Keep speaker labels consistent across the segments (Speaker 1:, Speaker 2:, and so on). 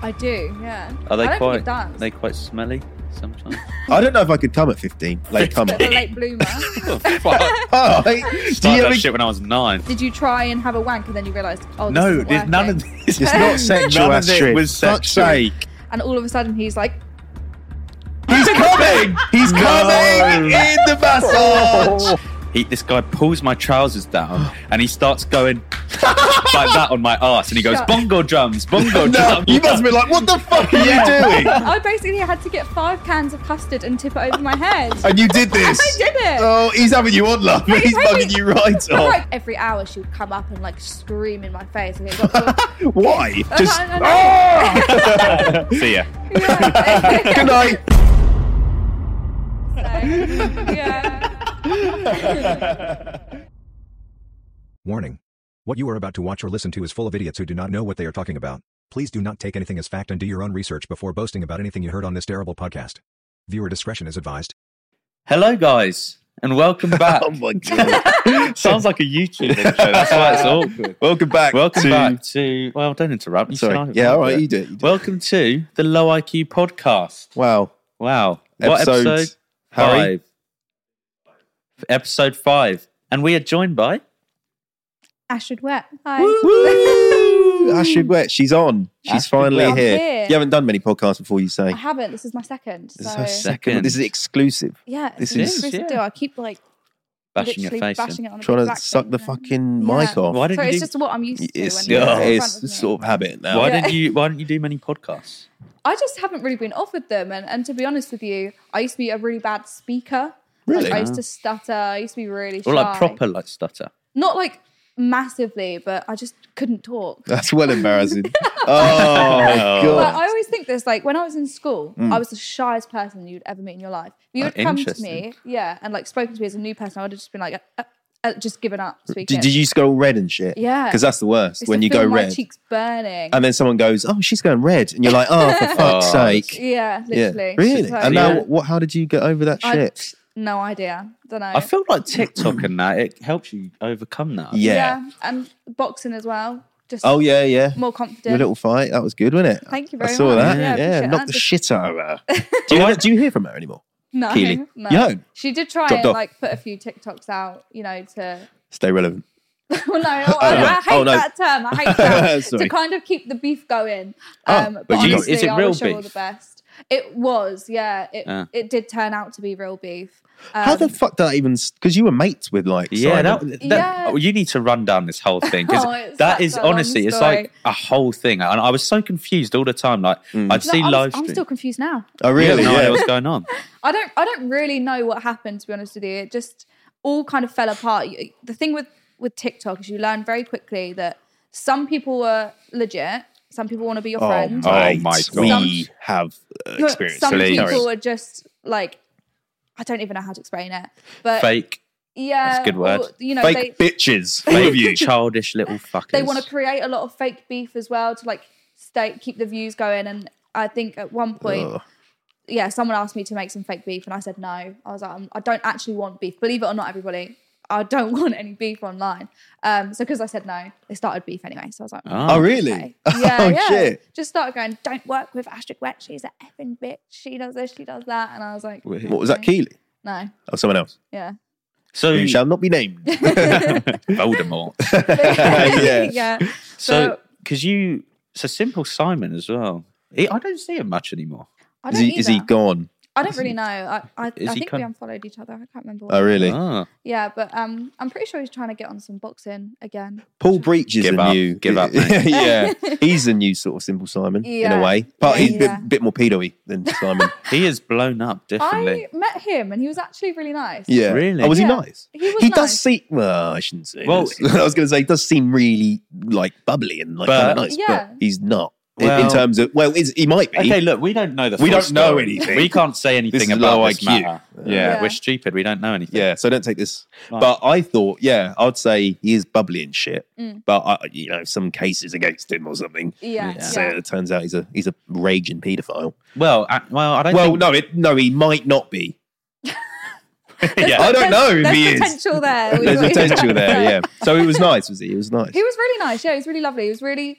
Speaker 1: I do, yeah.
Speaker 2: Are they
Speaker 1: I don't
Speaker 2: quite?
Speaker 1: Think
Speaker 2: Are
Speaker 1: dance.
Speaker 2: they quite smelly sometimes?
Speaker 3: I don't know if I could come at 15. Late come.
Speaker 1: Bit of a late bloomer.
Speaker 2: oh, fuck.
Speaker 3: Oh, hey, do
Speaker 2: Started
Speaker 3: you
Speaker 2: that
Speaker 3: ever,
Speaker 2: shit when I was nine.
Speaker 1: Did you try and have a wank and then you realised? Oh, this
Speaker 2: No,
Speaker 1: isn't
Speaker 2: there's none of
Speaker 1: working?
Speaker 2: this.
Speaker 3: it's not sexual,
Speaker 2: None of
Speaker 3: Astrid.
Speaker 2: it was
Speaker 3: Fuck's
Speaker 2: sexual.
Speaker 3: sake.
Speaker 1: And all of a sudden, he's like,
Speaker 3: He's coming! He's coming in the massage!
Speaker 2: He, this guy pulls my trousers down and he starts going like that on my ass, and he goes
Speaker 1: Shut-
Speaker 2: bongo drums, bongo
Speaker 3: No,
Speaker 2: drums.
Speaker 3: you must have been like, what the fuck are you doing?
Speaker 1: I basically had to get five cans of custard and tip it over my head.
Speaker 3: And you did this.
Speaker 1: I did it.
Speaker 3: Oh, he's having you on, love.
Speaker 1: Hey,
Speaker 3: He's
Speaker 1: hey.
Speaker 3: bugging you right
Speaker 1: And,
Speaker 3: off.
Speaker 1: like every hour, she would come up and like scream in my face, and it got to a-
Speaker 3: Why? Just,
Speaker 1: I don't know.
Speaker 3: oh!
Speaker 2: See ya.
Speaker 1: yeah.
Speaker 3: Good night.
Speaker 1: So, yeah.
Speaker 4: Warning. What you are about to watch or listen to is full of idiots who do not know what they are talking about. Please do not take anything as fact and do your own research before boasting about anything you heard on this terrible podcast. Viewer discretion is advised.
Speaker 2: Hello, guys, and welcome back.
Speaker 3: Oh my god.
Speaker 2: Sounds like a YouTube intro. That's why it's awkward.
Speaker 3: Welcome back.
Speaker 2: Welcome
Speaker 3: to-
Speaker 2: back to. Well, don't interrupt. You
Speaker 3: Sorry.
Speaker 2: said I-
Speaker 3: Yeah, all right, you do it. You do it.
Speaker 2: Welcome to the Low IQ Podcast.
Speaker 3: Wow.
Speaker 2: Wow. What
Speaker 3: Episode-
Speaker 2: episode?
Speaker 3: Harry?
Speaker 2: Five. Episode five. And we are joined by.
Speaker 1: Ashford wet. Hi.
Speaker 3: Woo! Astrid Wet, she's on. She's
Speaker 2: Astrid
Speaker 3: finally
Speaker 1: Wet. I'm
Speaker 3: here.
Speaker 1: here.
Speaker 3: You haven't done many podcasts before, you say.
Speaker 1: I haven't. This is my second.
Speaker 3: This is
Speaker 1: so
Speaker 3: her second.
Speaker 2: Second.
Speaker 3: This is exclusive.
Speaker 1: yeah,
Speaker 3: this
Speaker 1: this is
Speaker 3: is-
Speaker 1: Chris
Speaker 2: Yeah.
Speaker 1: do. I keep like
Speaker 2: Bashing
Speaker 1: literally
Speaker 2: your face. in.
Speaker 1: bashing it on the
Speaker 3: Trying
Speaker 1: black
Speaker 3: to suck the
Speaker 1: thing.
Speaker 3: fucking
Speaker 1: Yeah.
Speaker 3: mic off.
Speaker 2: Why didn't
Speaker 1: So
Speaker 2: you
Speaker 1: it's
Speaker 2: do-
Speaker 1: just what I'm used to.
Speaker 3: It's,
Speaker 1: when
Speaker 3: yeah,
Speaker 1: you're in front
Speaker 3: it's
Speaker 1: of me.
Speaker 3: sort of habit now.
Speaker 2: Why
Speaker 1: Yeah.
Speaker 2: didn't you? Why don't you do many podcasts?
Speaker 1: I just haven't really been offered them. And, and to be honest with you, I used to be a really bad speaker. Like,
Speaker 3: Really?
Speaker 1: I used to stutter. I used to be really shy.
Speaker 2: Or like proper like stutter.
Speaker 1: Not like massively, but I just couldn't talk.
Speaker 3: That's well embarrassing. oh my
Speaker 1: But
Speaker 3: god.
Speaker 1: I always think this, like when I was in school,
Speaker 3: Mm.
Speaker 1: I was the shyest person you'd ever meet in your life. If you
Speaker 2: Oh,
Speaker 1: had come to
Speaker 2: interesting.
Speaker 1: me, yeah, and like spoken to me as a new person, I would have just been like, uh, uh, just given up speaking.
Speaker 3: Did, did you just go all red and shit?
Speaker 1: Yeah.
Speaker 3: Because that's the worst
Speaker 1: Just
Speaker 3: when
Speaker 1: to
Speaker 3: you go
Speaker 1: feel my
Speaker 3: red.
Speaker 1: cheeks burning.
Speaker 3: And then someone goes, "Oh, she's going red," and you're like, "Oh, for fuck's
Speaker 2: Oh,
Speaker 3: sake!"
Speaker 1: yeah, literally.
Speaker 3: really.
Speaker 1: So,
Speaker 3: and now,
Speaker 2: Yeah.
Speaker 3: what? How did you get over that
Speaker 1: I-
Speaker 3: shit?
Speaker 1: no idea. Don't know.
Speaker 2: I feel like TikTok and that it helps you overcome that.
Speaker 3: Yeah.
Speaker 1: and boxing as well. Just
Speaker 3: Oh yeah, yeah.
Speaker 1: more
Speaker 3: Your
Speaker 1: confident.
Speaker 3: little fight that was good, wasn't it?
Speaker 1: Thank you
Speaker 3: I
Speaker 1: very
Speaker 3: saw
Speaker 1: much.
Speaker 3: that.
Speaker 1: Yeah, I
Speaker 3: Yeah,
Speaker 1: appreciate
Speaker 3: knocked
Speaker 1: that.
Speaker 3: the shit out of her. Do you, do you hear from her anymore?
Speaker 1: no,
Speaker 3: Keely.
Speaker 1: no.
Speaker 3: You don't?
Speaker 1: She did try
Speaker 3: Dropped
Speaker 1: and
Speaker 3: off.
Speaker 1: like put a few TikToks out, you know, to.
Speaker 3: Stay relevant.
Speaker 1: well, no, I, I
Speaker 3: right.
Speaker 1: hate
Speaker 3: Oh, no.
Speaker 1: that term. I hate that
Speaker 3: Sorry.
Speaker 1: to kind of keep the beef going.
Speaker 3: Oh,
Speaker 1: Um, but
Speaker 3: but you-
Speaker 1: honestly,
Speaker 2: is it
Speaker 1: I
Speaker 2: real
Speaker 1: wish her all the
Speaker 2: beef?
Speaker 1: best. It was, yeah. It
Speaker 2: Ah.
Speaker 1: it did turn out to be real beef.
Speaker 3: How
Speaker 1: Um,
Speaker 3: the fuck did that even? Because you were mates with like
Speaker 2: Yeah,
Speaker 3: Simon.
Speaker 2: that, that,
Speaker 1: Yeah.
Speaker 2: oh, you need to run down this whole thing because
Speaker 1: Oh, it's
Speaker 2: that
Speaker 1: such
Speaker 2: is
Speaker 1: a long
Speaker 2: honestly, it's
Speaker 1: story.
Speaker 2: like a whole thing, and I was so confused all the time. Like I'd
Speaker 1: No,
Speaker 2: see
Speaker 1: I'm,
Speaker 2: live
Speaker 1: I'm still confused now.
Speaker 3: oh
Speaker 2: You
Speaker 3: really?
Speaker 2: don't know
Speaker 3: Mm. Yeah.
Speaker 2: what's going on.
Speaker 1: I don't I don't really know what happened to be honest with you. It just all kind of fell apart. You- The thing with with TikTok is you learn very quickly that some people were legit, some people want to be your
Speaker 3: Oh,
Speaker 1: friend.
Speaker 2: Oh, my
Speaker 3: mate,
Speaker 2: God.
Speaker 3: we have uh,
Speaker 1: Look,
Speaker 3: experience.
Speaker 1: some
Speaker 2: Please.
Speaker 1: people are just like I don't even know how to explain it, but
Speaker 2: Fake,
Speaker 1: yeah,
Speaker 2: that's a good word.
Speaker 1: or, you know,
Speaker 3: Fake
Speaker 1: they
Speaker 3: bitches. All of you.
Speaker 2: fake, childish little fuckers.
Speaker 1: they want to create a lot of fake beef as well to like stay keep the views going. And I think at one point,
Speaker 3: Ugh.
Speaker 1: yeah, someone asked me to make some fake beef, and I said no. I was like, I'm, I don't actually want beef. Believe it or not, everybody, I don't want any beef online. Um, so because I said no, they started beef anyway. So I was like,
Speaker 2: Ah.
Speaker 3: Oh really?
Speaker 1: okay. yeah,
Speaker 3: oh
Speaker 1: yeah.
Speaker 3: shit.
Speaker 1: Just started going. Don't work with Astrid Wet. She's an effing bitch. She does this. She does that. And I was like,
Speaker 2: Wait.
Speaker 3: What was that, Keely?
Speaker 1: no,
Speaker 3: Or someone else?
Speaker 1: yeah,
Speaker 2: So
Speaker 3: Who shall not be named.
Speaker 2: Voldemort.
Speaker 3: Yeah.
Speaker 1: yeah.
Speaker 2: so
Speaker 1: So-
Speaker 2: because you, so simple Simon as well. He, I don't see him much anymore.
Speaker 1: I
Speaker 3: Is
Speaker 1: don't
Speaker 3: he, is he
Speaker 1: either.
Speaker 3: gone?
Speaker 1: I don't really know. I, I, I
Speaker 2: Is he
Speaker 1: think we
Speaker 2: con-
Speaker 1: unfollowed each other. I can't remember.
Speaker 3: Oh, really?
Speaker 2: Ah.
Speaker 1: Yeah, but um, I'm pretty sure he's trying to get on some boxing again.
Speaker 3: Paul Breach is
Speaker 2: Give
Speaker 3: a
Speaker 2: up.
Speaker 3: new.
Speaker 2: Give up, mate.
Speaker 3: yeah. He's a new sort of simple Simon in a
Speaker 1: Yeah.
Speaker 3: way. But
Speaker 1: Yeah,
Speaker 3: he's a
Speaker 1: yeah.
Speaker 3: bit, bit more pedo y than Simon.
Speaker 2: He is blown up differently.
Speaker 1: I met him and he was actually really nice.
Speaker 3: yeah.
Speaker 2: Really?
Speaker 3: Oh, was he
Speaker 1: Yeah.
Speaker 3: nice?
Speaker 1: He was
Speaker 3: does
Speaker 1: nice.
Speaker 3: seem. Well, I shouldn't say.
Speaker 2: Well-
Speaker 3: this. I was going to say, he does seem really like bubbly and like
Speaker 2: But-
Speaker 3: kind of nice,
Speaker 1: Yeah.
Speaker 3: but he's not. in- in
Speaker 2: Well-
Speaker 3: terms of well, is, he might be.
Speaker 2: Okay, look, we don't know the.
Speaker 3: We
Speaker 2: full
Speaker 3: don't know
Speaker 2: story.
Speaker 3: anything.
Speaker 2: We can't say
Speaker 3: This
Speaker 2: anything
Speaker 3: is
Speaker 2: about
Speaker 3: low
Speaker 2: this
Speaker 3: IQ.
Speaker 2: matter.
Speaker 3: Yeah.
Speaker 2: Yeah.
Speaker 1: Yeah.
Speaker 2: we're stupid. We don't know anything.
Speaker 3: Yeah, so don't take this.
Speaker 2: Right.
Speaker 3: But I thought, yeah, I'd say he is bubbly and shit.
Speaker 1: Mm.
Speaker 3: But I, you know, some cases against him or something.
Speaker 1: Yeah.
Speaker 2: Yeah.
Speaker 3: So it turns out he's a he's a raging paedophile.
Speaker 2: Well, I, well, I don't.
Speaker 3: Well,
Speaker 2: think,
Speaker 3: no, it no, he might not be.
Speaker 2: yeah.
Speaker 3: I don't know if
Speaker 1: There's
Speaker 3: he is.
Speaker 1: potential there. We've
Speaker 3: There's
Speaker 1: got-
Speaker 3: potential there. Yeah. So it was nice, was it? It was nice.
Speaker 1: He was really nice. Yeah, he was really lovely. He was really,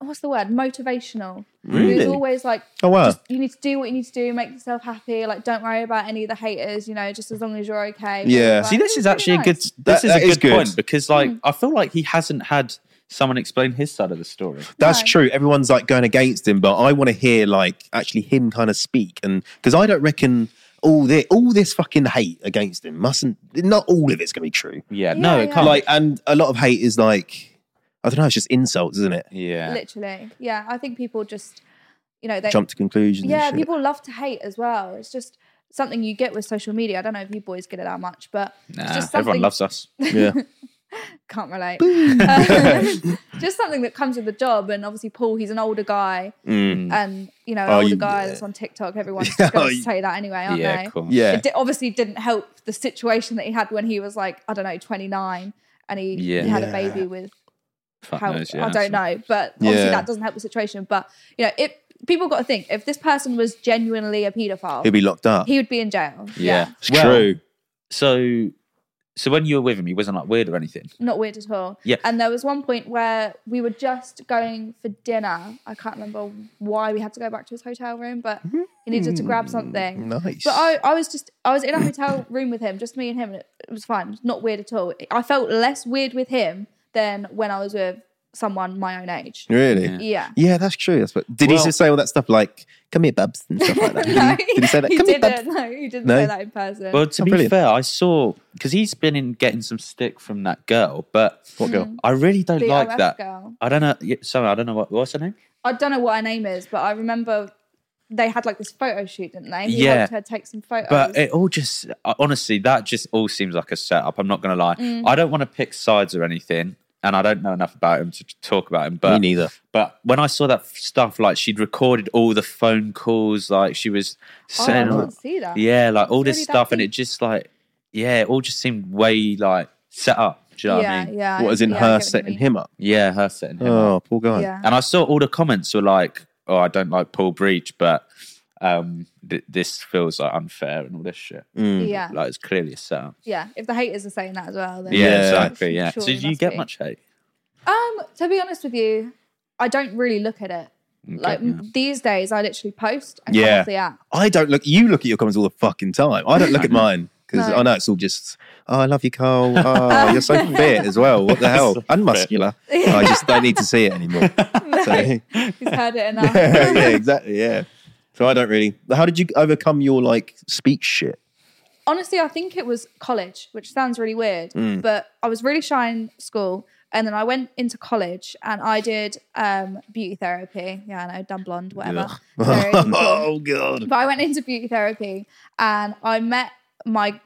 Speaker 1: what's the word? Motivational. He
Speaker 3: Really?
Speaker 1: was always like,
Speaker 3: Oh wow.
Speaker 1: just, you need to do what you need to do, make yourself happy. Like, don't worry about any of the haters, you know, just as long as you're okay. blah,
Speaker 3: Yeah.
Speaker 1: blah,
Speaker 2: See,
Speaker 1: blah. It
Speaker 2: this is
Speaker 1: was really
Speaker 2: actually a
Speaker 1: nice. Mm.
Speaker 2: good. This
Speaker 3: That-
Speaker 2: is
Speaker 3: that
Speaker 2: a good
Speaker 3: is good.
Speaker 2: point because, like, I feel like he hasn't had someone explain his side of the story.
Speaker 3: That's
Speaker 1: No.
Speaker 3: true. Everyone's like going against him, but I want to hear like actually him kind of speak, and because I don't reckon all this all this fucking hate against him mustn't not all of it's going to be true.
Speaker 2: Yeah,
Speaker 1: Yeah,
Speaker 2: no, it
Speaker 1: yeah.
Speaker 2: can't.
Speaker 3: Like, and a lot of hate is like I don't know. It's just insults, isn't it?
Speaker 2: yeah,
Speaker 1: Literally. Yeah. I think people just, you know, they.
Speaker 3: Jump to conclusions. and
Speaker 1: yeah,
Speaker 3: shit.
Speaker 1: people love to hate as well. It's just something you get with social media. I don't know if you boys get it that much, but it's
Speaker 2: Nah,
Speaker 1: just something.
Speaker 2: everyone loves us.
Speaker 3: Yeah.
Speaker 1: can't relate. Um, just something that comes with the job, and obviously Paul, he's an older guy,
Speaker 3: Mm.
Speaker 1: and you know, an
Speaker 3: Oh,
Speaker 1: older
Speaker 3: you-
Speaker 1: guy that's on TikTok. Everyone's going
Speaker 3: Oh,
Speaker 1: to
Speaker 3: you-
Speaker 1: tell you that anyway, aren't
Speaker 2: Yeah,
Speaker 1: they?
Speaker 2: of course.
Speaker 3: Yeah.
Speaker 1: It di- obviously didn't help the situation that he had when he was like, I don't know, 29, and he, he
Speaker 2: Yeah.
Speaker 1: had a
Speaker 3: Yeah.
Speaker 1: baby with
Speaker 2: Fuck
Speaker 1: how
Speaker 2: knows,
Speaker 1: I
Speaker 2: yeah,
Speaker 1: don't know, but obviously
Speaker 3: Yeah.
Speaker 1: that doesn't help the situation. But you know, if people got to think, if this person was genuinely a paedophile,
Speaker 3: He'll be locked up.
Speaker 1: he would be in jail.
Speaker 2: Yeah,
Speaker 3: it's
Speaker 2: Well,
Speaker 3: true.
Speaker 2: So, so when you were with him, he wasn't like weird or anything.
Speaker 1: not weird at all.
Speaker 2: Yeah.
Speaker 1: And there was one point where we were just going for dinner. I can't remember why we had to go back to his hotel room, but he needed to grab something.
Speaker 3: Nice.
Speaker 1: But I, I was just I was in a hotel room with him, just me and him, and it, it was fine. It was not weird at all. I felt less weird with him than when I was with someone my own age.
Speaker 3: really.
Speaker 2: Yeah.
Speaker 3: Yeah.
Speaker 1: Yeah.
Speaker 3: that's true. That's what, did he
Speaker 2: Well-
Speaker 3: just say all that stuff like "come here, bubs" and stuff like that? Did,
Speaker 1: No,
Speaker 3: he, did he say that?
Speaker 1: He
Speaker 3: Come here,
Speaker 1: didn't.
Speaker 3: bubs.
Speaker 1: No, he didn't
Speaker 3: No?
Speaker 1: say that in person.
Speaker 2: Well, to
Speaker 3: Oh,
Speaker 2: be
Speaker 3: brilliant.
Speaker 2: fair, I saw because he's been in getting some stick from that girl, but
Speaker 3: What girl?
Speaker 2: I really don't
Speaker 1: Hmm. the
Speaker 2: like
Speaker 1: OF
Speaker 2: that.
Speaker 1: girl.
Speaker 2: I don't know. yeah, Sorry, I don't know what what's her name.
Speaker 1: I don't know what her name is, but I remember they had like this photo shoot, didn't they? He
Speaker 2: Yeah.
Speaker 1: helped her take some photos.
Speaker 2: But it all just uh, honestly, that just all seems like a setup. I'm not going to lie.
Speaker 1: Mm.
Speaker 2: I don't want to pick sides or anything, and I don't know enough about him to t- talk about him.
Speaker 3: Me
Speaker 2: But
Speaker 3: neither.
Speaker 2: but when I saw that f- stuff, like she'd recorded all the phone calls, like she was
Speaker 1: Oh, I
Speaker 2: saying,
Speaker 1: didn't
Speaker 2: like,
Speaker 1: see that.
Speaker 2: yeah, like all this
Speaker 1: Really that
Speaker 2: stuff, and
Speaker 1: deep?
Speaker 2: it just like yeah, it all just seemed way like set up. Do you know what I
Speaker 1: yeah, Uh.
Speaker 2: mean?
Speaker 1: yeah.
Speaker 3: What is in
Speaker 1: yeah, I get
Speaker 3: her
Speaker 1: what you
Speaker 3: setting
Speaker 1: mean.
Speaker 3: him up?
Speaker 2: Yeah, her setting him up.
Speaker 3: Oh, poor guy.
Speaker 1: Yeah.
Speaker 2: And I saw all the comments were like, "Oh, I don't like Paul Breach, but um, th- this feels like unfair and all this shit."
Speaker 3: Mm.
Speaker 1: Yeah,
Speaker 2: um, Like it's clearly a setup.
Speaker 1: yeah. If the haters are saying that as well, then
Speaker 2: Yeah,
Speaker 3: Yeah.
Speaker 2: exactly. Yeah.
Speaker 1: Sure,
Speaker 2: so did
Speaker 1: it
Speaker 2: you
Speaker 1: must
Speaker 2: get
Speaker 1: be.
Speaker 2: much hate?
Speaker 1: Um, to be honest with you, I don't really look at it. Like
Speaker 2: yeah.
Speaker 1: these days, I literally post and come
Speaker 3: Yeah.
Speaker 1: off the app.
Speaker 3: I don't look. You look at your comments all the fucking time. I don't look at mine because
Speaker 1: No.
Speaker 3: I know it's all just. Oh, I love you, Carl. Oh, you're so fit as well. What the hell? And muscular. I just don't need to see it anymore. So, yeah,
Speaker 1: He's heard it enough.
Speaker 3: exactly. Yeah. So I don't really. How did you overcome your like speech shit?
Speaker 1: honestly, I think it was college, which sounds really weird,
Speaker 2: Mm.
Speaker 1: but I was really shy in school. And then I went into college and I did um, beauty therapy. Yeah, I know, dumb blonde, whatever. Very cool.
Speaker 3: Oh god.
Speaker 1: but I went into beauty therapy and I met my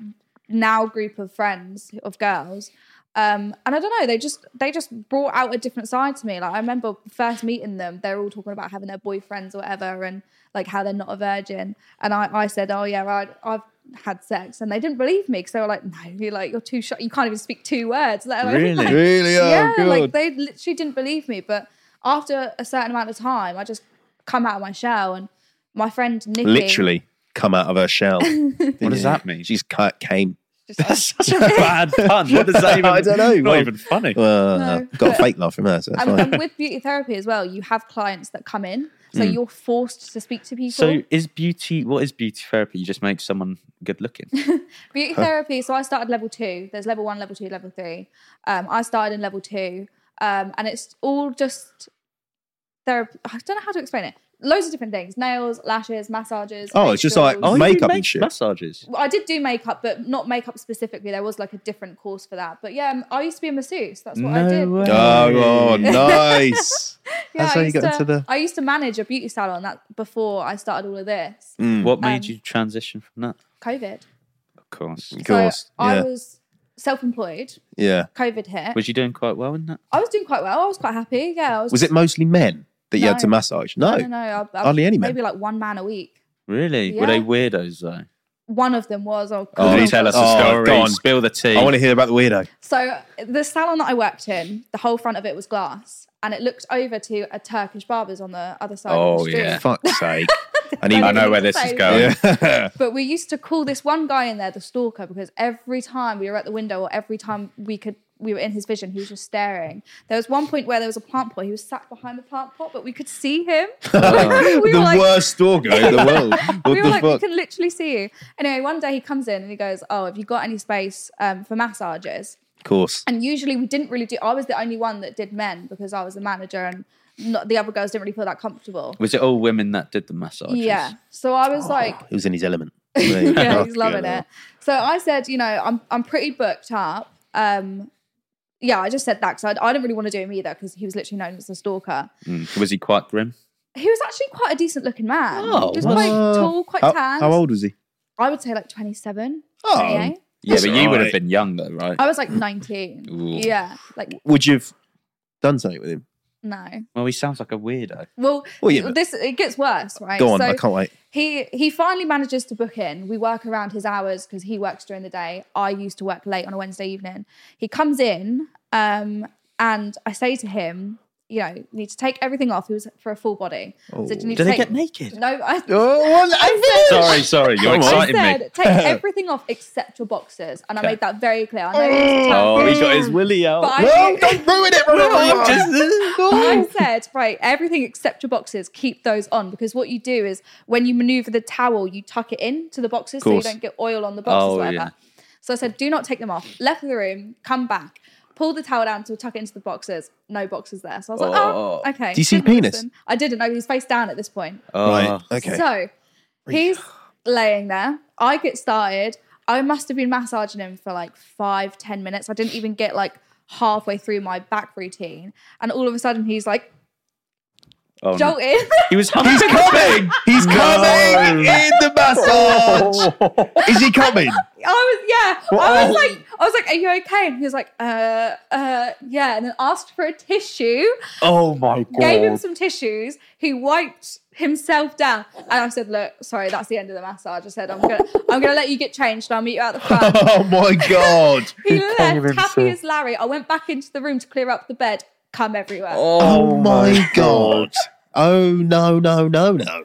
Speaker 1: now group of friends of girls. Um, and I don't know, they just they just brought out a different side to me. Like I remember first meeting them, they were all talking about having their boyfriends or whatever and like how they're not a virgin. And I, I said, Oh yeah, I, I've had sex and they didn't believe me because they were like, No, you're like you're too shy, you can't even speak two words. Let alone-
Speaker 2: Really?
Speaker 3: Really? Oh
Speaker 1: yeah,
Speaker 3: god.
Speaker 1: like they literally didn't believe me. But after a certain amount of time, I just come out of my shell and my friend Nikki
Speaker 3: Literally come out of her shell.
Speaker 2: What does that mean?
Speaker 3: She's cut came.
Speaker 2: That's such a bad pun. What does that even?
Speaker 3: I don't know,
Speaker 2: Not
Speaker 3: well-
Speaker 2: even funny.
Speaker 3: Uh,
Speaker 1: No,
Speaker 3: got
Speaker 1: but-
Speaker 3: a fake laugh from her. So that's
Speaker 1: and,
Speaker 3: fine.
Speaker 1: and with beauty therapy as well, you have clients that come in, so
Speaker 3: Mm.
Speaker 1: you're forced to speak to people.
Speaker 2: So is beauty? What is beauty therapy? You just make someone good looking.
Speaker 1: beauty therapy. So I started level two. There's level one, level two, level three. Um, I started in level two, um, and it's all just therapy. I don't know how to explain it. Loads of different things: nails, lashes, massages.
Speaker 3: Oh, it's just like-
Speaker 1: facials.
Speaker 3: Oh,
Speaker 2: you
Speaker 3: Makeup
Speaker 2: make
Speaker 3: and shit.
Speaker 2: Massages.
Speaker 1: Well, I did do makeup, but not makeup specifically. There was like a different course for that. But yeah, um, I used to be a masseuse. That's what I
Speaker 2: No
Speaker 1: did.
Speaker 2: way.
Speaker 3: Oh, nice.
Speaker 1: Yeah,
Speaker 3: That's
Speaker 1: I
Speaker 3: how you
Speaker 1: used
Speaker 3: got
Speaker 1: to,
Speaker 3: into the-
Speaker 1: I used to manage a beauty salon that before I started all of this.
Speaker 3: Mm.
Speaker 2: What made
Speaker 1: Um,
Speaker 2: you transition from that?
Speaker 1: COVID.
Speaker 2: Of course.
Speaker 3: Of course.
Speaker 1: So I
Speaker 3: yeah.
Speaker 1: was self-employed.
Speaker 3: yeah.
Speaker 1: COVID hit.
Speaker 2: Was you doing quite well in that?
Speaker 1: I was doing quite well. I was quite happy. Yeah, I was.
Speaker 3: Was it mostly men? that you had to
Speaker 1: No.
Speaker 3: massage? No.
Speaker 1: I don't know. I, I,
Speaker 3: Hardly any men.
Speaker 1: Maybe like one man a week.
Speaker 2: Really? Were they
Speaker 1: Yeah.
Speaker 2: weirdos though?
Speaker 1: One of them was. Oh,
Speaker 3: Oh,
Speaker 1: God.
Speaker 2: Please tell us
Speaker 3: Oh,
Speaker 2: a story.
Speaker 3: go on.
Speaker 2: Spill the tea.
Speaker 3: I want to hear about the weirdo.
Speaker 1: So the salon that I worked in, the whole front of it was glass, and it looked over to a Turkish barber's on the other side. of
Speaker 2: Oh,
Speaker 1: the street.
Speaker 2: yeah.
Speaker 3: Fuck's sake. And
Speaker 2: I
Speaker 3: even,
Speaker 2: know where this is
Speaker 1: So-
Speaker 2: going.
Speaker 3: yeah.
Speaker 1: But we used to call this one guy in there the stalker because every time we were at the window or every time we could we were in his vision, he was just staring. There was one point where there was a plant pot. He was sat behind the plant pot, but we could see him. we
Speaker 3: the
Speaker 1: were like,
Speaker 3: worst stalker in the world. What
Speaker 1: we were
Speaker 3: the
Speaker 1: like,
Speaker 3: fuck?
Speaker 1: we can literally see you. Anyway, one day he comes in and he goes, "Oh, have you got any space um, for massages?"
Speaker 3: Of course.
Speaker 1: and usually we didn't really do i was the only one that did men because i was the manager and not, the other girls didn't really feel that comfortable
Speaker 2: Was it all women that did the massages?
Speaker 1: yeah so i
Speaker 3: Oh,
Speaker 1: was like
Speaker 3: He was in his element.
Speaker 1: yeah
Speaker 3: Fuck
Speaker 1: he's loving
Speaker 3: yeah.
Speaker 1: it so i said you know i'm, I'm pretty booked up um yeah i just said that because I, I didn't really want to do him either because he was literally known as the stalker
Speaker 2: Mm. Was he quite grim?
Speaker 1: he was actually quite a decent looking man
Speaker 2: Oh,
Speaker 1: he was quite
Speaker 3: wow.
Speaker 1: tall quite
Speaker 3: How,
Speaker 1: tan
Speaker 3: how old was he?
Speaker 1: i would say like 27
Speaker 3: Oh.
Speaker 1: 28
Speaker 2: Yeah,
Speaker 3: That's
Speaker 2: but you would have
Speaker 3: alright.
Speaker 2: been young though, right?
Speaker 1: i was like 19
Speaker 2: Ooh.
Speaker 1: yeah like
Speaker 3: Would you have done something with him?
Speaker 1: no
Speaker 2: Well, he sounds like a weirdo.
Speaker 1: well,
Speaker 3: Well, yeah, but-
Speaker 1: this it gets worse right
Speaker 3: Go on,
Speaker 1: So-
Speaker 3: I can't wait.
Speaker 1: He he finally manages to book in. We work around his hours because he works during the day. I used to work late on a Wednesday evening. He comes in, um, and I say to him, you know, you need to take everything off. He was for a full body. I said, you need to
Speaker 2: Oh, Did they
Speaker 1: take-
Speaker 2: get naked?
Speaker 1: No, I,
Speaker 3: Oh, well, I
Speaker 1: said-
Speaker 2: Sorry, sorry, you
Speaker 3: Come on.
Speaker 1: I
Speaker 2: excited
Speaker 1: said
Speaker 2: me.
Speaker 1: take everything off except your boxes, and I
Speaker 2: Okay.
Speaker 1: made that very clear. I know it's tough,
Speaker 2: Oh, he got his willy out.
Speaker 1: but I-
Speaker 3: no, don't ruin it for
Speaker 1: Oh,
Speaker 3: everyone.
Speaker 1: I said, right, everything except your boxes, keep those on because what you do is when you maneuver the towel, you tuck it into the boxes so you
Speaker 3: Course.
Speaker 1: don't get oil on the boxes,
Speaker 2: Oh,
Speaker 1: whatever.
Speaker 2: yeah.
Speaker 1: So I said, do not take them off. Left the room, come back, pull the towel down to tuck it into the boxes. No boxes there. So I was like, oh,
Speaker 2: Oh.
Speaker 1: okay.
Speaker 3: Do you see
Speaker 1: Didn't
Speaker 3: penis?
Speaker 1: listen. I didn't know. He was face down at this point.
Speaker 2: Oh.
Speaker 3: Right, okay.
Speaker 1: So he's laying there. I get started. I must have been massaging him for like five, ten minutes. I didn't even get like halfway through my back routine. And all of a sudden he's like
Speaker 2: Oh, no.
Speaker 1: jolted.
Speaker 2: He was
Speaker 3: He's coming! He's coming in the massage! Is he coming?
Speaker 1: I was yeah. I was
Speaker 3: Whoa.
Speaker 1: like I was like, Are you okay? And he was like, uh uh yeah, and then asked for a tissue,
Speaker 2: Oh my
Speaker 1: gave him
Speaker 2: god.
Speaker 1: some tissues, he wiped himself down. And I said, Look, sorry, that's the end of the massage. I said, I'm gonna I'm gonna let you get changed and I'll meet you out the front.
Speaker 3: Oh my god!
Speaker 1: He left happy as Larry. I went back into the room to clear up the bed. Come everywhere.
Speaker 3: Oh my god! Oh no, no, no, no.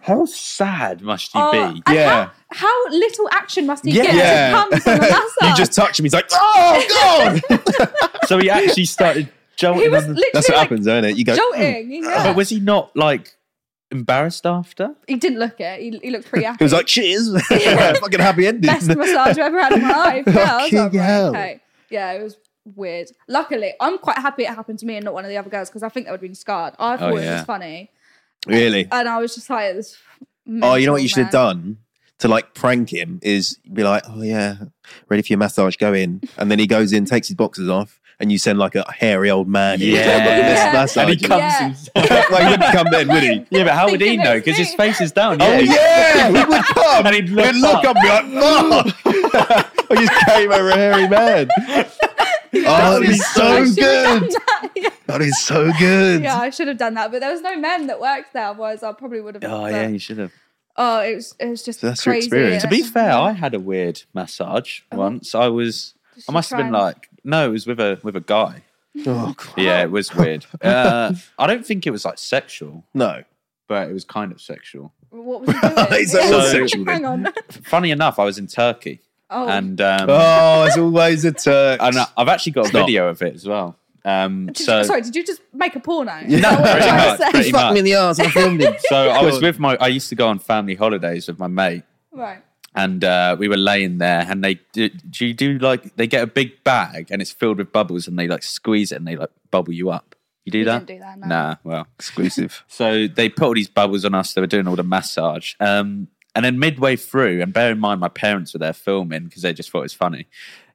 Speaker 2: How sad must he
Speaker 1: Oh,
Speaker 2: be?
Speaker 1: and
Speaker 3: Yeah.
Speaker 1: How, how little action must he
Speaker 3: Yeah.
Speaker 1: get
Speaker 3: Yeah.
Speaker 1: to come from a massage?
Speaker 3: You just touch him, he's like, oh god!
Speaker 2: So he actually started jolting.
Speaker 1: he was
Speaker 2: on the-
Speaker 1: literally
Speaker 3: That's what
Speaker 1: like
Speaker 3: happens, isn't it? You go, "Hmm."
Speaker 1: jolting. Yeah.
Speaker 2: But was he not like embarrassed after?
Speaker 1: He didn't look it. He, he looked pretty happy.
Speaker 3: he was like, cheers! Fucking happy ending.
Speaker 1: best massage I've ever had in my life. Yeah, I was
Speaker 3: Oh, Fucking
Speaker 1: like, right,
Speaker 3: hell.
Speaker 1: okay. Yeah, it was weird. Luckily, I'm quite happy it happened to me and not one of the other girls because I think that would have been scarred.
Speaker 3: Oh,
Speaker 1: I thought it
Speaker 2: yeah.
Speaker 1: was funny.
Speaker 3: Really?
Speaker 1: And I was just like, this.
Speaker 3: Oh, you know what you should have done to like prank him is be like, oh yeah, ready for your massage, go in. And then he goes in, takes his boxes off, and you send like a hairy old man. in. Let's
Speaker 2: Yeah.
Speaker 1: Yeah.
Speaker 3: massage
Speaker 2: And he
Speaker 3: you.
Speaker 2: comes
Speaker 1: Yeah.
Speaker 2: himself.
Speaker 3: like, he wouldn't come then, would he?
Speaker 2: Yeah, but how would he
Speaker 1: Thinking
Speaker 2: know?
Speaker 1: it's
Speaker 2: Because his
Speaker 1: me.
Speaker 2: face is down.
Speaker 3: Oh yeah, he would come.
Speaker 2: And he'd look up.
Speaker 3: and be like, fuck. I just came over a hairy man. Oh, that is so good.
Speaker 1: yeah.
Speaker 3: That is so good.
Speaker 1: yeah, I should have done that. But there was no men that worked there. Otherwise, I probably would have.
Speaker 2: Oh
Speaker 1: but-
Speaker 2: yeah, you should have.
Speaker 1: Oh, it was, it was just
Speaker 3: So that's your
Speaker 1: crazy.
Speaker 3: experience.
Speaker 2: To be fair, I had a weird massage once. I was, I
Speaker 1: Uh-huh. she
Speaker 2: must have been
Speaker 1: cry?
Speaker 2: like, no, it was with a with a guy.
Speaker 3: Oh, God.
Speaker 2: Yeah, it was weird. Uh, I don't think it was like sexual,
Speaker 3: No.
Speaker 2: but it was kind of sexual.
Speaker 1: What was he doing?
Speaker 3: It's a
Speaker 2: little section
Speaker 1: Hang on.
Speaker 2: Funny enough, I was in Turkey,
Speaker 1: Oh,
Speaker 2: and um,
Speaker 3: Oh, it's always a Turk.
Speaker 2: and I- I've actually got a
Speaker 3: Stop.
Speaker 2: video of it as well. Um,
Speaker 1: did
Speaker 2: so
Speaker 1: you, sorry, did you just make a porno?
Speaker 3: Yeah.
Speaker 1: Is that what you're
Speaker 2: pretty
Speaker 1: trying to
Speaker 2: much,
Speaker 1: say?
Speaker 2: pretty
Speaker 3: He fucked
Speaker 2: much.
Speaker 3: me in the arse and I filmed him.
Speaker 2: So I was with my. I used to go on family holidays with my mate,
Speaker 1: Right.
Speaker 2: and uh, we were laying there and they do, do you do like they get a big bag and it's filled with bubbles and they like squeeze it and they like bubble you up you do
Speaker 1: We
Speaker 2: that
Speaker 1: didn't do that, no.
Speaker 2: nah well
Speaker 3: Exclusive.
Speaker 2: so they put all these bubbles on us they were doing all the massage um and then midway through and bear in mind my parents were there filming because they just thought it was funny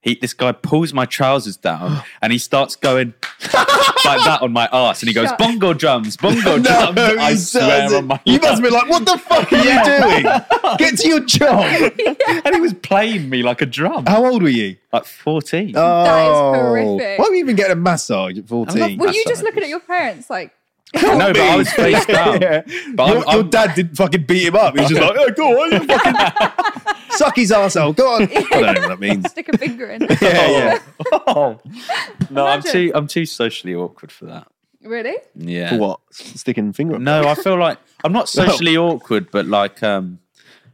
Speaker 2: he, this guy pulls my trousers down and he starts going like that on my ass and he goes
Speaker 1: Shut-
Speaker 2: bongo drums bongo
Speaker 3: No,
Speaker 2: drums i
Speaker 3: he
Speaker 2: swear on
Speaker 3: doesn't.
Speaker 2: my
Speaker 3: You must be like, what the fuck are you doing? Get to your job.
Speaker 2: and he was playing me like a drum
Speaker 3: How old were you?
Speaker 2: like 14
Speaker 3: Oh,
Speaker 1: That is horrific.
Speaker 3: Why were you even getting a massage at 14?
Speaker 2: I love-
Speaker 1: Were you
Speaker 2: That's
Speaker 1: just
Speaker 2: what it
Speaker 1: looking at your parents like,
Speaker 2: No, but I was face down.
Speaker 3: Yeah.
Speaker 2: But
Speaker 3: your,
Speaker 2: I'm- I'm-
Speaker 3: your dad didn't fucking beat him up. He was just like, oh, go on, you fucking suck his arsehole. Go on. I don't know what that means.
Speaker 1: Stick a finger in.
Speaker 2: Oh,
Speaker 3: Yeah,
Speaker 2: No, I'm
Speaker 1: Imagine.
Speaker 2: too I'm too socially awkward for that.
Speaker 1: Really?
Speaker 2: Yeah.
Speaker 3: yeah. What? Sticking finger up?
Speaker 2: No, I feel like I'm not socially awkward, but like um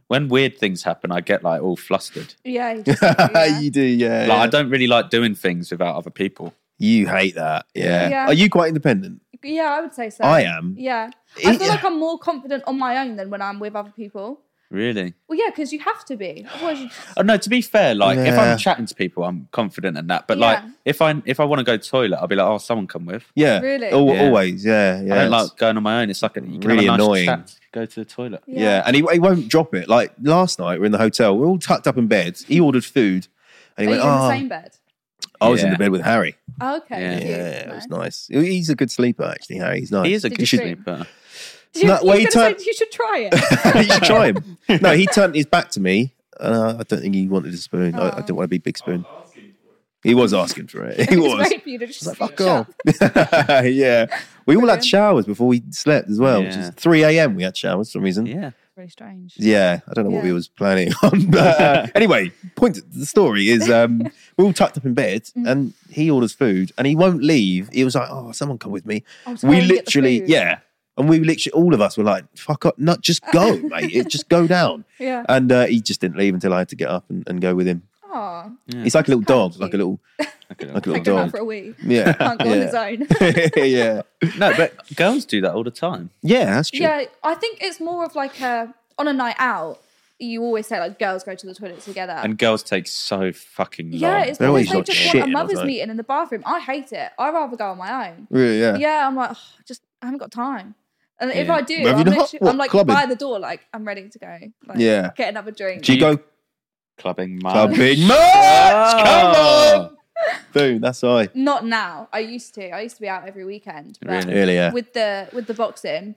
Speaker 2: when weird things happen, I get like all flustered.
Speaker 1: Yeah. You just, yeah.
Speaker 3: you do, yeah.
Speaker 2: Like
Speaker 3: yeah.
Speaker 2: I don't really like doing things without other people.
Speaker 3: You hate that. Yeah.
Speaker 1: Yeah.
Speaker 3: Are you quite independent?
Speaker 1: yeah, I would say so.
Speaker 3: I am.
Speaker 1: Yeah. I feel
Speaker 3: Yeah.
Speaker 1: like I'm more confident on my own than when I'm with other people.
Speaker 2: Really?
Speaker 1: Well, yeah, because you have to be. Otherwise, you just,
Speaker 2: Oh, no, to be fair, like if
Speaker 3: Yeah.
Speaker 2: I'm chatting to people, I'm confident in that. But like
Speaker 1: Yeah.
Speaker 2: if I if I want to go toilet, I'll be like, oh, someone come with.
Speaker 3: Yeah.
Speaker 1: Really?
Speaker 3: Al-
Speaker 2: Yeah.
Speaker 3: Always, yeah. yeah.
Speaker 2: I don't like going on my own. It's like a, you can
Speaker 3: Really
Speaker 2: have a nice
Speaker 3: annoying.
Speaker 2: chat, go to the toilet.
Speaker 3: Yeah. and he, he won't drop it. Like last night, we're in the hotel, we're all tucked up in beds. He ordered food, and he
Speaker 1: Are you
Speaker 3: went,
Speaker 1: in the
Speaker 3: "Oh,
Speaker 1: same bed?
Speaker 3: I was in
Speaker 2: Yeah.
Speaker 3: the bed with Harry."
Speaker 1: Oh, okay.
Speaker 2: Yeah.
Speaker 3: Yeah,
Speaker 1: cute.
Speaker 3: it was
Speaker 1: No.
Speaker 3: nice. He- He's a good sleeper, actually. Harry, he's nice.
Speaker 2: He is a
Speaker 1: Did
Speaker 2: good
Speaker 1: you
Speaker 3: should,
Speaker 1: sleep?
Speaker 2: sleeper.
Speaker 1: Did you,
Speaker 3: No,
Speaker 1: you
Speaker 3: well,
Speaker 1: were
Speaker 3: he
Speaker 1: gonna say
Speaker 3: turned-
Speaker 1: you should try it.
Speaker 3: you should try him. No, he turned his back to me, and uh, I don't think he wanted a spoon. I, I didn't want a big, big spoon. He was asking for it. He
Speaker 1: It
Speaker 3: was.
Speaker 1: very beautiful. Just
Speaker 3: Like, Fuck
Speaker 1: shut
Speaker 3: off.
Speaker 1: up.
Speaker 3: yeah. We all had
Speaker 1: Brilliant.
Speaker 3: showers before we slept as well. which is
Speaker 2: Yeah.
Speaker 3: 3 a.m. we had showers for some reason.
Speaker 2: Yeah.
Speaker 1: Very strange.
Speaker 3: Yeah, I don't know what we
Speaker 1: Yeah.
Speaker 3: was planning on. But uh, anyway, point to the story is um, we're all tucked up in bed
Speaker 1: Mm.
Speaker 3: and he orders food and he won't leave. He was like, oh, someone come with me.
Speaker 1: I was
Speaker 3: we
Speaker 1: going to get the
Speaker 3: literally,
Speaker 1: food.
Speaker 3: yeah. And we literally, all of us were like, fuck up, not just go, mate. It, just go down.
Speaker 1: Yeah.
Speaker 3: And uh, he just didn't leave until I had to get up and, and go with him.
Speaker 1: Aw.
Speaker 3: He's like a little
Speaker 1: kinda
Speaker 3: dog, like a
Speaker 1: cute.
Speaker 3: little,
Speaker 2: Okay.
Speaker 3: like a
Speaker 1: Take
Speaker 3: little
Speaker 1: him out
Speaker 3: dog.
Speaker 1: for a wee.
Speaker 3: Yeah.
Speaker 1: Can't go on his
Speaker 3: yeah.
Speaker 1: own.
Speaker 3: yeah.
Speaker 2: No, but girls do that all the time.
Speaker 3: Yeah, that's true.
Speaker 1: yeah, I think it's more of like a on a night out. You always say like girls go to the toilet together.
Speaker 2: And girls take so fucking long.
Speaker 1: yeah, it's
Speaker 3: They're
Speaker 1: always
Speaker 3: always,
Speaker 1: they
Speaker 3: like,
Speaker 1: just want a
Speaker 3: shitting or
Speaker 1: mother's
Speaker 3: something.
Speaker 1: meeting in the bathroom. I hate it. I rather go on my own.
Speaker 3: Really, yeah.
Speaker 1: Yeah, I'm like, "Oh, just I haven't got time. And if
Speaker 2: Yeah.
Speaker 1: I do,
Speaker 3: Have you
Speaker 1: I'm,
Speaker 3: not?
Speaker 1: literally,
Speaker 3: What,
Speaker 1: I'm like
Speaker 3: clubbing?
Speaker 1: by the door, like I'm ready to go. Like,
Speaker 3: Yeah.
Speaker 1: get another drink.
Speaker 3: Do you go
Speaker 2: clubbing.
Speaker 3: Ah.
Speaker 2: man.
Speaker 3: clubbing much?
Speaker 1: Ah.
Speaker 3: Come on! Boom, that's I.
Speaker 1: Not now. I used to. I used to be out every weekend. But
Speaker 2: Really?
Speaker 3: Really, yeah.
Speaker 1: with the with the boxing,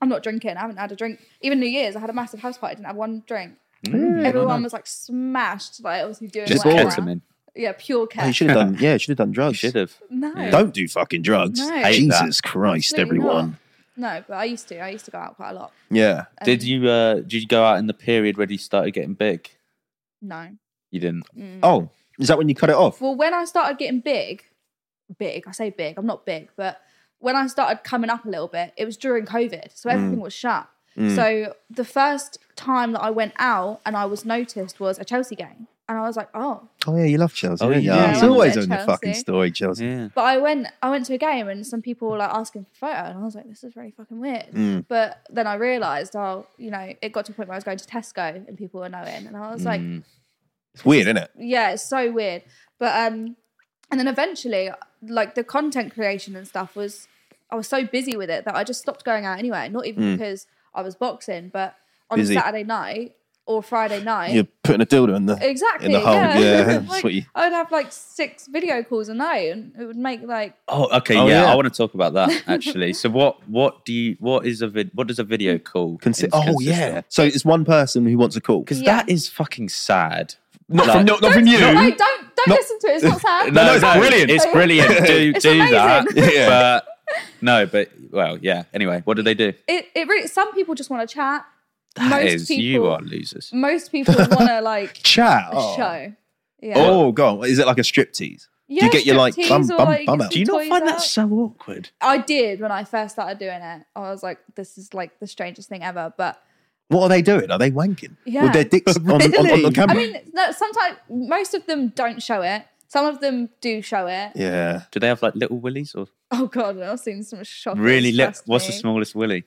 Speaker 1: I'm not drinking. I haven't had a drink. Even New Year's, I had a massive house party. I didn't have one drink.
Speaker 3: Mm.
Speaker 1: Everyone was like smashed. Like obviously doing
Speaker 2: Just
Speaker 1: whatever.
Speaker 2: ketamine.
Speaker 1: Yeah, pure
Speaker 3: Oh, you
Speaker 1: cat.
Speaker 3: should have done. Yeah, you should have done drugs.
Speaker 2: Should have.
Speaker 1: no,
Speaker 3: Don't do fucking drugs.
Speaker 1: No. Hate
Speaker 3: Jesus Christ,
Speaker 1: Absolutely not.
Speaker 3: everyone.
Speaker 1: no. But I used to. I used to go out quite a lot.
Speaker 3: Yeah.
Speaker 1: Um,
Speaker 2: Did you uh did you go out in the period where you started getting big?
Speaker 1: No.
Speaker 2: You didn't.
Speaker 1: Mm.
Speaker 3: Oh, is that when you cut it off?
Speaker 1: Well, when I started getting big, big. I say big. I'm not big, but when I started coming up a little bit, it was during COVID, so everything was shut. So the first time that I went out and I was noticed was a Chelsea game, and I was like, oh.
Speaker 3: Oh yeah, you love Chelsea.
Speaker 2: Oh,
Speaker 3: don't you?
Speaker 2: yeah.
Speaker 3: it's
Speaker 2: Yeah, I
Speaker 3: always
Speaker 1: love
Speaker 3: on your fucking
Speaker 1: Chelsea.
Speaker 3: story, Chelsea.
Speaker 2: Yeah.
Speaker 1: But I went, I went to a game and some people were like asking for a photo, and I was like, this is really fucking weird. But then I realised, oh, you know, it got to a point where I was going to Tesco and people were knowing, and I was like,
Speaker 3: It's weird, isn't it?
Speaker 1: yeah, it's so weird. But um, and then eventually, like the content creation and stuff was, I was so busy with it that I just stopped going out anyway. Not even because I was boxing, but on
Speaker 3: Hmm. Busy.
Speaker 1: a Saturday night or Friday night,
Speaker 3: You're putting a dildo in the
Speaker 1: exactly.
Speaker 3: in the hole. Yeah, that's
Speaker 1: Like,
Speaker 3: what you-
Speaker 1: I'd have like six video calls a night, and it would make like
Speaker 2: Oh, okay.
Speaker 3: Oh,
Speaker 2: yeah,
Speaker 3: yeah.
Speaker 2: I want to talk about that actually. so what what do you what is a vid, what does a video call
Speaker 3: Consi-
Speaker 2: ins-
Speaker 3: oh
Speaker 2: consist
Speaker 3: yeah.
Speaker 2: of?
Speaker 3: So it's one person who wants a call.
Speaker 2: Because
Speaker 1: Yeah.
Speaker 2: that is fucking sad.
Speaker 3: Not
Speaker 2: Like-
Speaker 3: from not, not from you.
Speaker 1: No, don't don't listen to it. It's not sad.
Speaker 3: No, it's brilliant.
Speaker 2: It's brilliant. Do
Speaker 1: It's
Speaker 2: do
Speaker 1: amazing.
Speaker 2: that.
Speaker 3: Yeah.
Speaker 2: But no, but well, yeah. Anyway, what do they do?
Speaker 1: It it really. Some people just want to chat.
Speaker 2: That
Speaker 1: most
Speaker 2: is,
Speaker 1: people,
Speaker 2: you are losers.
Speaker 1: Most people want to like
Speaker 3: Chat.
Speaker 1: a show. Yeah.
Speaker 3: Oh god, is it like a striptease?
Speaker 1: Yeah,
Speaker 3: Do you get your like
Speaker 1: striptease
Speaker 3: bum
Speaker 1: or,
Speaker 3: bum
Speaker 1: like,
Speaker 3: bum out?
Speaker 1: Do you not Toys find that out.
Speaker 2: so awkward?
Speaker 1: I did when I first started doing it. I was like, this is like the strangest thing ever. But
Speaker 3: What are they doing? Are they wanking?
Speaker 1: Yeah.
Speaker 3: With their dicks on, on, on,
Speaker 2: Really?
Speaker 3: on camera?
Speaker 1: I mean, no, sometimes most of them don't show it. Some of them do show it.
Speaker 3: yeah.
Speaker 2: Do they have like little willies or
Speaker 1: Oh god, I've seen some shocking.
Speaker 2: really little?
Speaker 1: trust
Speaker 2: What's the
Speaker 1: me.
Speaker 2: smallest willy?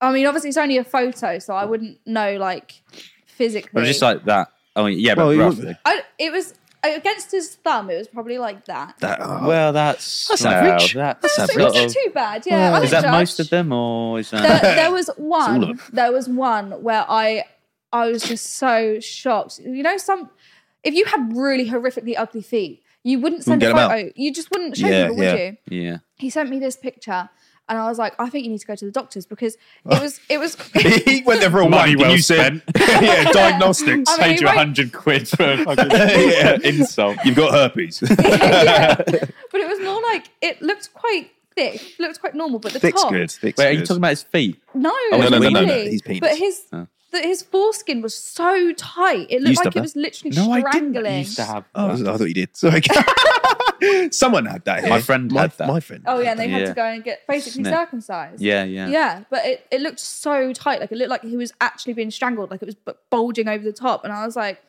Speaker 1: I mean, obviously it's only a photo, so I wouldn't know like physically.
Speaker 2: Or just like that? Oh yeah, but
Speaker 3: Well, you
Speaker 2: roughly.
Speaker 3: wouldn't-
Speaker 1: I, it was against his thumb. It was probably like that.
Speaker 3: That, oh,
Speaker 2: Well, that's
Speaker 3: That's
Speaker 2: well,
Speaker 3: average.
Speaker 2: That's,
Speaker 3: That's
Speaker 1: It wasn't
Speaker 2: sort of-
Speaker 1: too bad. Yeah, I
Speaker 2: Is
Speaker 1: don't
Speaker 2: that most
Speaker 1: judge.
Speaker 2: of them, or is
Speaker 1: there,
Speaker 2: that?
Speaker 1: there was
Speaker 3: all
Speaker 1: one.
Speaker 3: of
Speaker 1: There was one where I, I was just so shocked. You know, some if you had really horrifically ugly feet, you wouldn't send
Speaker 3: Wouldn't
Speaker 1: a
Speaker 3: get 'em
Speaker 1: photo. You just wouldn't show
Speaker 3: Yeah,
Speaker 1: people, would
Speaker 3: yeah.
Speaker 1: you?
Speaker 2: yeah.
Speaker 1: He sent me this picture, and I was like, I think you need to go to the doctors because it was it was.
Speaker 3: Ah. he went there for a
Speaker 2: Money
Speaker 3: wank and
Speaker 2: well
Speaker 3: you said, yeah, diagnostics.
Speaker 1: I mean, he won't-
Speaker 2: hundred quid for a fucking
Speaker 3: Yeah.
Speaker 2: insult.
Speaker 3: You've got herpes.
Speaker 1: Yeah. But it was more like it looked quite thick. Looked quite normal, but the
Speaker 3: Thick's
Speaker 1: top.
Speaker 3: good. Thick's
Speaker 2: Wait, are
Speaker 3: good.
Speaker 2: you talking about his feet?
Speaker 1: No,
Speaker 2: no,
Speaker 1: it's
Speaker 2: no,
Speaker 3: no,
Speaker 2: no,
Speaker 3: no,
Speaker 1: really-
Speaker 3: he's penis. Ah.
Speaker 1: But his
Speaker 2: Oh.
Speaker 1: the, his foreskin was so tight. It looked
Speaker 3: used to
Speaker 1: like it
Speaker 3: have
Speaker 1: was literally
Speaker 2: I didn't.
Speaker 1: strangling.
Speaker 2: I used to have.
Speaker 3: Oh,
Speaker 2: that.
Speaker 3: I thought you did. Sorry. Someone had that. Here.
Speaker 2: My friend
Speaker 3: my,
Speaker 2: had that.
Speaker 3: My friend.
Speaker 1: oh
Speaker 3: had
Speaker 1: yeah, and
Speaker 3: that.
Speaker 1: they had
Speaker 2: Yeah.
Speaker 1: to go and get basically
Speaker 2: Snip.
Speaker 1: circumcised.
Speaker 2: Yeah, yeah,
Speaker 1: Yeah, but it, it looked so tight. Like it looked like he was actually being strangled. Like it was bu- bulging over the top, and I was like,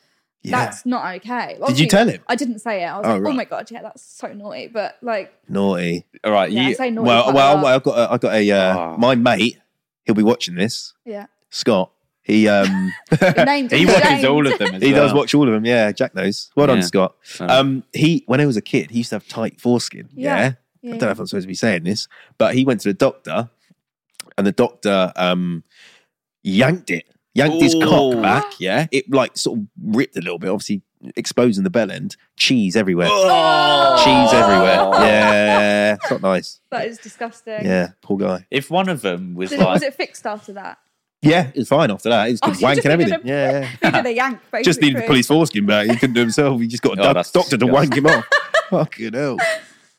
Speaker 3: Yeah.
Speaker 1: "That's not okay."
Speaker 3: Did you
Speaker 1: Obviously,
Speaker 3: tell him?
Speaker 1: I didn't say it. I was
Speaker 3: Oh,
Speaker 1: like, "Oh
Speaker 3: right.
Speaker 1: my god, yeah, that's so naughty." But like,
Speaker 3: Naughty.
Speaker 2: All right.
Speaker 1: yeah, I
Speaker 2: you,
Speaker 1: say naughty.
Speaker 3: Well,
Speaker 1: quite a
Speaker 3: well,
Speaker 1: lot.
Speaker 3: I've got a, I've got a uh,
Speaker 2: Ah.
Speaker 3: my mate. He'll be watching this.
Speaker 1: yeah.
Speaker 3: Scott. He um
Speaker 1: The name's
Speaker 2: he watches
Speaker 1: James.
Speaker 2: all of them. As
Speaker 3: he does
Speaker 2: well.
Speaker 3: watch all of them. Yeah, Jack knows. Well done,
Speaker 2: Yeah.
Speaker 3: Scott.
Speaker 2: Oh.
Speaker 3: Um, he when I was a kid, he used to have tight foreskin.
Speaker 1: Yeah.
Speaker 3: Yeah.
Speaker 1: Yeah,
Speaker 3: I don't know if I'm supposed to be saying this, but he went to the doctor, and the doctor um yanked it, yanked his
Speaker 2: Ooh.
Speaker 3: cock back. Yeah, it like sort of ripped a little bit, obviously exposing the bell end. Cheese everywhere.
Speaker 2: Oh.
Speaker 3: Cheese everywhere. Yeah, it's not nice.
Speaker 1: That is disgusting.
Speaker 3: Yeah, poor guy.
Speaker 2: If one of them was
Speaker 1: Did it-
Speaker 2: like,
Speaker 1: was it fixed after that?
Speaker 3: Yeah, it's fine after that. It's
Speaker 1: Oh,
Speaker 3: good
Speaker 1: so
Speaker 3: wank
Speaker 1: just
Speaker 3: and
Speaker 1: needed
Speaker 3: everything.
Speaker 1: a-
Speaker 3: Yeah, yeah.
Speaker 1: He did a yank, basically.
Speaker 3: Just needed the police foreskin back. He couldn't do himself. He just got a
Speaker 2: Oh,
Speaker 3: doc-
Speaker 2: that's
Speaker 3: doctor to wank him off. Fucking hell.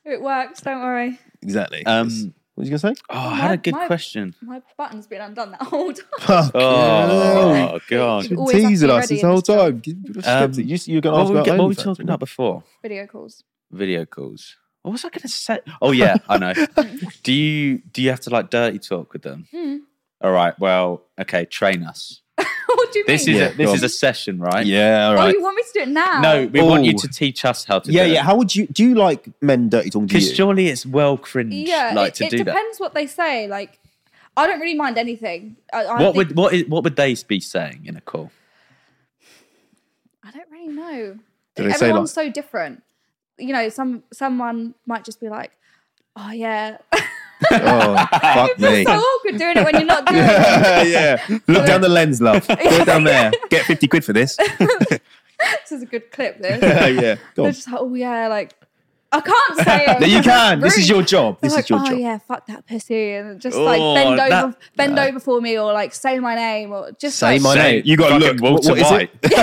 Speaker 1: It works. Don't worry.
Speaker 3: Exactly.
Speaker 2: Um,
Speaker 3: what was you gonna say?
Speaker 2: oh, I had a good
Speaker 1: My- my-
Speaker 2: question.
Speaker 1: My button's been undone that whole time.
Speaker 3: Fuck hell.
Speaker 2: Oh god.
Speaker 3: You've
Speaker 1: You
Speaker 3: been
Speaker 1: always have to
Speaker 3: teasing
Speaker 1: be
Speaker 3: us
Speaker 1: ready
Speaker 3: this
Speaker 1: in
Speaker 3: whole
Speaker 1: this job.
Speaker 3: time. Give- give us
Speaker 2: Um,
Speaker 3: scripts. you, you were going to
Speaker 2: What
Speaker 3: ask
Speaker 2: were we,
Speaker 3: about
Speaker 2: get- what were we
Speaker 3: OnlyFans,
Speaker 2: talking about before?
Speaker 1: Video calls.
Speaker 2: Video calls. What was I going to say? Oh yeah, I know. do you do you have to like dirty talk with them?
Speaker 1: Hmm.
Speaker 2: All right. Well, okay. Train us.
Speaker 1: what do you
Speaker 2: This
Speaker 1: mean?
Speaker 2: is
Speaker 3: Yeah,
Speaker 2: a,
Speaker 3: go
Speaker 2: this
Speaker 3: on.
Speaker 2: is a session, right?
Speaker 3: Yeah, all
Speaker 1: Oh,
Speaker 3: right.
Speaker 1: you want me to do it now?
Speaker 2: No, we want you
Speaker 3: Oh.
Speaker 2: to teach us how to.
Speaker 3: yeah,
Speaker 2: do
Speaker 3: yeah. How would you do? You like men dirty talking to
Speaker 2: Because
Speaker 3: you?
Speaker 2: surely it's well cringe,
Speaker 1: Yeah,
Speaker 2: like
Speaker 1: it,
Speaker 2: to
Speaker 1: it
Speaker 2: do that.
Speaker 1: depends what they say. Like, I don't really mind anything. I, I
Speaker 2: What
Speaker 1: think-
Speaker 2: would what is what would they be saying in a call?
Speaker 1: I don't really know.
Speaker 3: Do they say,
Speaker 1: Everyone's so different. You know, some someone might just be like, "Oh yeah."
Speaker 3: oh, fuck me.
Speaker 1: It's so awkward doing it when you're not doing it.
Speaker 3: yeah, yeah. Look down the lens, love. Go down there. Get fifty quid for this.
Speaker 1: This is a good clip. This.
Speaker 3: Oh, yeah, go
Speaker 1: They're
Speaker 3: on.
Speaker 1: just like, "Oh yeah," like I can't say it.
Speaker 3: No, you can. This is
Speaker 1: Rude.
Speaker 3: your job. This
Speaker 1: like,
Speaker 3: is your
Speaker 1: oh
Speaker 3: job.
Speaker 1: yeah, fuck that pussy, and just like
Speaker 2: Oh,
Speaker 1: bend over,
Speaker 2: that-
Speaker 1: bend over for me, or like say my name, or just
Speaker 3: Say
Speaker 1: like,
Speaker 3: my
Speaker 2: Say-
Speaker 3: name. You got to
Speaker 2: fucking
Speaker 3: look.
Speaker 2: Walter
Speaker 3: what, what is it?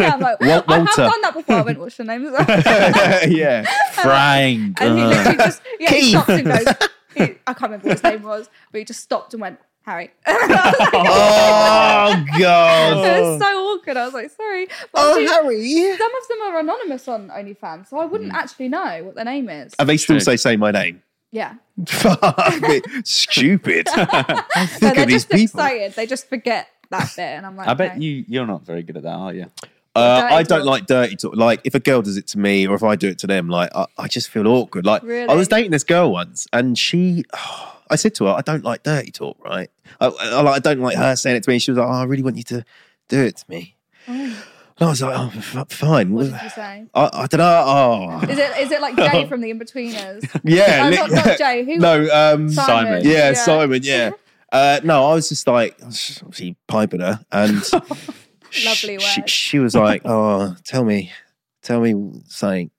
Speaker 1: Yeah, I'm like,
Speaker 3: Wal-
Speaker 1: I have
Speaker 3: Walter.
Speaker 1: done that before. I went, what's your name? and
Speaker 3: yeah, yeah.
Speaker 2: Frank.
Speaker 1: he
Speaker 2: uh,
Speaker 1: literally just yeah, he
Speaker 3: Keith.
Speaker 1: stopped and goes. He, I can't remember what his name was, but he just stopped and went Harry. And I was like,
Speaker 3: Oh
Speaker 1: it
Speaker 3: god.
Speaker 1: was so awkward. I was like, sorry. But obviously,
Speaker 3: Oh, Harry.
Speaker 1: some of them are anonymous on OnlyFans, so I wouldn't
Speaker 2: Mm.
Speaker 1: actually know what their name is.
Speaker 3: And they still
Speaker 2: True.
Speaker 3: say, "Say my name."
Speaker 1: yeah,
Speaker 3: Fuck me. Stupid.
Speaker 1: no,
Speaker 3: Look
Speaker 1: they're
Speaker 3: at these
Speaker 1: just
Speaker 3: people.
Speaker 1: excited. They just forget that bit, and I'm like,
Speaker 2: I bet
Speaker 1: no.
Speaker 2: you you're not very good at that, are you?
Speaker 3: Uh,
Speaker 1: Dirty
Speaker 3: I don't
Speaker 1: talk.
Speaker 3: like dirty talk. Like if a girl does it to me, or if I do it to them, like I, I just feel awkward. Like I
Speaker 1: Really?
Speaker 3: was dating this girl once, and she, I said to her, I don't like dirty talk. Right? I, I, like- I don't like her saying it to me. She was like, oh, I really want you to do it to me. And I was like, oh, f- fine.
Speaker 1: Oh. What did you say?
Speaker 3: I, I don't know. Oh,
Speaker 1: Is it is it like Jay from The Inbetweeners?
Speaker 3: yeah.
Speaker 1: Oh,
Speaker 3: li-
Speaker 1: not, not Jay. Who?
Speaker 3: no, um,
Speaker 2: Simon.
Speaker 3: Yeah, Simon. Yeah. Uh, no, I was just like I was just obviously piping her, and sh-
Speaker 1: Lovely
Speaker 3: She,
Speaker 1: word.
Speaker 3: she was like, "Oh, tell me, tell me something."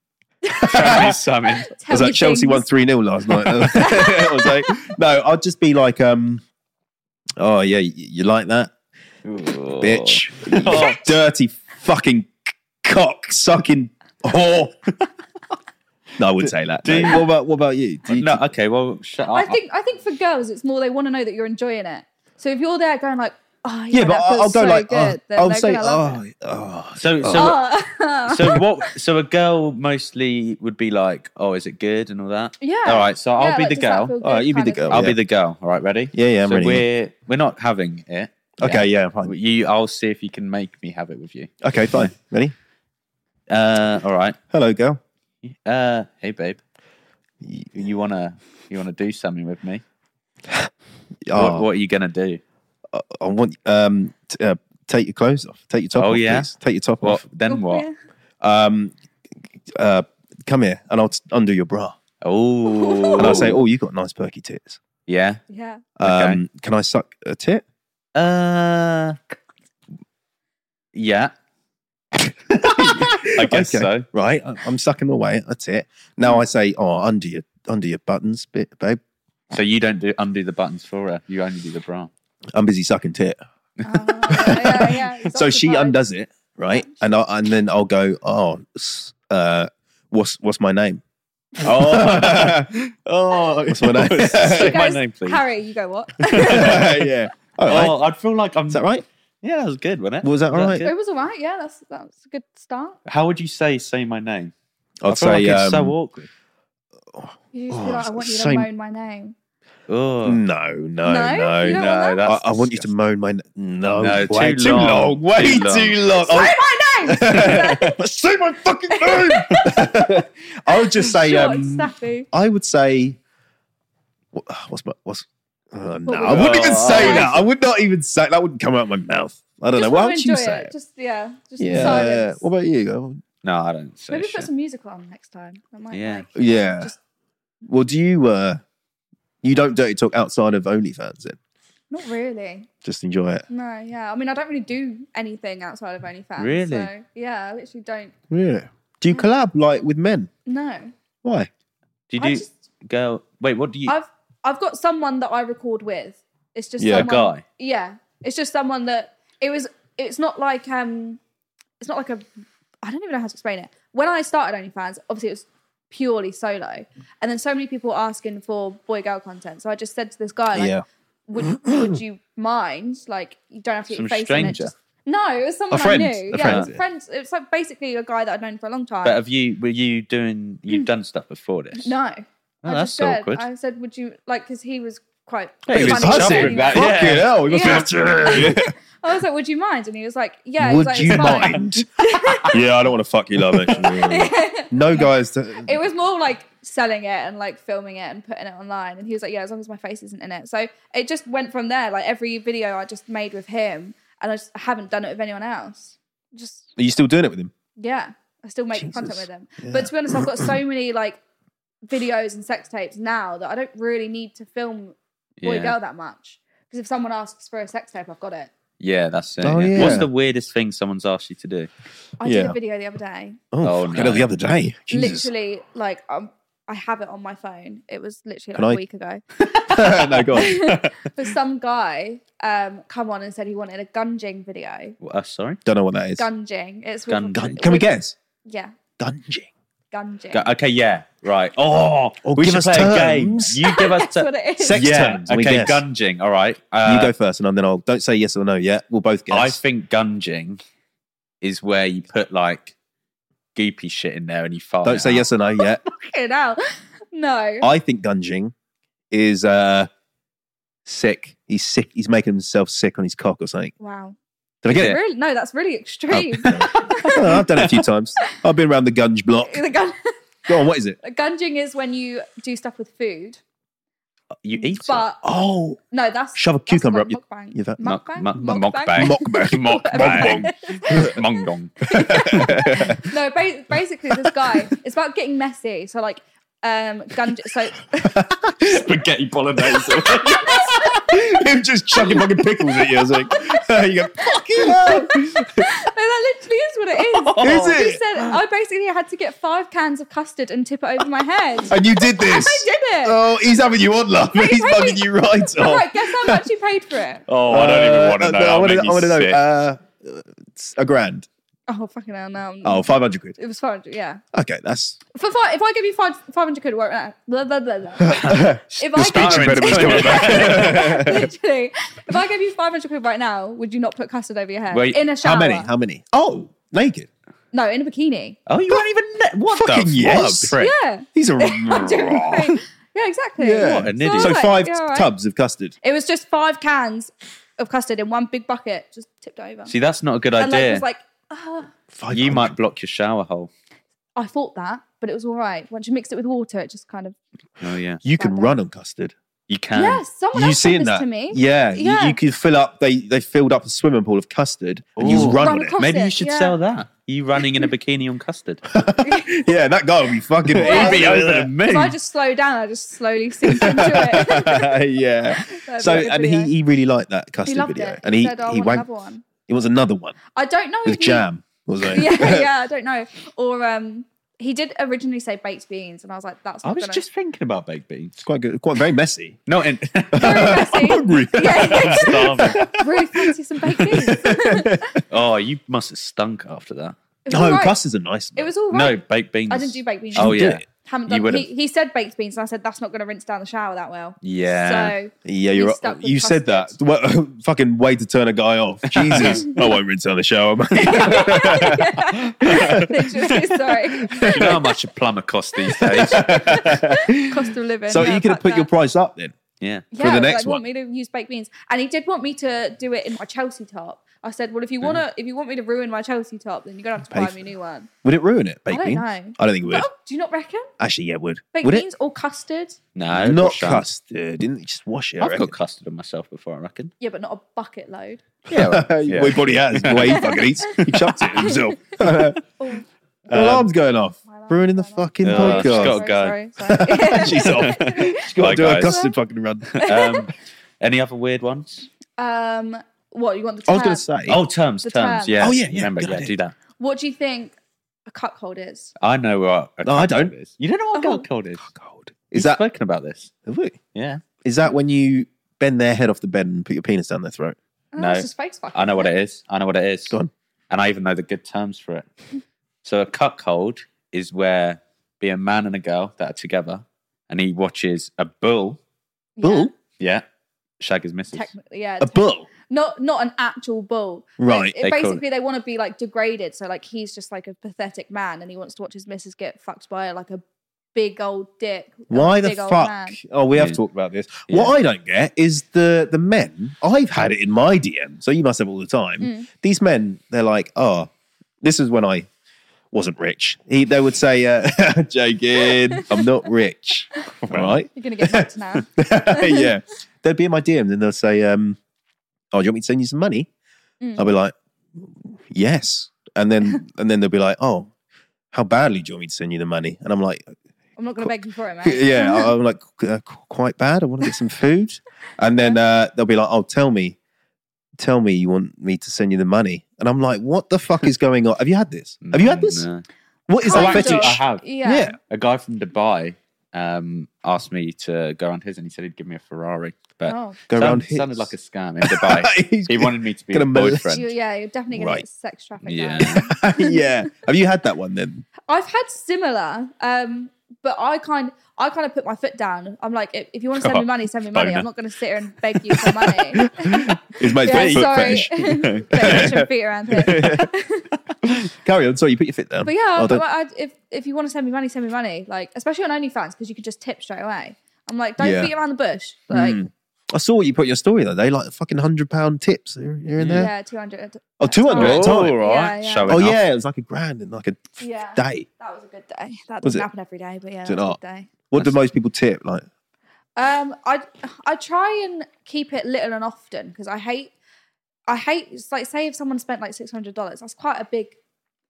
Speaker 2: Tell me something.
Speaker 3: I was
Speaker 1: Tell
Speaker 3: like,
Speaker 1: me
Speaker 3: "Chelsea won
Speaker 1: things.
Speaker 3: three 0 last night." I was like, "No, I'd just be like, um, oh yeah, you, you like that,
Speaker 2: Oh.
Speaker 3: bitch, You dirty fucking c- cock sucking whore." no, I wouldn't say that.
Speaker 2: do
Speaker 3: no.
Speaker 2: you-
Speaker 3: what about what about you? Do you
Speaker 2: No, okay, well, shut up.
Speaker 1: I think I think for girls, it's more they want to know that you're enjoying it. So if you're there going like, oh yeah,
Speaker 3: yeah, but
Speaker 1: that
Speaker 3: I'll,
Speaker 1: feels
Speaker 3: I'll go
Speaker 1: so
Speaker 3: like,
Speaker 1: good,
Speaker 3: oh,
Speaker 1: then
Speaker 3: I'll
Speaker 1: they're
Speaker 3: say,
Speaker 1: gonna love
Speaker 3: oh,
Speaker 1: it.
Speaker 3: oh,
Speaker 2: so. So,
Speaker 1: Oh.
Speaker 2: so what? So a girl mostly would be like, "Oh, is it good?" and all that.
Speaker 1: yeah.
Speaker 2: All right, so I'll
Speaker 1: Yeah,
Speaker 2: be
Speaker 1: like,
Speaker 2: the
Speaker 1: does that
Speaker 2: girl.
Speaker 1: feel
Speaker 3: All right,
Speaker 1: good
Speaker 3: you be
Speaker 1: kind
Speaker 3: the
Speaker 1: of
Speaker 3: girl.
Speaker 1: thing.
Speaker 2: I'll
Speaker 3: Yeah.
Speaker 2: be the girl. All right, ready?
Speaker 3: Yeah, yeah, I'm
Speaker 2: so
Speaker 3: ready.
Speaker 2: We're we're not having it.
Speaker 3: Okay, yeah, fine.
Speaker 2: You, I'll see if you can make me have it with you.
Speaker 3: Okay, fine. Ready?
Speaker 2: Uh, all right.
Speaker 3: Hello, girl.
Speaker 2: Uh, hey, babe. You, you wanna you wanna do something with me?
Speaker 3: Oh,
Speaker 2: What, what are you gonna do?
Speaker 3: I want um t- uh, take your clothes off. Take your top
Speaker 2: Oh,
Speaker 3: off.
Speaker 2: yeah?
Speaker 3: please. Take your top
Speaker 2: What
Speaker 3: off.
Speaker 2: then? What?
Speaker 1: Yeah.
Speaker 3: Um, uh, come here, and I'll t- undo your bra.
Speaker 2: Oh,
Speaker 3: And I'll say, oh, you got nice perky tits.
Speaker 2: yeah.
Speaker 1: Yeah.
Speaker 3: Um,
Speaker 2: Okay.
Speaker 3: Can I suck a tit?
Speaker 2: Uh, yeah. I guess
Speaker 3: Okay,
Speaker 2: so.
Speaker 3: Right, I- I'm sucking away at a tit. Now I say, oh, under your under your buttons, bit, babe.
Speaker 2: So you don't do undo the buttons for her. You only do the bra.
Speaker 3: I'm busy sucking tit.
Speaker 1: Oh, yeah, yeah, it's
Speaker 3: so she
Speaker 1: occupied.
Speaker 3: undoes it, right? And I, and then I'll go, oh, s- uh, what's what's my name?
Speaker 2: Oh, oh,
Speaker 3: my name?
Speaker 2: Say
Speaker 1: She
Speaker 2: my
Speaker 1: goes,
Speaker 2: name, please.
Speaker 1: Harry, you go what?
Speaker 3: yeah. All right.
Speaker 2: Oh, I'd feel like I'm.
Speaker 3: Is that right?
Speaker 2: Yeah, that was good, wasn't it?
Speaker 3: Was that all
Speaker 2: That's
Speaker 3: right?
Speaker 2: good.
Speaker 1: it was all right. Yeah, that's that's a good start.
Speaker 2: How would you say "say my name"?
Speaker 3: I'd
Speaker 2: I feel
Speaker 3: say
Speaker 2: like it's so
Speaker 3: um,
Speaker 2: awkward.
Speaker 1: You just
Speaker 3: Oh,
Speaker 1: be like, I want you to
Speaker 3: same-
Speaker 1: moan my name.
Speaker 3: No,
Speaker 2: Oh,
Speaker 3: no, no,
Speaker 1: No?
Speaker 3: no.
Speaker 1: You don't want
Speaker 3: I,
Speaker 2: that's
Speaker 3: I want you to
Speaker 2: disgusting.
Speaker 3: moan my. n- No,
Speaker 2: No,
Speaker 3: way
Speaker 2: too
Speaker 3: too long.
Speaker 2: long.
Speaker 3: Way
Speaker 2: Too long.
Speaker 3: too long.
Speaker 1: Say
Speaker 3: I-
Speaker 1: my name.
Speaker 3: say my fucking name. I would just say.
Speaker 1: Short,
Speaker 3: um,
Speaker 1: snappy.
Speaker 3: I would say. wha- What's my what's? Uh, no,
Speaker 1: What
Speaker 3: I
Speaker 1: would-
Speaker 3: wouldn't even say
Speaker 1: Oh.
Speaker 3: that. I would not even say that. Wouldn't come out of my mouth. I don't
Speaker 1: Just
Speaker 3: know. Why
Speaker 1: wanna
Speaker 3: would you
Speaker 1: enjoy
Speaker 3: say?
Speaker 1: it.
Speaker 3: it?
Speaker 1: Just yeah, just
Speaker 3: yeah.
Speaker 1: silence.
Speaker 3: What about you?
Speaker 2: No, I don't say
Speaker 1: Maybe
Speaker 2: shit.
Speaker 1: put some music on next time. That might
Speaker 2: Yeah.
Speaker 1: like-
Speaker 3: Yeah.
Speaker 1: Just-
Speaker 3: well, do you? uh You don't dirty talk outside of OnlyFans. Then
Speaker 1: Not really.
Speaker 3: just enjoy it.
Speaker 1: No, yeah. I mean, I don't really do anything outside of OnlyFans.
Speaker 2: Really?
Speaker 1: So, yeah, I literally don't.
Speaker 3: Really? Do you collab like with men?
Speaker 1: No.
Speaker 3: Why?
Speaker 2: do you
Speaker 1: I
Speaker 2: do
Speaker 1: just-
Speaker 2: girl? Wait, what do you?
Speaker 1: I've I've got someone that I record with. It's just
Speaker 3: Yeah.
Speaker 2: a
Speaker 1: someone,
Speaker 2: guy.
Speaker 1: Yeah, it's just someone that it was. It's not like um, it's not like a. I don't even know how to explain it. When I started OnlyFans, obviously it was purely solo, and then so many people were asking for boy girl content. So I just said to this guy, like, would would you mind? Like, you don't have to get
Speaker 2: Some
Speaker 1: your face in it.
Speaker 2: stranger.
Speaker 1: Just, no, it was someone
Speaker 2: friend,
Speaker 1: I
Speaker 2: a
Speaker 1: knew. yeah,
Speaker 2: friend.
Speaker 1: it was friends. It was like basically a guy that I'd known for a long time.
Speaker 2: But have you? Were you doing? You've done stuff before this?
Speaker 1: Hmm. no,
Speaker 2: Oh,
Speaker 1: I
Speaker 2: that's
Speaker 1: just said,
Speaker 2: awkward.
Speaker 1: I said, would you like? Because he was quite.
Speaker 2: He was
Speaker 1: funny
Speaker 2: hussy.
Speaker 1: anyway.
Speaker 2: That- yeah.
Speaker 3: Fucking hell, we must
Speaker 1: Yeah.
Speaker 3: have to.
Speaker 1: I was like, would you mind? And he was like, yeah. he was
Speaker 3: Would
Speaker 1: like,
Speaker 3: you
Speaker 1: "It's fine."
Speaker 3: mind? yeah, I don't want to fuck you, love. Actually, no guys. To,
Speaker 1: It was more like selling it and like filming it and putting it online. And he was like, yeah, as long as my face isn't in it. So it just went from there. Like every video I just made with him, and I just I haven't done it with anyone else. Just
Speaker 3: Are you still doing it with him?
Speaker 1: yeah, I still make content
Speaker 3: Jesus.
Speaker 1: with him. But to be honest, I've got so many like videos and sex tapes now that I don't really need to film boy
Speaker 2: Yeah.
Speaker 1: girl that much. Because if someone asks for a sex tape, I've got it.
Speaker 2: Yeah, that's it.
Speaker 3: Oh,
Speaker 2: yeah. What's
Speaker 3: yeah.
Speaker 2: the weirdest thing someone's asked you to do?
Speaker 1: I did
Speaker 3: Yeah.
Speaker 1: a video the other day
Speaker 3: Oh,
Speaker 2: Oh,
Speaker 3: fucking
Speaker 2: no.
Speaker 3: hell, the other day. Jesus.
Speaker 1: literally like um, I have it on my phone. It was literally
Speaker 3: Can
Speaker 1: like a
Speaker 3: I-
Speaker 1: week ago.
Speaker 3: no, go on.
Speaker 1: But some guy um come on and said he wanted a gunjing video.
Speaker 2: What, Uh, sorry.
Speaker 3: Don't know what that is.
Speaker 1: Gunjing. It's with,
Speaker 2: Gun-
Speaker 3: Gun- Can we uh, guess?
Speaker 1: Yeah,
Speaker 3: Dunging.
Speaker 1: gunjing.
Speaker 2: Go- okay. Yeah. Right. Oh,
Speaker 3: Or
Speaker 2: we
Speaker 3: give
Speaker 2: should
Speaker 3: us
Speaker 2: play
Speaker 3: terms.
Speaker 2: a game. You give us.
Speaker 1: That's what
Speaker 2: Ter-
Speaker 1: it is.
Speaker 3: Sex
Speaker 2: yeah.
Speaker 3: terms. we
Speaker 2: Okay.
Speaker 3: guess.
Speaker 2: Gunging. All right. Uh,
Speaker 3: you go first, and then I'll. Don't say yes or no yet. We'll both guess.
Speaker 2: I think gunging is where you put like goopy shit in there and you fart.
Speaker 3: don't
Speaker 2: it
Speaker 3: say
Speaker 2: out.
Speaker 3: yes or no yet.
Speaker 1: Fucking hell. No.
Speaker 3: I think Gunjing is uh, sick. He's sick. He's making himself sick on his cock or something.
Speaker 1: wow.
Speaker 3: Did I get it?
Speaker 1: Really? No, that's really extreme.
Speaker 3: Oh, I've done it a few times. I've been around the Gunge block.
Speaker 1: the gun-
Speaker 3: Go on, what is it?
Speaker 1: gunjing is when you do stuff with food,
Speaker 2: You eat. it.
Speaker 1: but
Speaker 3: Oh,
Speaker 1: no, that's
Speaker 3: Shove a
Speaker 1: that's
Speaker 3: cucumber
Speaker 1: called
Speaker 3: up your-
Speaker 1: Mukbang.
Speaker 3: your va-
Speaker 2: Muck-
Speaker 1: Mukbang?
Speaker 2: muck-
Speaker 1: Mukbang?
Speaker 2: mukbang.
Speaker 3: mockback.
Speaker 2: Mukbang. Mongdong.
Speaker 1: No, ba- basically, this guy. It's about getting messy. So like, um, gun. So
Speaker 2: Spaghetti bolognese.
Speaker 3: Him just chucking fucking pickles at you. I was like, you go, fucking hell.
Speaker 1: No, that literally is what it is.
Speaker 3: Is it?
Speaker 1: He said I basically had to get five cans of custard and tip it over my head. I
Speaker 3: And you did this.
Speaker 1: did it.
Speaker 3: Oh, he's having you on, love. He's
Speaker 1: hey,
Speaker 3: bugging you right
Speaker 1: All
Speaker 3: off.
Speaker 1: right, guess how much you paid for it?
Speaker 2: Oh, I don't even
Speaker 3: Uh,
Speaker 2: want to know.
Speaker 3: no, I
Speaker 2: I'll
Speaker 3: wanna-
Speaker 2: make
Speaker 3: I
Speaker 2: you
Speaker 3: want to know.
Speaker 2: sick.
Speaker 3: Uh, it's a grand.
Speaker 1: Oh fucking hell! Now I'm-
Speaker 3: Oh, 500 quid.
Speaker 1: it was five hundred. Yeah,
Speaker 3: Okay, that's.
Speaker 1: for five. If I give you five five hundred quid, it won't matter. Blah, blah, blah, blah. if I
Speaker 2: speech
Speaker 1: give,
Speaker 2: impediment's coming
Speaker 1: literally, if I gave you five hundred quid right now, would you not put custard over your head
Speaker 2: Wait,
Speaker 1: in a shower?
Speaker 3: How many? How many? Oh, naked.
Speaker 1: no, in a bikini.
Speaker 2: Oh, you weren't even. Ne- what the
Speaker 3: Fucking
Speaker 2: f-
Speaker 3: yes.
Speaker 2: What a prick.
Speaker 1: Yeah,
Speaker 3: He's a.
Speaker 1: I'm joking, mate. yeah, exactly.
Speaker 3: Yeah.
Speaker 2: What an
Speaker 1: So I
Speaker 2: idiot.
Speaker 1: was
Speaker 3: So
Speaker 1: like,
Speaker 3: five
Speaker 1: yeah, all right.
Speaker 3: tubs of custard.
Speaker 1: It was just five cans of custard in one big bucket, just tipped over.
Speaker 2: See, that's not a good
Speaker 1: and like, it
Speaker 2: idea.
Speaker 1: was like, ah.
Speaker 2: you might block your shower hole.
Speaker 1: I thought that, but it was all right. Once you mixed it with water, it just kind of.
Speaker 2: Oh yeah,
Speaker 3: You can
Speaker 1: Bad.
Speaker 3: run on custard.
Speaker 2: you can.
Speaker 1: yes, someone
Speaker 3: you
Speaker 1: else said
Speaker 3: seen
Speaker 1: this
Speaker 3: that?
Speaker 1: to me.
Speaker 3: Yeah,
Speaker 1: Yeah.
Speaker 3: You, you could fill up. They they filled up a swimming pool of custard and
Speaker 2: Ooh.
Speaker 3: you run
Speaker 1: Run
Speaker 3: on it.
Speaker 1: across-
Speaker 2: Maybe you
Speaker 1: it,
Speaker 2: should
Speaker 1: yeah.
Speaker 2: sell that. You running in a bikini on custard.
Speaker 3: yeah, that guy would be fucking.
Speaker 1: Yeah.
Speaker 3: he'd be over the
Speaker 1: If I
Speaker 3: moon.
Speaker 1: just slow down, I just slowly sink into it.
Speaker 3: yeah.
Speaker 1: That'd
Speaker 3: So
Speaker 1: be a good
Speaker 3: and
Speaker 1: video.
Speaker 3: he, he really liked that
Speaker 1: he
Speaker 3: custard
Speaker 1: loved
Speaker 3: video,
Speaker 1: it.
Speaker 3: and he
Speaker 1: said, oh, I
Speaker 3: he
Speaker 1: want
Speaker 3: went.
Speaker 1: another one.
Speaker 3: It was another one
Speaker 1: I don't know
Speaker 3: with
Speaker 1: if he-
Speaker 3: jam. Was it?
Speaker 1: yeah, yeah, I don't know. Or um, he did originally say baked beans, and I was like, that's. Not
Speaker 2: I was
Speaker 1: gonna-
Speaker 2: just thinking about baked beans.
Speaker 3: It's quite good. Quite very messy.
Speaker 2: No, and
Speaker 1: Very messy.
Speaker 3: Hungry.
Speaker 1: yeah,
Speaker 2: starving.
Speaker 1: really fancy some baked beans.
Speaker 2: Oh, you must have stunk after that.
Speaker 1: It was
Speaker 3: No,
Speaker 1: all right.
Speaker 3: custards are nice.
Speaker 1: It was all right.
Speaker 2: No, baked beans.
Speaker 1: I didn't do baked beans.
Speaker 2: Oh
Speaker 3: You did
Speaker 2: yeah,
Speaker 3: it.
Speaker 1: Haven't
Speaker 2: You
Speaker 1: done.
Speaker 2: would've-
Speaker 1: He, he said baked beans, and I said that's not going to rinse down the shower that well.
Speaker 2: Yeah.
Speaker 1: So
Speaker 3: Yeah,
Speaker 1: He's
Speaker 3: you're.
Speaker 1: stuck with
Speaker 3: You said that.
Speaker 1: custard.
Speaker 3: Well, fucking way to turn a guy off. Jesus, I won't rinse out the shower. Man.
Speaker 1: literally, sorry,
Speaker 2: Do you know how much a plumber costs these days?
Speaker 1: cost of living.
Speaker 3: so
Speaker 1: yeah,
Speaker 3: you could have
Speaker 1: fuck
Speaker 3: put your
Speaker 1: that.
Speaker 3: price up then.
Speaker 2: Yeah.
Speaker 1: yeah,
Speaker 3: the
Speaker 1: like,
Speaker 3: next
Speaker 1: Want me to use baked beans, and he did want me to do it in my Chelsea top. I said, well, if you wanna, if you want me to ruin my Chelsea top, then you're gonna have to
Speaker 3: Hmm. Pay
Speaker 1: buy
Speaker 3: for
Speaker 1: me a new one.
Speaker 3: Would it ruin it? Baked
Speaker 1: I don't
Speaker 3: beans?
Speaker 1: know.
Speaker 3: I don't think it would.
Speaker 1: But, oh, do you not reckon
Speaker 3: Actually, yeah, it would.
Speaker 1: baked
Speaker 3: would
Speaker 1: beans or custard?
Speaker 2: No,
Speaker 3: it? Not
Speaker 2: wash down.
Speaker 3: custard. Didn't you just wash it? I
Speaker 2: I've
Speaker 3: reckon.
Speaker 2: got custard on myself before, I reckon.
Speaker 1: Yeah, but not a bucket load.
Speaker 3: Yeah, we probably has the way he fucking eats. He chucked it himself. Alarm's going off, Oh. ruining the fucking
Speaker 2: Yeah, she's
Speaker 3: podcast.
Speaker 2: got- Gotta
Speaker 1: Sorry, sorry, sorry.
Speaker 3: She's off. She's got to
Speaker 2: Bye,
Speaker 3: do a
Speaker 2: guys.
Speaker 3: custard fucking run.
Speaker 2: Um, any other weird ones?
Speaker 1: um, what you want the
Speaker 3: I
Speaker 1: term?
Speaker 3: was going to say.
Speaker 2: Oh, terms,
Speaker 1: The
Speaker 2: terms.
Speaker 1: terms.
Speaker 2: Yeah.
Speaker 3: Oh, yeah, yeah,
Speaker 2: Remember,
Speaker 3: good
Speaker 2: yeah,
Speaker 3: idea.
Speaker 2: do that.
Speaker 1: What do you think a cuckold is?
Speaker 2: I know what. a
Speaker 3: No, I
Speaker 2: cuckold
Speaker 3: don't.
Speaker 2: Is. You don't know what a
Speaker 1: Oh.
Speaker 2: cuckold is.
Speaker 3: God.
Speaker 2: We've
Speaker 3: Is that
Speaker 2: spoken about this? Yeah.
Speaker 3: is that when you bend their head off the bed and put your penis down their throat?
Speaker 1: Oh,
Speaker 2: No.
Speaker 1: it's just face fucking.
Speaker 2: I know what it is. I know what it is.
Speaker 3: Go on.
Speaker 2: And I even know the good terms for it. So a cuckold is where be a man and a girl that are together, and he watches a bull.
Speaker 3: Bull?
Speaker 2: Yeah, shag his missus.
Speaker 1: Technically, yeah.
Speaker 3: A
Speaker 1: te-
Speaker 3: bull?
Speaker 1: Not not an actual bull.
Speaker 3: Right.
Speaker 1: It-
Speaker 2: They call
Speaker 1: basically, they want to be like degraded. So like he's just like a pathetic man, and he wants to watch his missus get fucked by like a big old dick. a
Speaker 3: Why the
Speaker 1: big old
Speaker 3: fuck?
Speaker 1: man.
Speaker 3: Oh, we have
Speaker 2: Yeah.
Speaker 3: talked about this.
Speaker 2: Yeah.
Speaker 3: What I don't get is the the men. I've had it in my DM, so you must have all the time.
Speaker 1: Hmm.
Speaker 3: These men, they're like, oh, this is when I wasn't rich. He, they would say, uh, joking, I'm not rich, right?
Speaker 1: You're gonna get fucked now.
Speaker 3: yeah, they'd be in my DMs and they'll say, um, oh, do you want me to send you some money?
Speaker 1: Mm.
Speaker 3: I'll be like, yes, and then and then they'll be like, oh, how badly do you want me to send you the money? And I'm like,
Speaker 1: I'm not gonna beg you for it, man.
Speaker 3: yeah, I- I'm like "Qu- uh, qu- quite bad. I want to get some food, and then uh, they'll be like, "Oh, tell me, tell me, you want me to send you the money?" And I'm like, "What the fuck is going on? Have you had this? Have you had this?
Speaker 2: No.
Speaker 3: What is
Speaker 2: Oh,
Speaker 3: that
Speaker 1: Kind of.
Speaker 3: fetish?"
Speaker 2: I have.
Speaker 1: Yeah.
Speaker 3: Yeah.
Speaker 2: A guy from Dubai um, asked me to go around his, and he said he'd give me a Ferrari, but
Speaker 1: Oh,
Speaker 3: Go
Speaker 2: sound-
Speaker 3: around his.
Speaker 2: sounded like a scam in Dubai.
Speaker 3: He's-
Speaker 2: he wanted me to be
Speaker 3: Gonna
Speaker 2: his
Speaker 3: molest
Speaker 2: boyfriend.
Speaker 1: you, yeah. You're definitely gonna
Speaker 3: Right.
Speaker 1: get sex trafficking.
Speaker 2: Yeah.
Speaker 3: yeah. Have you had that one then?
Speaker 1: I've had similar, um, but I kind I kind of put my foot down. I'm like, if, if you want to send
Speaker 3: Oh,
Speaker 1: me money, send me money.
Speaker 2: Boner.
Speaker 1: I'm not going to sit here and beg you for money.
Speaker 3: It's my
Speaker 1: yeah,
Speaker 3: foot
Speaker 1: sorry.
Speaker 3: fetish.
Speaker 1: Don't get your feet around here.
Speaker 3: Carry on. Sorry, you put your foot down.
Speaker 1: But yeah,
Speaker 3: Oh,
Speaker 1: I'm
Speaker 3: don't-
Speaker 1: like, I- if if you want to send me money, send me money. Like especially on OnlyFans because you could just tip straight away. I'm like, don't
Speaker 3: Yeah. Hmm.
Speaker 1: beat around the bush. Like,
Speaker 3: I saw what you put in your story though. They like fucking hundred pound tips here here and
Speaker 1: yeah,
Speaker 3: there.
Speaker 1: two hundred.
Speaker 3: Oh, 200 at a time.
Speaker 2: all right.
Speaker 1: Yeah, yeah.
Speaker 2: Showing
Speaker 3: Oh
Speaker 2: off.
Speaker 3: yeah, it was like a grand and like a
Speaker 1: Yeah,
Speaker 3: day.
Speaker 1: that was a good day. That
Speaker 3: Was
Speaker 1: doesn't
Speaker 3: it?
Speaker 1: happen every day, but yeah,
Speaker 3: Did
Speaker 1: that was a
Speaker 3: not.
Speaker 1: good day.
Speaker 3: What do most people tip? Like
Speaker 1: Um, I I try and keep it little and often because I hate I hate it's like say if someone spent like six hundred dollars, that's quite a big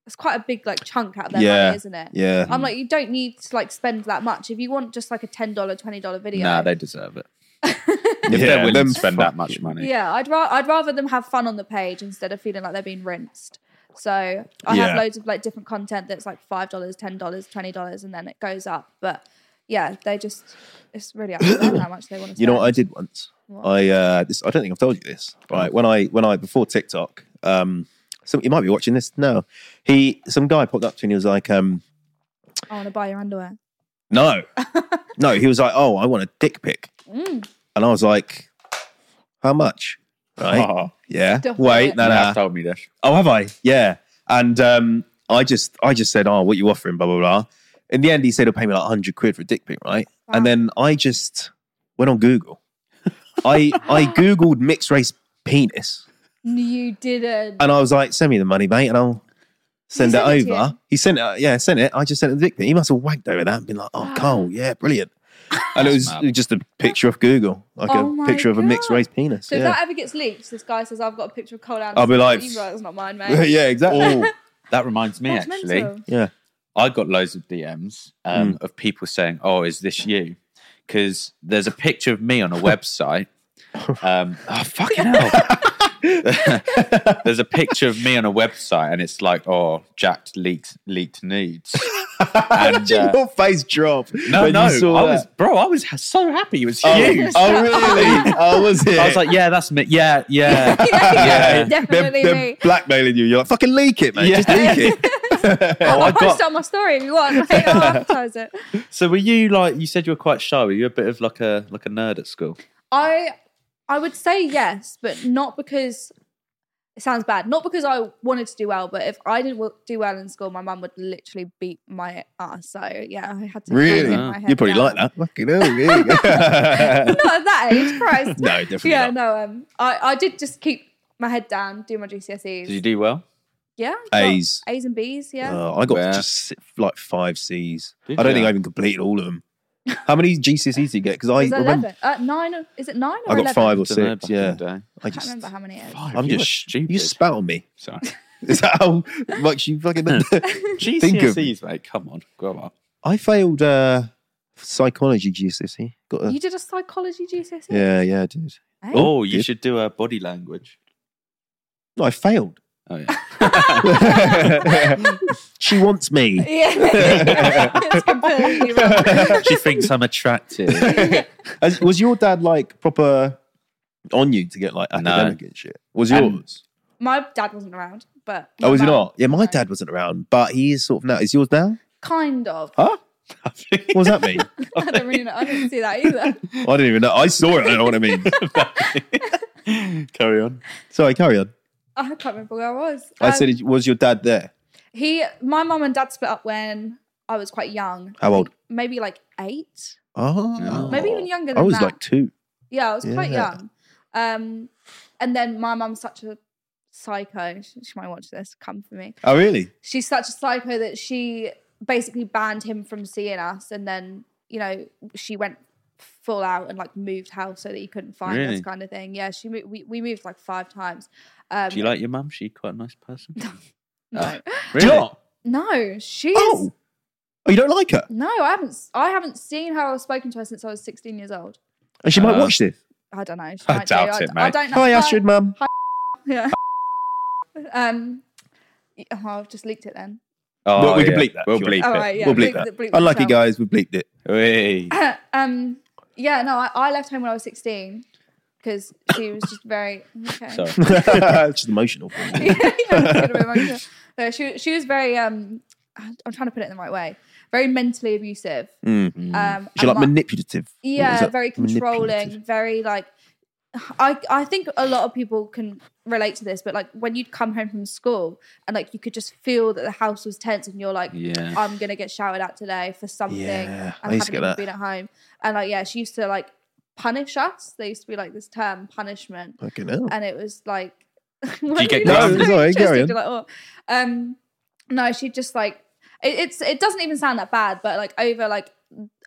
Speaker 1: that's quite a big like chunk out of their
Speaker 3: Yeah.
Speaker 1: money, isn't it?
Speaker 3: Yeah.
Speaker 1: I'm like, you don't need to like spend that much. If you want just like a ten dollar, twenty dollar video,
Speaker 2: Nah, they deserve it. If they're willing
Speaker 3: them
Speaker 2: to spend that
Speaker 3: fucking-
Speaker 2: much money.
Speaker 1: yeah, I'd rather I'd rather them have fun on the page instead of feeling like they're being rinsed. So I
Speaker 3: Yeah.
Speaker 1: have loads of like different content that's like five dollars, ten dollars, twenty dollars, and then it goes up. But yeah, they just it's really up to them how much they want to. Spend.
Speaker 3: You know what I did once?
Speaker 1: What?
Speaker 3: I uh, this I don't think I've told you this. Right when I when I before TikTok, um, some you might be watching this now. He some guy popped up to me and he was like, um,
Speaker 1: I want to buy your underwear.
Speaker 3: no, no. He was like, oh, I want a dick pic, and I was like, how much? Right?
Speaker 2: Oh,
Speaker 3: yeah.
Speaker 1: Stop
Speaker 3: Wait,
Speaker 1: it.
Speaker 3: no,
Speaker 2: you
Speaker 3: no.
Speaker 2: have told me this.
Speaker 3: Oh, have I? Yeah. And um, I just I just said, oh, what you offering? Blah blah blah. In the end, he said he'll pay me like hundred quid for a dick pic, right? And then I just went on Google. I I googled mixed race penis,
Speaker 1: No, You didn't.
Speaker 3: and I was like, send me the money, mate, and I'll send
Speaker 1: He
Speaker 3: it
Speaker 1: sent it to
Speaker 3: over.
Speaker 1: you?
Speaker 3: he sent it, yeah, sent it. I just sent him the dick pic. He must have wagged over that and been like, oh, Cole, yeah, brilliant. And it was
Speaker 2: mad.
Speaker 3: just a picture of Google, like
Speaker 1: Oh
Speaker 3: a
Speaker 1: my
Speaker 3: picture of a mixed
Speaker 1: God.
Speaker 3: race penis.
Speaker 1: so if
Speaker 3: yeah.
Speaker 1: that ever gets leaked, this guy says I've got a picture of Cole Anderson.
Speaker 3: I'll be like-
Speaker 1: "You right, that's not mine, mate.
Speaker 3: yeah, exactly.
Speaker 2: Oh, That reminds me,
Speaker 1: That's
Speaker 2: actually.
Speaker 1: mental.
Speaker 3: yeah.
Speaker 2: I got loads of DMs um, of people saying, "Oh, is this you?" Because there's a picture of me on a website. Um, oh fucking hell! there's a picture of me on a website, and it's like, "Oh, jacked leaked leaked nudes." And, uh,
Speaker 3: Your face drop.
Speaker 2: no,
Speaker 3: when
Speaker 2: no, I
Speaker 3: you saw that.
Speaker 2: was bro, I was ha- so happy. It was huge.
Speaker 3: Oh, really? oh, was it?
Speaker 2: I was like, "Yeah, that's me. Yeah, yeah."
Speaker 1: yeah,
Speaker 2: Yeah.
Speaker 1: definitely
Speaker 3: they're
Speaker 1: me.
Speaker 3: blackmailing you. You're like, fucking leak it, man.
Speaker 2: Yeah.
Speaker 3: Just leak it.
Speaker 1: I'll
Speaker 2: I
Speaker 1: post
Speaker 2: got-
Speaker 1: it on my story if you want. Like, I'll advertise it.
Speaker 2: So were you like you said you were quite shy? Were you a bit of like a like a nerd at school?
Speaker 1: I I would say yes, but not because it sounds bad. Not because I wanted to do well, but if I didn't w- do well in school, my mum would literally beat my ass. So yeah, I had to.
Speaker 3: Really?
Speaker 2: Ah.
Speaker 1: my head
Speaker 3: You probably
Speaker 1: down.
Speaker 3: like that. Fucking hell, yeah.
Speaker 1: Not at that age, Christ.
Speaker 3: no, definitely
Speaker 1: yeah,
Speaker 3: not.
Speaker 1: no. Um, I I did just keep my head down, do my GCSEs.
Speaker 2: Did you do well?
Speaker 1: yeah, I got
Speaker 3: A's.
Speaker 1: A's and B's. Yeah,
Speaker 3: Oh, I got
Speaker 2: Yeah.
Speaker 3: just si- like five C's.
Speaker 2: Did
Speaker 3: I don't
Speaker 2: ya?
Speaker 3: think I even completed all of them. How many GCSEs did you get? Because I
Speaker 1: is that
Speaker 3: remember
Speaker 1: eleven? Uh, nine? or- Is it nine or
Speaker 3: I got
Speaker 1: eleven?
Speaker 3: five or
Speaker 2: Dunno, back
Speaker 3: six.
Speaker 2: in the
Speaker 3: Yeah,
Speaker 2: day.
Speaker 3: I
Speaker 1: I can't
Speaker 3: just
Speaker 1: remember how many it is.
Speaker 2: Five,
Speaker 3: I'm
Speaker 2: you were
Speaker 3: just
Speaker 2: stupid.
Speaker 3: You spat on me.
Speaker 2: Sorry.
Speaker 3: Is that how much you fucking? of-
Speaker 2: GCSEs, mate. Come on, grow up.
Speaker 3: I failed uh, psychology GCSE. Got a,
Speaker 1: You did a psychology GCSE.
Speaker 3: yeah, yeah, I did.
Speaker 1: eh?
Speaker 2: Oh, you
Speaker 3: good.
Speaker 2: should do a body language.
Speaker 3: No, I failed.
Speaker 2: Oh yeah.
Speaker 3: she wants me.
Speaker 1: Yeah, it's completely wrong.
Speaker 2: she thinks I'm attractive.
Speaker 3: As- was your dad like proper on you to get like
Speaker 2: No.
Speaker 3: academic and shit? Was
Speaker 2: And-
Speaker 3: yours?
Speaker 1: My dad wasn't around, but
Speaker 3: Oh, was he
Speaker 1: my-
Speaker 3: not? Yeah, my
Speaker 1: No.
Speaker 3: dad wasn't around, but he is sort of now. Is yours now?
Speaker 1: Kind of.
Speaker 3: Huh? What does that mean?
Speaker 1: I don't really know. I didn't see that either.
Speaker 3: I don't even know. I saw it. I don't know what I mean.
Speaker 2: Carry on.
Speaker 3: Sorry, carry on.
Speaker 1: I can't remember where I was.
Speaker 3: I
Speaker 1: Um,
Speaker 3: said, "Is- was your dad there?
Speaker 1: he, my mum and dad split up when I was quite young.
Speaker 3: How old?
Speaker 1: Maybe like eight,
Speaker 3: Oh,
Speaker 2: No.
Speaker 1: maybe even younger than
Speaker 3: I was
Speaker 1: that.
Speaker 3: like two.
Speaker 1: yeah, I was quite
Speaker 3: Yeah.
Speaker 1: young. Um, and then my mum's such a psycho. She, she might watch this. Come for me.
Speaker 3: Oh, really?
Speaker 1: she's such a psycho that she basically banned him from seeing us and then you know she went full out and like moved house so that he couldn't find
Speaker 2: Really?
Speaker 1: us kind of thing yeah she mo- we, we moved like five times um
Speaker 2: Do you like your mum? She quite a nice person. Ah.
Speaker 1: no
Speaker 3: Do you not?
Speaker 1: no she is
Speaker 3: Oh. oh, you don't like her?
Speaker 1: no i haven't s- i haven't seen her or spoken to her since i was 16 years old
Speaker 3: And she might
Speaker 2: Uh,
Speaker 3: watch this.
Speaker 1: i don't know she
Speaker 2: I
Speaker 1: might
Speaker 2: doubt
Speaker 1: do.
Speaker 2: it,
Speaker 1: I, I
Speaker 2: mate.
Speaker 1: don't know
Speaker 3: Hi,
Speaker 1: But-
Speaker 3: Astrid, mum.
Speaker 1: yeah um oh, i've just leaked it then
Speaker 2: Oh,
Speaker 3: We- we can bleep that if
Speaker 2: We'll
Speaker 3: you want.
Speaker 2: bleep
Speaker 1: All
Speaker 2: it.
Speaker 1: right, yeah,
Speaker 3: we'll bleep
Speaker 1: bleep
Speaker 3: that.
Speaker 1: the- bleep the
Speaker 3: Unlucky
Speaker 1: sound.
Speaker 3: guys, we bleeped it.
Speaker 2: Wait.
Speaker 1: um, yeah, no, I, I left home when I was 16 because she was just very okay.
Speaker 2: Sorry.
Speaker 3: it's just emotional. For me.
Speaker 1: Yeah, I was gonna be emotional. No, she she was very um, I'm trying to put it in the right way. Very mentally abusive.
Speaker 3: Mm.
Speaker 1: Um,
Speaker 3: Is she
Speaker 1: and
Speaker 3: like
Speaker 1: my-
Speaker 3: manipulative? What is
Speaker 1: yeah,
Speaker 3: that?
Speaker 1: very
Speaker 3: Manipulative.
Speaker 1: controlling, very like. I, I think a lot of people can relate to this, but like when you'd come home from school and like you could just feel that the house was tense and you're like,
Speaker 2: Yeah.
Speaker 1: I'm gonna get shouted at today for something
Speaker 3: Yeah,
Speaker 1: and
Speaker 3: I used to get
Speaker 1: haven't even
Speaker 3: that.
Speaker 1: been at home. And like yeah, she used to like punish us. There used to be like this term punishment,
Speaker 3: Fucking hell.
Speaker 1: and it was like
Speaker 2: you get
Speaker 1: look
Speaker 2: grounded?
Speaker 1: so
Speaker 3: Sorry,
Speaker 1: interested,
Speaker 3: carry on.
Speaker 1: you're like, oh. um, no, she just like it, it's it doesn't even sound that bad, but like over like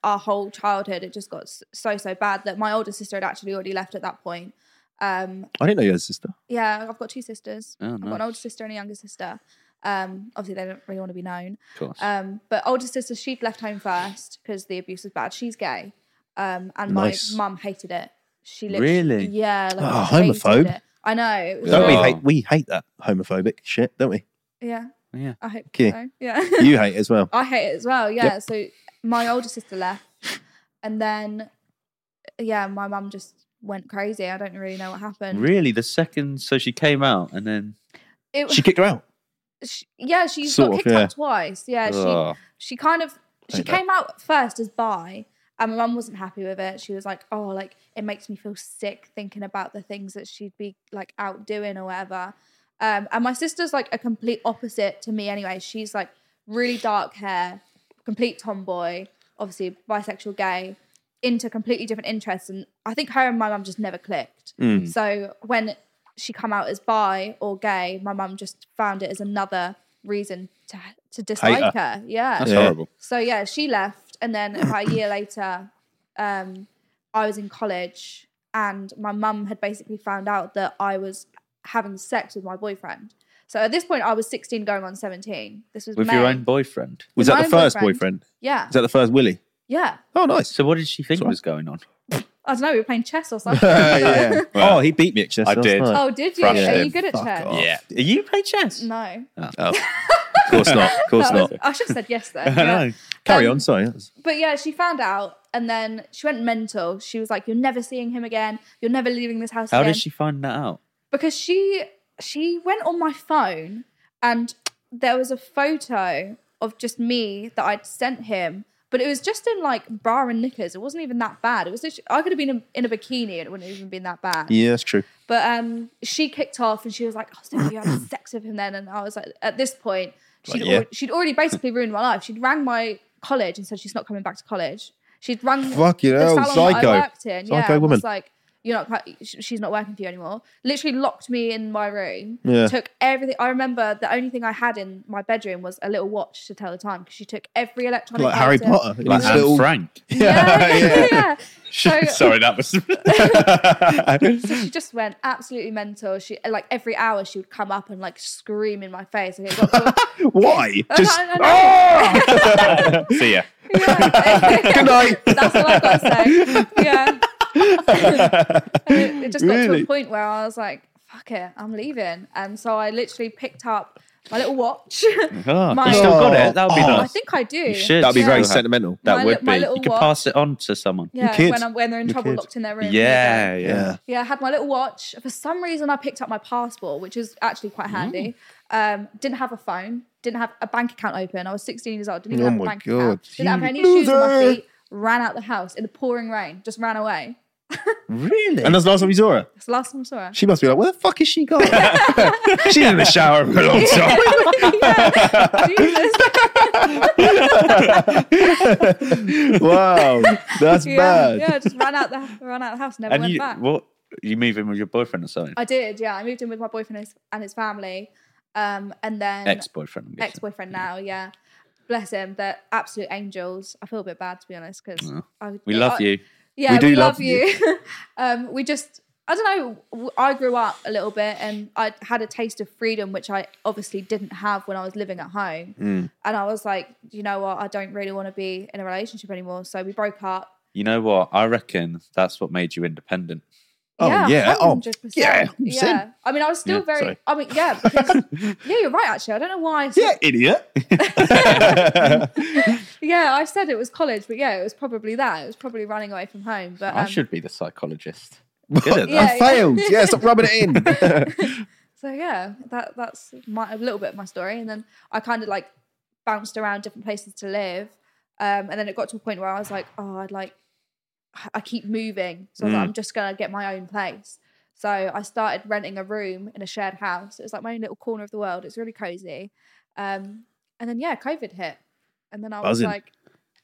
Speaker 1: our whole childhood, it just got s- so so bad that my older sister had actually already left at that point. Um,
Speaker 3: I didn't know you had a sister.
Speaker 1: yeah, I've got two sisters.
Speaker 2: Oh,
Speaker 1: I've got an
Speaker 2: nice.
Speaker 1: older sister and a younger sister. Um, obviously, they don't really want to be known.
Speaker 2: Of course.
Speaker 1: Um, but older sister, she'd left home first because the abuse was bad. She's gay, um, and
Speaker 3: Nice.
Speaker 1: my mum hated it. She literally,
Speaker 2: Really?
Speaker 1: yeah, like,
Speaker 3: Oh,
Speaker 1: hated
Speaker 3: homophobe.
Speaker 1: it. I know. It was
Speaker 3: Don't we
Speaker 2: Oh.
Speaker 3: hate? We hate that homophobic shit, don't we?
Speaker 1: Yeah,
Speaker 2: yeah.
Speaker 1: I hope
Speaker 3: Okay.
Speaker 1: so. Yeah,
Speaker 3: You hate it as well.
Speaker 1: I hate it as well. Yeah. So my older sister left, and then yeah, my mum just went crazy. I don't really know what happened.
Speaker 2: Really, the second so she came out and then
Speaker 1: It,
Speaker 3: She kicked her out.
Speaker 1: she- yeah, she
Speaker 3: Sort
Speaker 1: got
Speaker 3: of,
Speaker 1: kicked
Speaker 3: yeah.
Speaker 1: out twice. Yeah, she
Speaker 2: oh,
Speaker 1: she kind of she
Speaker 3: Like that.
Speaker 1: came out first as bi and my mum wasn't happy with it she was like oh like it makes me feel sick thinking about the things that she'd be like out doing or whatever um and my sister's like a complete opposite to me anyway she's like really dark hair complete tomboy obviously bisexual gay into completely different interests and i think her and my mum just never clicked so when she come out as bi or gay my mum just found it as another reason to to dislike
Speaker 3: her.
Speaker 1: her. yeah
Speaker 2: that's
Speaker 3: Yeah.
Speaker 2: horrible.
Speaker 1: so yeah, she left, and then about a year later, um, I was in college, and my mum had basically found out that I was having sex with my boyfriend. So at this point, I was 16, going on 17. This was
Speaker 2: With
Speaker 1: May.
Speaker 2: your own boyfriend.
Speaker 3: Was
Speaker 1: With
Speaker 3: that the
Speaker 1: my
Speaker 3: first boyfriend?
Speaker 1: boyfriend. Yeah,
Speaker 3: Is that the first Willie?
Speaker 1: yeah.
Speaker 3: Oh, nice.
Speaker 2: So what did she think
Speaker 3: Sorry.
Speaker 2: was going on?
Speaker 1: I don't know. We were playing chess or something.
Speaker 3: yeah.
Speaker 2: Well,
Speaker 3: oh, he beat me at chess.
Speaker 2: I
Speaker 3: last
Speaker 2: did.
Speaker 3: night.
Speaker 1: oh, did you?
Speaker 2: Crushed
Speaker 1: Are
Speaker 2: him.
Speaker 1: you good at
Speaker 3: Fuck
Speaker 1: chess?
Speaker 3: off.
Speaker 2: Yeah. You play chess?
Speaker 1: No.
Speaker 3: Oh. of course not. Of course
Speaker 1: That was-
Speaker 3: not.
Speaker 1: I should have said yes then.
Speaker 2: I
Speaker 1: yeah.
Speaker 2: know.
Speaker 3: Carry
Speaker 1: Um,
Speaker 3: on. Sorry. that was-
Speaker 1: But yeah, she found out, and then she went mental. She was like, "You're never seeing him again. You're never leaving this house
Speaker 2: How
Speaker 1: again."
Speaker 2: did she find that out?
Speaker 1: because she she went on my phone and there was a photo of just me that I'd sent him, but it was just in like bra and knickers. It wasn't even that bad. It was literally, I could have been in, in a bikini and it wouldn't have even been that bad.
Speaker 3: Yeah, that's true.
Speaker 1: But um, she kicked off and she was like, "Oh, Steph, you had sex with him then," and I was like, at this point, she'd
Speaker 3: Like, yeah.
Speaker 1: al- she'd already basically ruined my life. She'd rang my college and said she's not coming back to college. She'd rang
Speaker 3: Fucking
Speaker 1: the
Speaker 3: hell,
Speaker 1: salon
Speaker 3: psycho.
Speaker 1: that I worked in. yeah,
Speaker 3: Psycho
Speaker 1: and
Speaker 3: woman.
Speaker 1: was like, "You're not. quite- sh- She's not working for you anymore." Literally locked me in my room.
Speaker 3: Yeah.
Speaker 1: Took everything. I remember the only thing I had in my bedroom was a little watch to tell the time because she took every electronic.
Speaker 3: Like Harry
Speaker 1: item.
Speaker 3: Potter. in
Speaker 2: Like
Speaker 3: his
Speaker 2: Anne
Speaker 3: little-
Speaker 2: Frank.
Speaker 1: Yeah, yeah, yeah. yeah. So-
Speaker 2: Sorry, that was.
Speaker 1: So she just went absolutely mental. She like every hour she would come up and like scream in my face. "Oh, Like, it got to a-
Speaker 3: Why?
Speaker 1: I
Speaker 3: Just
Speaker 1: don't- I
Speaker 2: See ya.
Speaker 1: yeah.
Speaker 3: good night.
Speaker 1: That's all I've got to say. Yeah. And it, it just got to
Speaker 3: Really?
Speaker 1: a point where I was like, "Fuck it, I'm leaving." And so I literally picked up my little watch.
Speaker 2: Oh,
Speaker 1: My-
Speaker 2: you still got it.
Speaker 3: Oh,
Speaker 2: That would be
Speaker 3: oh.
Speaker 1: I
Speaker 2: nice.
Speaker 1: think I do.
Speaker 2: You should.
Speaker 3: That'd be
Speaker 2: Yeah.
Speaker 3: very
Speaker 2: Yeah.
Speaker 3: sentimental.
Speaker 2: That
Speaker 1: My
Speaker 2: would
Speaker 1: li- my
Speaker 2: be.
Speaker 1: little
Speaker 2: You could
Speaker 1: watch.
Speaker 2: pass it on to someone.
Speaker 1: Yeah,
Speaker 3: kids.
Speaker 1: when, I'm, when they're in
Speaker 3: Your
Speaker 1: trouble,
Speaker 3: kids.
Speaker 1: locked in their room.
Speaker 2: Yeah, yeah.
Speaker 3: Yeah.
Speaker 1: Yeah, I had my little watch. For some reason, I picked up my passport, which is actually quite handy. Um, didn't have a phone, didn't have a bank account open. I was 16 years old, didn't even
Speaker 3: Oh
Speaker 1: have a
Speaker 3: my
Speaker 1: bank
Speaker 3: God,
Speaker 1: account. Didn't have
Speaker 3: you
Speaker 1: any shoes on my
Speaker 3: loser.
Speaker 1: feet. Ran out the house in the pouring rain, just ran away.
Speaker 3: Really? And that's the last time you saw her.
Speaker 1: That's the last time I saw her.
Speaker 3: She must be like, where the fuck is she gone? She's in the shower for a long time.
Speaker 1: Yeah. Jesus.
Speaker 3: wow, that's
Speaker 1: yeah,
Speaker 3: bad.
Speaker 1: yeah, just ran out the ran out the house, never
Speaker 2: And
Speaker 1: went
Speaker 2: you,
Speaker 1: back.
Speaker 2: what? You move in with your boyfriend or something?
Speaker 1: I did, yeah. I moved in with my boyfriend and his, and his family. Um, and then
Speaker 2: Ex-boyfriend. I'm guessing.
Speaker 1: ex-boyfriend now, yeah. Bless him, they're absolute angels. I feel a bit bad to be honest because
Speaker 2: Oh. We love you.
Speaker 1: Yeah,
Speaker 3: We
Speaker 1: we,
Speaker 3: do
Speaker 1: love,
Speaker 3: love
Speaker 1: you. um, we just, I don't know. w- I grew up a little bit, and I had a taste of freedom, which I obviously didn't have when I was living at home. And I was like, you know what? I don't really want to be in a relationship anymore. So we broke up.
Speaker 2: You know what? I reckon that's what made you independent.
Speaker 3: Oh, yeah. Oh,
Speaker 1: 100%.
Speaker 3: yeah, 100%.
Speaker 1: yeah. I mean, I was still
Speaker 2: Yeah,
Speaker 1: very.
Speaker 2: sorry.
Speaker 1: I mean, yeah, because, yeah. You're right. Actually, I don't know why. I said,
Speaker 3: Yeah, idiot.
Speaker 1: yeah, I said it was college, but yeah, it was probably that. It was probably running away from home. But
Speaker 2: I
Speaker 1: um,
Speaker 2: should be the psychologist.
Speaker 3: I
Speaker 2: Good at
Speaker 1: Yeah, yeah.
Speaker 3: failed. Yeah, stop rubbing it in.
Speaker 1: So yeah, that that's my a little bit of my story, and then I kind of like bounced around different places to live, um, and then it got to a point where I was like, oh, I'd like, I keep moving, so I
Speaker 3: Mm.
Speaker 1: was like, I'm just gonna get my own place. So I started renting a room in a shared house. It was like my own little corner of the world. It's really cozy, um, and then yeah, COVID hit, and then I was
Speaker 3: Buzzing.
Speaker 1: like,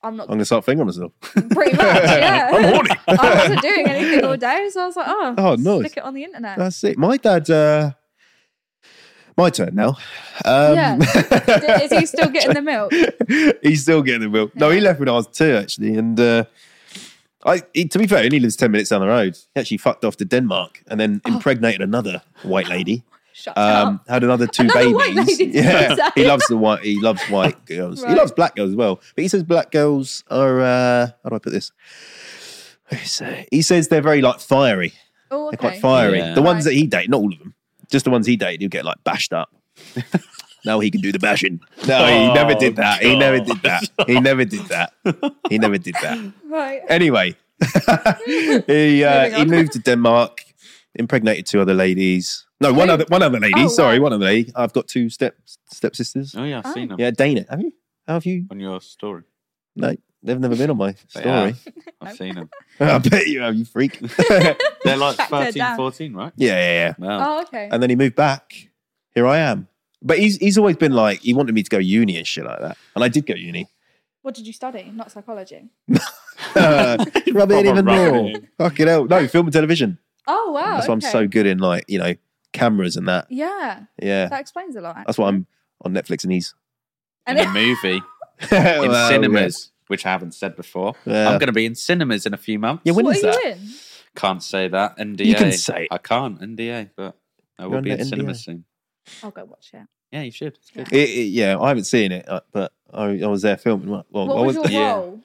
Speaker 1: I'm not
Speaker 3: I'm going to start fingering myself.
Speaker 1: pretty much, yeah.
Speaker 3: I'm horny.
Speaker 1: I wasn't doing anything all day, so I was like, oh,
Speaker 3: Oh, nice.
Speaker 1: stick it on the internet.
Speaker 3: That's it. My dad, uh, my turn now. Um,
Speaker 1: yeah, is he still getting the milk?
Speaker 3: he's still getting the milk. No, he left when I was two, actually. And uh, I, he, to be fair, he only lives 10 minutes down the road. He actually fucked off to Denmark and then
Speaker 1: Oh.
Speaker 3: impregnated another white lady.
Speaker 1: Shut up.
Speaker 3: Um, had another two
Speaker 1: Oh. Another white
Speaker 3: babies.
Speaker 1: lady, did you
Speaker 3: yeah,
Speaker 1: say?
Speaker 3: he loves the white. He loves white girls. He
Speaker 1: Right.
Speaker 3: loves black girls as well. But he says black girls are. Uh, how do I put this? What do you say? He says they're very like fiery.
Speaker 1: Oh, okay.
Speaker 3: They're quite fiery.
Speaker 2: Yeah.
Speaker 3: The ones
Speaker 1: Right.
Speaker 3: that he dated, not all of them, just the ones he dated, he'll get like bashed up. now he can do the bashing. No, he
Speaker 2: Oh,
Speaker 3: never did that. He never
Speaker 2: God.
Speaker 3: did that. He never did that. He never did that.
Speaker 1: Right.
Speaker 3: Anyway, he uh,
Speaker 1: Moving
Speaker 3: he
Speaker 1: on.
Speaker 3: moved to Denmark, impregnated two other ladies. No, one
Speaker 1: Who?
Speaker 3: other one other lady.
Speaker 1: Oh,
Speaker 3: Sorry,
Speaker 1: wow.
Speaker 3: one other lady. I've got two step stepsisters.
Speaker 2: Oh yeah, I've seen them
Speaker 3: Yeah, Dana. Have you? How have you?
Speaker 2: on your story.
Speaker 3: No, they've never been on my
Speaker 2: They
Speaker 3: story.
Speaker 2: have. I've seen them.
Speaker 3: I bet you have, you freak.
Speaker 2: They're like
Speaker 1: Tracked her
Speaker 2: 13,
Speaker 1: down.
Speaker 2: 14, right?
Speaker 3: yeah, yeah, yeah.
Speaker 2: Wow.
Speaker 1: Oh, okay.
Speaker 3: And then he moved back. Here I am. But he's he's always been like he wanted me to go uni and shit like that, and I did go uni.
Speaker 1: What did you study? Not psychology.
Speaker 3: Uh, rub it in even
Speaker 2: Proper
Speaker 3: more.
Speaker 2: rubbing it in.
Speaker 3: Fucking hell. No, film and television.
Speaker 1: Oh, wow.
Speaker 3: That's why I'm
Speaker 1: okay.
Speaker 3: so good in like you know cameras and that.
Speaker 1: Yeah,
Speaker 3: Yeah,
Speaker 1: that explains a lot.
Speaker 3: that's why I'm on Netflix and he's
Speaker 2: In a movie, in
Speaker 3: Well,
Speaker 2: cinemas, which I haven't said before.
Speaker 3: Oh, Yeah.
Speaker 2: I'm going to be in cinemas in a few months.
Speaker 3: Yeah, when
Speaker 1: what
Speaker 3: is
Speaker 1: are
Speaker 3: that?
Speaker 1: you in?
Speaker 2: Can't say that. NDA.
Speaker 3: can say it.
Speaker 2: I can't. NDA, but I
Speaker 3: You're
Speaker 2: will be in
Speaker 3: under
Speaker 2: cinemas
Speaker 3: NDA.
Speaker 2: soon.
Speaker 1: I'll go watch it.
Speaker 2: Yeah, you should. It's good.
Speaker 3: It, it- yeah, I haven't seen it, uh, but I, I was there filming. Well, I
Speaker 1: What was your
Speaker 3: was-
Speaker 2: yeah.
Speaker 1: role?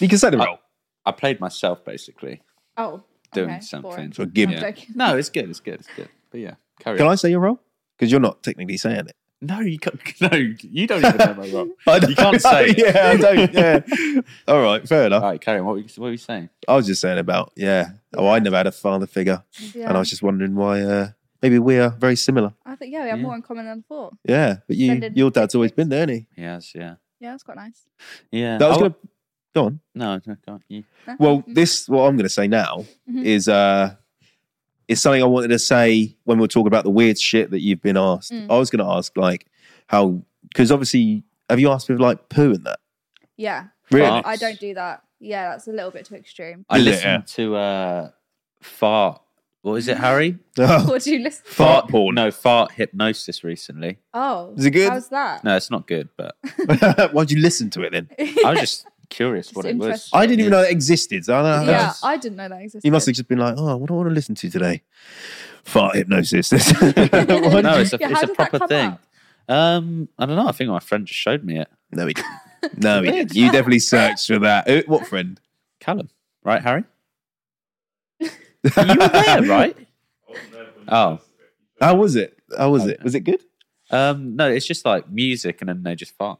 Speaker 3: you can say the
Speaker 2: I-
Speaker 3: role.
Speaker 2: I played myself basically
Speaker 1: Oh,
Speaker 2: doing
Speaker 1: okay,
Speaker 2: something.
Speaker 1: boring.
Speaker 3: So give me.
Speaker 2: Yeah.
Speaker 1: I'm joking.
Speaker 2: No, it's good. It's good. It's good. But yeah, carry
Speaker 3: Can
Speaker 2: on.
Speaker 3: I say your role? Because you're not technically saying it.
Speaker 2: No, you can't. No, you don't even know my role.
Speaker 3: I
Speaker 2: You can't
Speaker 3: know.
Speaker 2: say it.
Speaker 3: Yeah, I don't. Yeah. All right, fair enough.
Speaker 2: All right, carry on. What were you, what were you saying?
Speaker 3: I was just saying about yeah. Oh, I never had a father figure,
Speaker 1: Yeah.
Speaker 3: and I was just wondering why. Uh, maybe we are very similar.
Speaker 1: I think yeah, we have
Speaker 2: Yeah.
Speaker 1: more in common than I thought.
Speaker 3: Yeah, but you,
Speaker 1: Send in
Speaker 3: your dad's always been
Speaker 1: pictures.
Speaker 3: there, hasn't
Speaker 2: Yes, yeah.
Speaker 1: Yeah, that's quite nice.
Speaker 2: Yeah. Oh.
Speaker 3: he? That was
Speaker 2: I-
Speaker 3: gonna go on.
Speaker 2: No, no, go on. You-
Speaker 3: Well, this what I'm going to say now
Speaker 1: Mhm.
Speaker 3: is uh, is something I wanted to say when we were talking about the weird shit that you've been asked.
Speaker 1: Mm.
Speaker 3: I was going to ask like how because obviously have you asked with like poo and that?
Speaker 1: Yeah,
Speaker 2: Really?
Speaker 1: I don't do that. Yeah, that's a little bit too extreme.
Speaker 2: I
Speaker 3: Is it,
Speaker 2: listened to uh, fart. What is it,
Speaker 1: Mm-hmm.
Speaker 2: Harry?
Speaker 3: Oh,
Speaker 1: What do you listen?
Speaker 3: Fart porn.
Speaker 2: No, fart hypnosis recently.
Speaker 1: Oh,
Speaker 3: Is it good?
Speaker 1: How's that?
Speaker 2: No, it's not good, but
Speaker 3: Why'd you listen to it then?
Speaker 2: I was just curious what
Speaker 1: Just
Speaker 2: it was.
Speaker 1: interested.
Speaker 3: I didn't even know that existed. So I don't know how
Speaker 1: yeah,
Speaker 3: that's-
Speaker 1: I didn't know that existed.
Speaker 3: You must have just been like, oh, what do I want to listen to today? Fart hypnosis. What?
Speaker 2: No, it's a,
Speaker 1: Yeah,
Speaker 2: it's
Speaker 1: how did
Speaker 2: a
Speaker 1: that
Speaker 2: proper
Speaker 1: come
Speaker 2: thing.
Speaker 1: up?
Speaker 2: Um, I don't know. I think my friend just showed me it.
Speaker 3: No, he didn't. No, he didn't. You definitely searched for that. Who- What friend?
Speaker 2: Callum, right, Harry? You were there, right? Oh,
Speaker 3: How was it? How was it? Was it good?
Speaker 2: um, no, it's just like music, and then they just fart.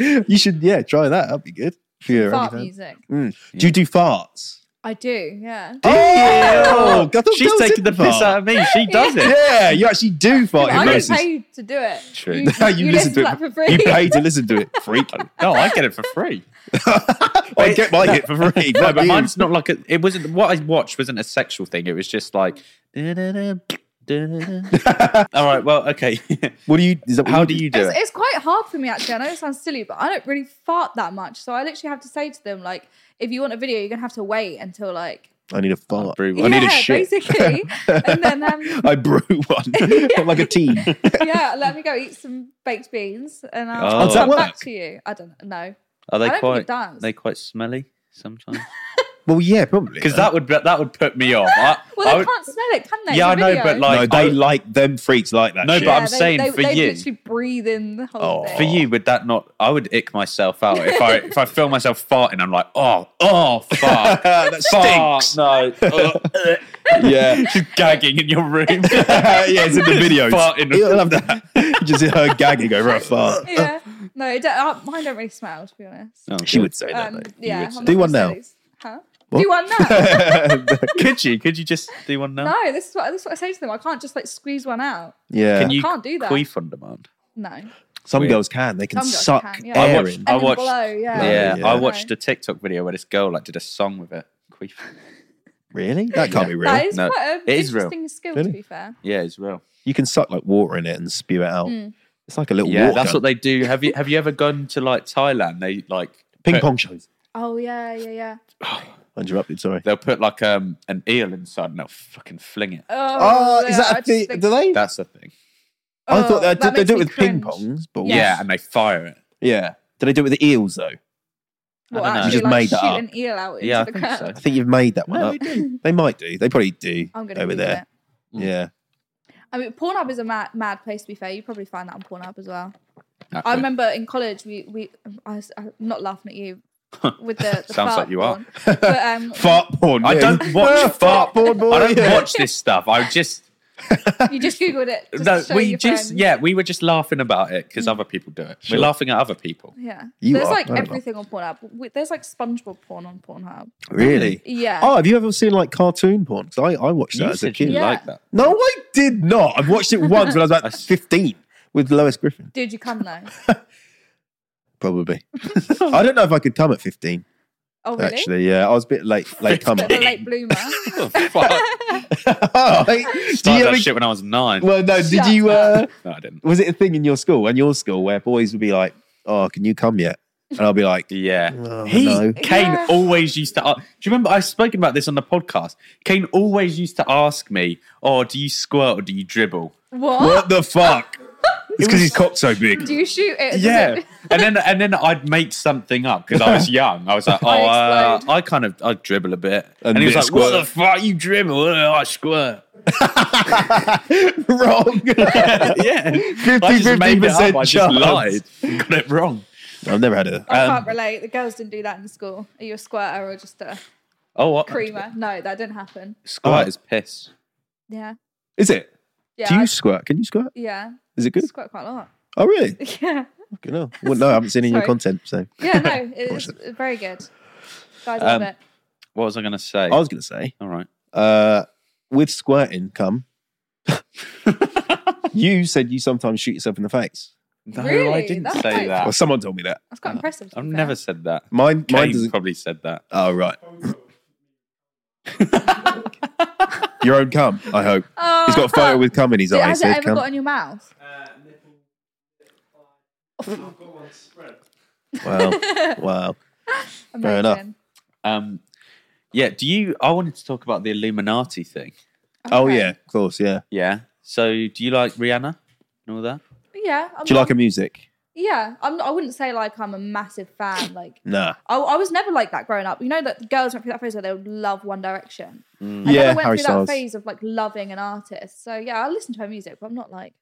Speaker 3: you should, yeah, try that. That'd be good. If you're
Speaker 1: fart
Speaker 3: any fan.
Speaker 1: music.
Speaker 3: Mm. Do you do farts?
Speaker 1: I do. Yeah.
Speaker 3: Oh, God,
Speaker 2: She's
Speaker 3: that was
Speaker 2: taking
Speaker 3: in
Speaker 2: the piss
Speaker 3: fart.
Speaker 2: out of me. She does it.
Speaker 3: Yeah, you actually do fart
Speaker 1: I didn't
Speaker 3: hypnosis.
Speaker 1: pay you to do it.
Speaker 2: True.
Speaker 1: You,
Speaker 3: No, you, listen to it.
Speaker 1: that for free.
Speaker 3: You pay to listen to it. Freak.
Speaker 2: No, I get it for free.
Speaker 3: I get my hit for free.
Speaker 2: No,
Speaker 3: Not
Speaker 2: but
Speaker 3: you.
Speaker 2: mine's not like a, it wasn't. What I watched wasn't a sexual thing. It was just like. da-da-da, da-da-da. All right. Well, okay.
Speaker 3: What do you? Is that what
Speaker 2: How do you do
Speaker 1: It's,
Speaker 2: it?
Speaker 1: it's quite hard for me actually. I know it sounds silly, but I don't really fart that much. So I literally have to say to them, like, if you want a video, you're gonna have to wait until like
Speaker 3: I need a fart.
Speaker 2: brew
Speaker 3: I
Speaker 2: one.
Speaker 3: need a
Speaker 1: yeah,
Speaker 3: shit.
Speaker 1: basically. and then um,
Speaker 3: I brew one. I'm like a teen.
Speaker 1: yeah, let me go eat some baked beans and
Speaker 2: Oh.
Speaker 1: I'll
Speaker 2: Does
Speaker 3: that
Speaker 1: come back
Speaker 3: work?
Speaker 1: to you. I don't know.
Speaker 2: Are
Speaker 1: I
Speaker 2: they
Speaker 1: don't
Speaker 2: quite?
Speaker 1: think it does.
Speaker 2: They quite smelly sometimes.
Speaker 3: Well, yeah, probably.
Speaker 2: Because that would be- that would put me off. I,
Speaker 1: well,
Speaker 2: I
Speaker 1: they
Speaker 2: would-
Speaker 1: can't smell it, can they?
Speaker 2: Yeah, I
Speaker 1: It's a
Speaker 2: know,
Speaker 1: video.
Speaker 2: but,
Speaker 3: no,
Speaker 2: like,
Speaker 3: they
Speaker 2: I-
Speaker 3: like them freaks like that.
Speaker 2: No,
Speaker 3: shit.
Speaker 2: but I'm
Speaker 1: they-
Speaker 2: saying
Speaker 1: they,
Speaker 2: for
Speaker 1: they
Speaker 2: you-
Speaker 1: literally breathe in the whole
Speaker 3: Oh.
Speaker 1: thing.
Speaker 2: for you, would that not? I would ick myself out if I if I feel myself farting. I'm like, oh, oh, fart,
Speaker 3: Uh, that
Speaker 2: fart,
Speaker 3: stinks.
Speaker 2: no, Ugh.
Speaker 3: Yeah.
Speaker 2: she's gagging in your room.
Speaker 3: yeah, it's in the videos.
Speaker 2: Farting.
Speaker 3: You'll have that. Just her gagging over a fart.
Speaker 1: Yeah. No, it don't, uh, mine don't really smell, to be honest.
Speaker 2: Oh,
Speaker 3: She
Speaker 2: good.
Speaker 3: would say that.
Speaker 1: Um,
Speaker 3: though. You
Speaker 1: yeah.
Speaker 3: would
Speaker 1: I'm
Speaker 3: say-
Speaker 1: not
Speaker 3: Do
Speaker 1: gonna
Speaker 3: one
Speaker 1: say
Speaker 3: now.
Speaker 1: these. Huh?
Speaker 3: What?
Speaker 1: Do one now.
Speaker 2: Could you? Could you just do one now?
Speaker 1: No, this is what this is what I say to them. I can't just like squeeze one out.
Speaker 3: yeah.
Speaker 2: Can you
Speaker 1: can't do that.
Speaker 2: queef on demand?
Speaker 1: No.
Speaker 3: Some
Speaker 2: Weird.
Speaker 3: girls can. They can
Speaker 1: Some girls
Speaker 3: suck
Speaker 1: can, yeah. I
Speaker 3: air
Speaker 2: watched-
Speaker 3: in.
Speaker 2: I
Speaker 1: And then
Speaker 2: watched-
Speaker 1: blow, yeah.
Speaker 2: yeah,
Speaker 3: yeah.
Speaker 2: I
Speaker 3: No.
Speaker 2: watched a TikTok video where this girl like did a song with it. Queef.
Speaker 3: Really? That can't be real.
Speaker 1: That is
Speaker 2: No,
Speaker 1: quite an
Speaker 2: it is real.
Speaker 1: interesting skill
Speaker 3: Really?
Speaker 1: to be fair.
Speaker 2: Yeah, it's real.
Speaker 3: you can suck like water in it and spew it out.
Speaker 1: Mm.
Speaker 3: It's like a little
Speaker 2: Yeah,
Speaker 3: water.
Speaker 2: that's what they do. Have you have you ever gone to like Thailand? They like
Speaker 3: ping
Speaker 2: put-
Speaker 3: pong shows.
Speaker 1: Oh yeah, yeah, yeah.
Speaker 3: I interrupted. Sorry.
Speaker 2: They'll put like um an eel inside and they'll fucking fling it.
Speaker 3: Oh, is
Speaker 1: yeah, I
Speaker 3: that a
Speaker 1: just
Speaker 3: thing?
Speaker 1: think-
Speaker 3: Do they?
Speaker 2: That's the thing.
Speaker 3: I
Speaker 1: oh,
Speaker 3: thought they, did
Speaker 1: that
Speaker 3: they do it with
Speaker 1: makes me
Speaker 3: ping
Speaker 1: cringe.
Speaker 3: pongs, but
Speaker 1: Yeah.
Speaker 2: Yeah, and they fire it.
Speaker 3: yeah. Do they do it with the eels though?
Speaker 2: I
Speaker 1: Well,
Speaker 2: don't know.
Speaker 1: actually,
Speaker 3: You just
Speaker 1: like,
Speaker 3: made that
Speaker 1: shoot
Speaker 3: up.
Speaker 1: an eel out into
Speaker 2: Yeah, I
Speaker 1: the
Speaker 2: think
Speaker 1: crowd.
Speaker 2: so.
Speaker 3: I think you've made that one
Speaker 2: No,
Speaker 3: up.
Speaker 2: they do. Mm.
Speaker 3: They might do. They probably do
Speaker 1: I'm gonna
Speaker 3: over
Speaker 1: Google
Speaker 3: there. Yeah.
Speaker 1: I mean, Pornhub is a mad, mad place to be fair. You probably find that on Pornhub as well.
Speaker 2: Okay.
Speaker 1: I remember in college, we we I, was- I'm not laughing at you with the, the
Speaker 2: Sounds like
Speaker 1: fart
Speaker 2: you are.
Speaker 1: porn, But, um,
Speaker 3: Fart porn.
Speaker 2: I
Speaker 3: yeah.
Speaker 2: don't watch fart
Speaker 3: porn, boy.
Speaker 2: I don't
Speaker 3: Yeah.
Speaker 2: watch this stuff. I just
Speaker 1: you just googled it. Just
Speaker 2: no.
Speaker 1: to show
Speaker 2: We
Speaker 1: your
Speaker 2: just
Speaker 1: friends. Mm.
Speaker 2: yeah. We were just laughing about it because other people do it.
Speaker 3: Sure.
Speaker 2: We're laughing at other people.
Speaker 1: Yeah.
Speaker 3: You
Speaker 1: There's
Speaker 3: are.
Speaker 1: like
Speaker 3: I don't know.
Speaker 1: everything on Pornhub. We- There's like SpongeBob porn on Pornhub.
Speaker 3: Really?
Speaker 1: Yeah.
Speaker 3: Oh, have you ever seen like cartoon porn? 'Cause I, I watched that
Speaker 2: You
Speaker 3: as a
Speaker 2: said you
Speaker 3: kid.
Speaker 1: Yeah.
Speaker 2: like that.
Speaker 3: No, I did not. I've watched it once when I was about 15 with Lois Griffin,
Speaker 1: Dude, you come though.
Speaker 3: probably. I don't know if I could come at 15,
Speaker 1: Oh, really?
Speaker 3: actually. Yeah, I was a bit late, late coming.
Speaker 1: Bit of a late bloomer.
Speaker 2: Oh, fuck.
Speaker 3: Oh, like, do
Speaker 2: Started
Speaker 3: you
Speaker 2: that
Speaker 3: ever,
Speaker 2: shit when I was nine.
Speaker 3: well, no, did
Speaker 1: Shut
Speaker 3: you, uh,
Speaker 2: no, I didn't.
Speaker 3: was it a thing in your school, in your school, where boys would be like, oh, can you come yet? And I'll be like,
Speaker 2: Yeah.
Speaker 3: Oh,
Speaker 2: he
Speaker 3: no.
Speaker 2: Kane
Speaker 1: Yeah.
Speaker 2: always used to ask, Do you remember I've spoken about this on the podcast? Kane always used to ask me, Oh, do you squirt or do you dribble?
Speaker 1: what?
Speaker 3: what the fuck? it's because his cock's so big.
Speaker 1: Do you shoot it? Does
Speaker 2: Yeah.
Speaker 1: it-
Speaker 2: and then and then I'd make something up because I was young. I was like, Oh,
Speaker 1: I
Speaker 2: uh,
Speaker 1: explode.
Speaker 2: I kind of I dribble a bit.
Speaker 3: And
Speaker 2: And, he was
Speaker 3: bit
Speaker 2: like,
Speaker 3: of
Speaker 2: What
Speaker 3: squirt."
Speaker 2: the fuck? You dribble, Uh, I squirt.
Speaker 3: Wrong.
Speaker 2: yeah. 50, I
Speaker 3: 50%
Speaker 2: just made it up. I just
Speaker 3: chance.
Speaker 2: lied. Got it wrong.
Speaker 3: I've never had a.
Speaker 1: I
Speaker 2: Um,
Speaker 1: can't relate. The girls didn't do that in school. Are you a squirter or just a
Speaker 2: Oh, what?
Speaker 1: creamer? No, that didn't happen.
Speaker 2: Squirt
Speaker 3: Oh.
Speaker 2: is piss.
Speaker 1: Yeah.
Speaker 3: Is it?
Speaker 1: Yeah.
Speaker 3: Do
Speaker 1: I-
Speaker 3: you squirt? Can you squirt?
Speaker 1: yeah.
Speaker 3: Is it
Speaker 1: I
Speaker 3: good?
Speaker 1: squirt quite a lot.
Speaker 3: Oh, really?
Speaker 1: Yeah.
Speaker 3: Fucking hell. Well, no, I haven't seen any of your content.
Speaker 1: Sorry.
Speaker 3: So
Speaker 1: Yeah, no, it's very good. Guys love
Speaker 2: Um,
Speaker 1: it.
Speaker 2: What was I going to say?
Speaker 3: Oh. I was going to say,
Speaker 2: All right.
Speaker 3: uh, with squirting, come. You said you sometimes shoot yourself in the face.
Speaker 2: No, I
Speaker 1: Really?
Speaker 2: didn't
Speaker 1: That's
Speaker 2: say
Speaker 1: quite-
Speaker 2: that.
Speaker 3: Well, someone told me that.
Speaker 1: That's quite impressive. to
Speaker 2: I've
Speaker 1: be
Speaker 2: never
Speaker 1: fair.
Speaker 2: said that.
Speaker 3: Mine, mine
Speaker 2: Kane
Speaker 3: doesn't.
Speaker 2: probably said that.
Speaker 3: Oh right. Your own cum, I hope.
Speaker 1: Oh.
Speaker 3: He's got a photo with cum in his
Speaker 1: Did-
Speaker 3: eye.
Speaker 1: Has it
Speaker 3: said
Speaker 1: ever
Speaker 3: cum.
Speaker 1: got on your mouth?
Speaker 3: Wow. Wow. Fair enough.
Speaker 1: Amazing.
Speaker 2: Um, yeah. Do you? I wanted to talk about the Illuminati thing.
Speaker 3: Oh
Speaker 1: Okay.
Speaker 3: yeah, of course, yeah.
Speaker 2: Yeah. So, do you like Rihanna and all that?
Speaker 1: Yeah. I'm
Speaker 3: Do you
Speaker 1: not-
Speaker 3: like her music?
Speaker 1: Yeah, I'm. I wouldn't say like I'm a massive fan. Like
Speaker 3: Nah.
Speaker 1: I, I was never like that growing up. You know that the girls went through that phase where they would love One Direction. I
Speaker 3: Mm. Yeah,
Speaker 1: never went
Speaker 3: Harry
Speaker 1: through
Speaker 3: Styles.
Speaker 1: that phase of like loving an artist. So yeah, I listen to her music, but I'm not like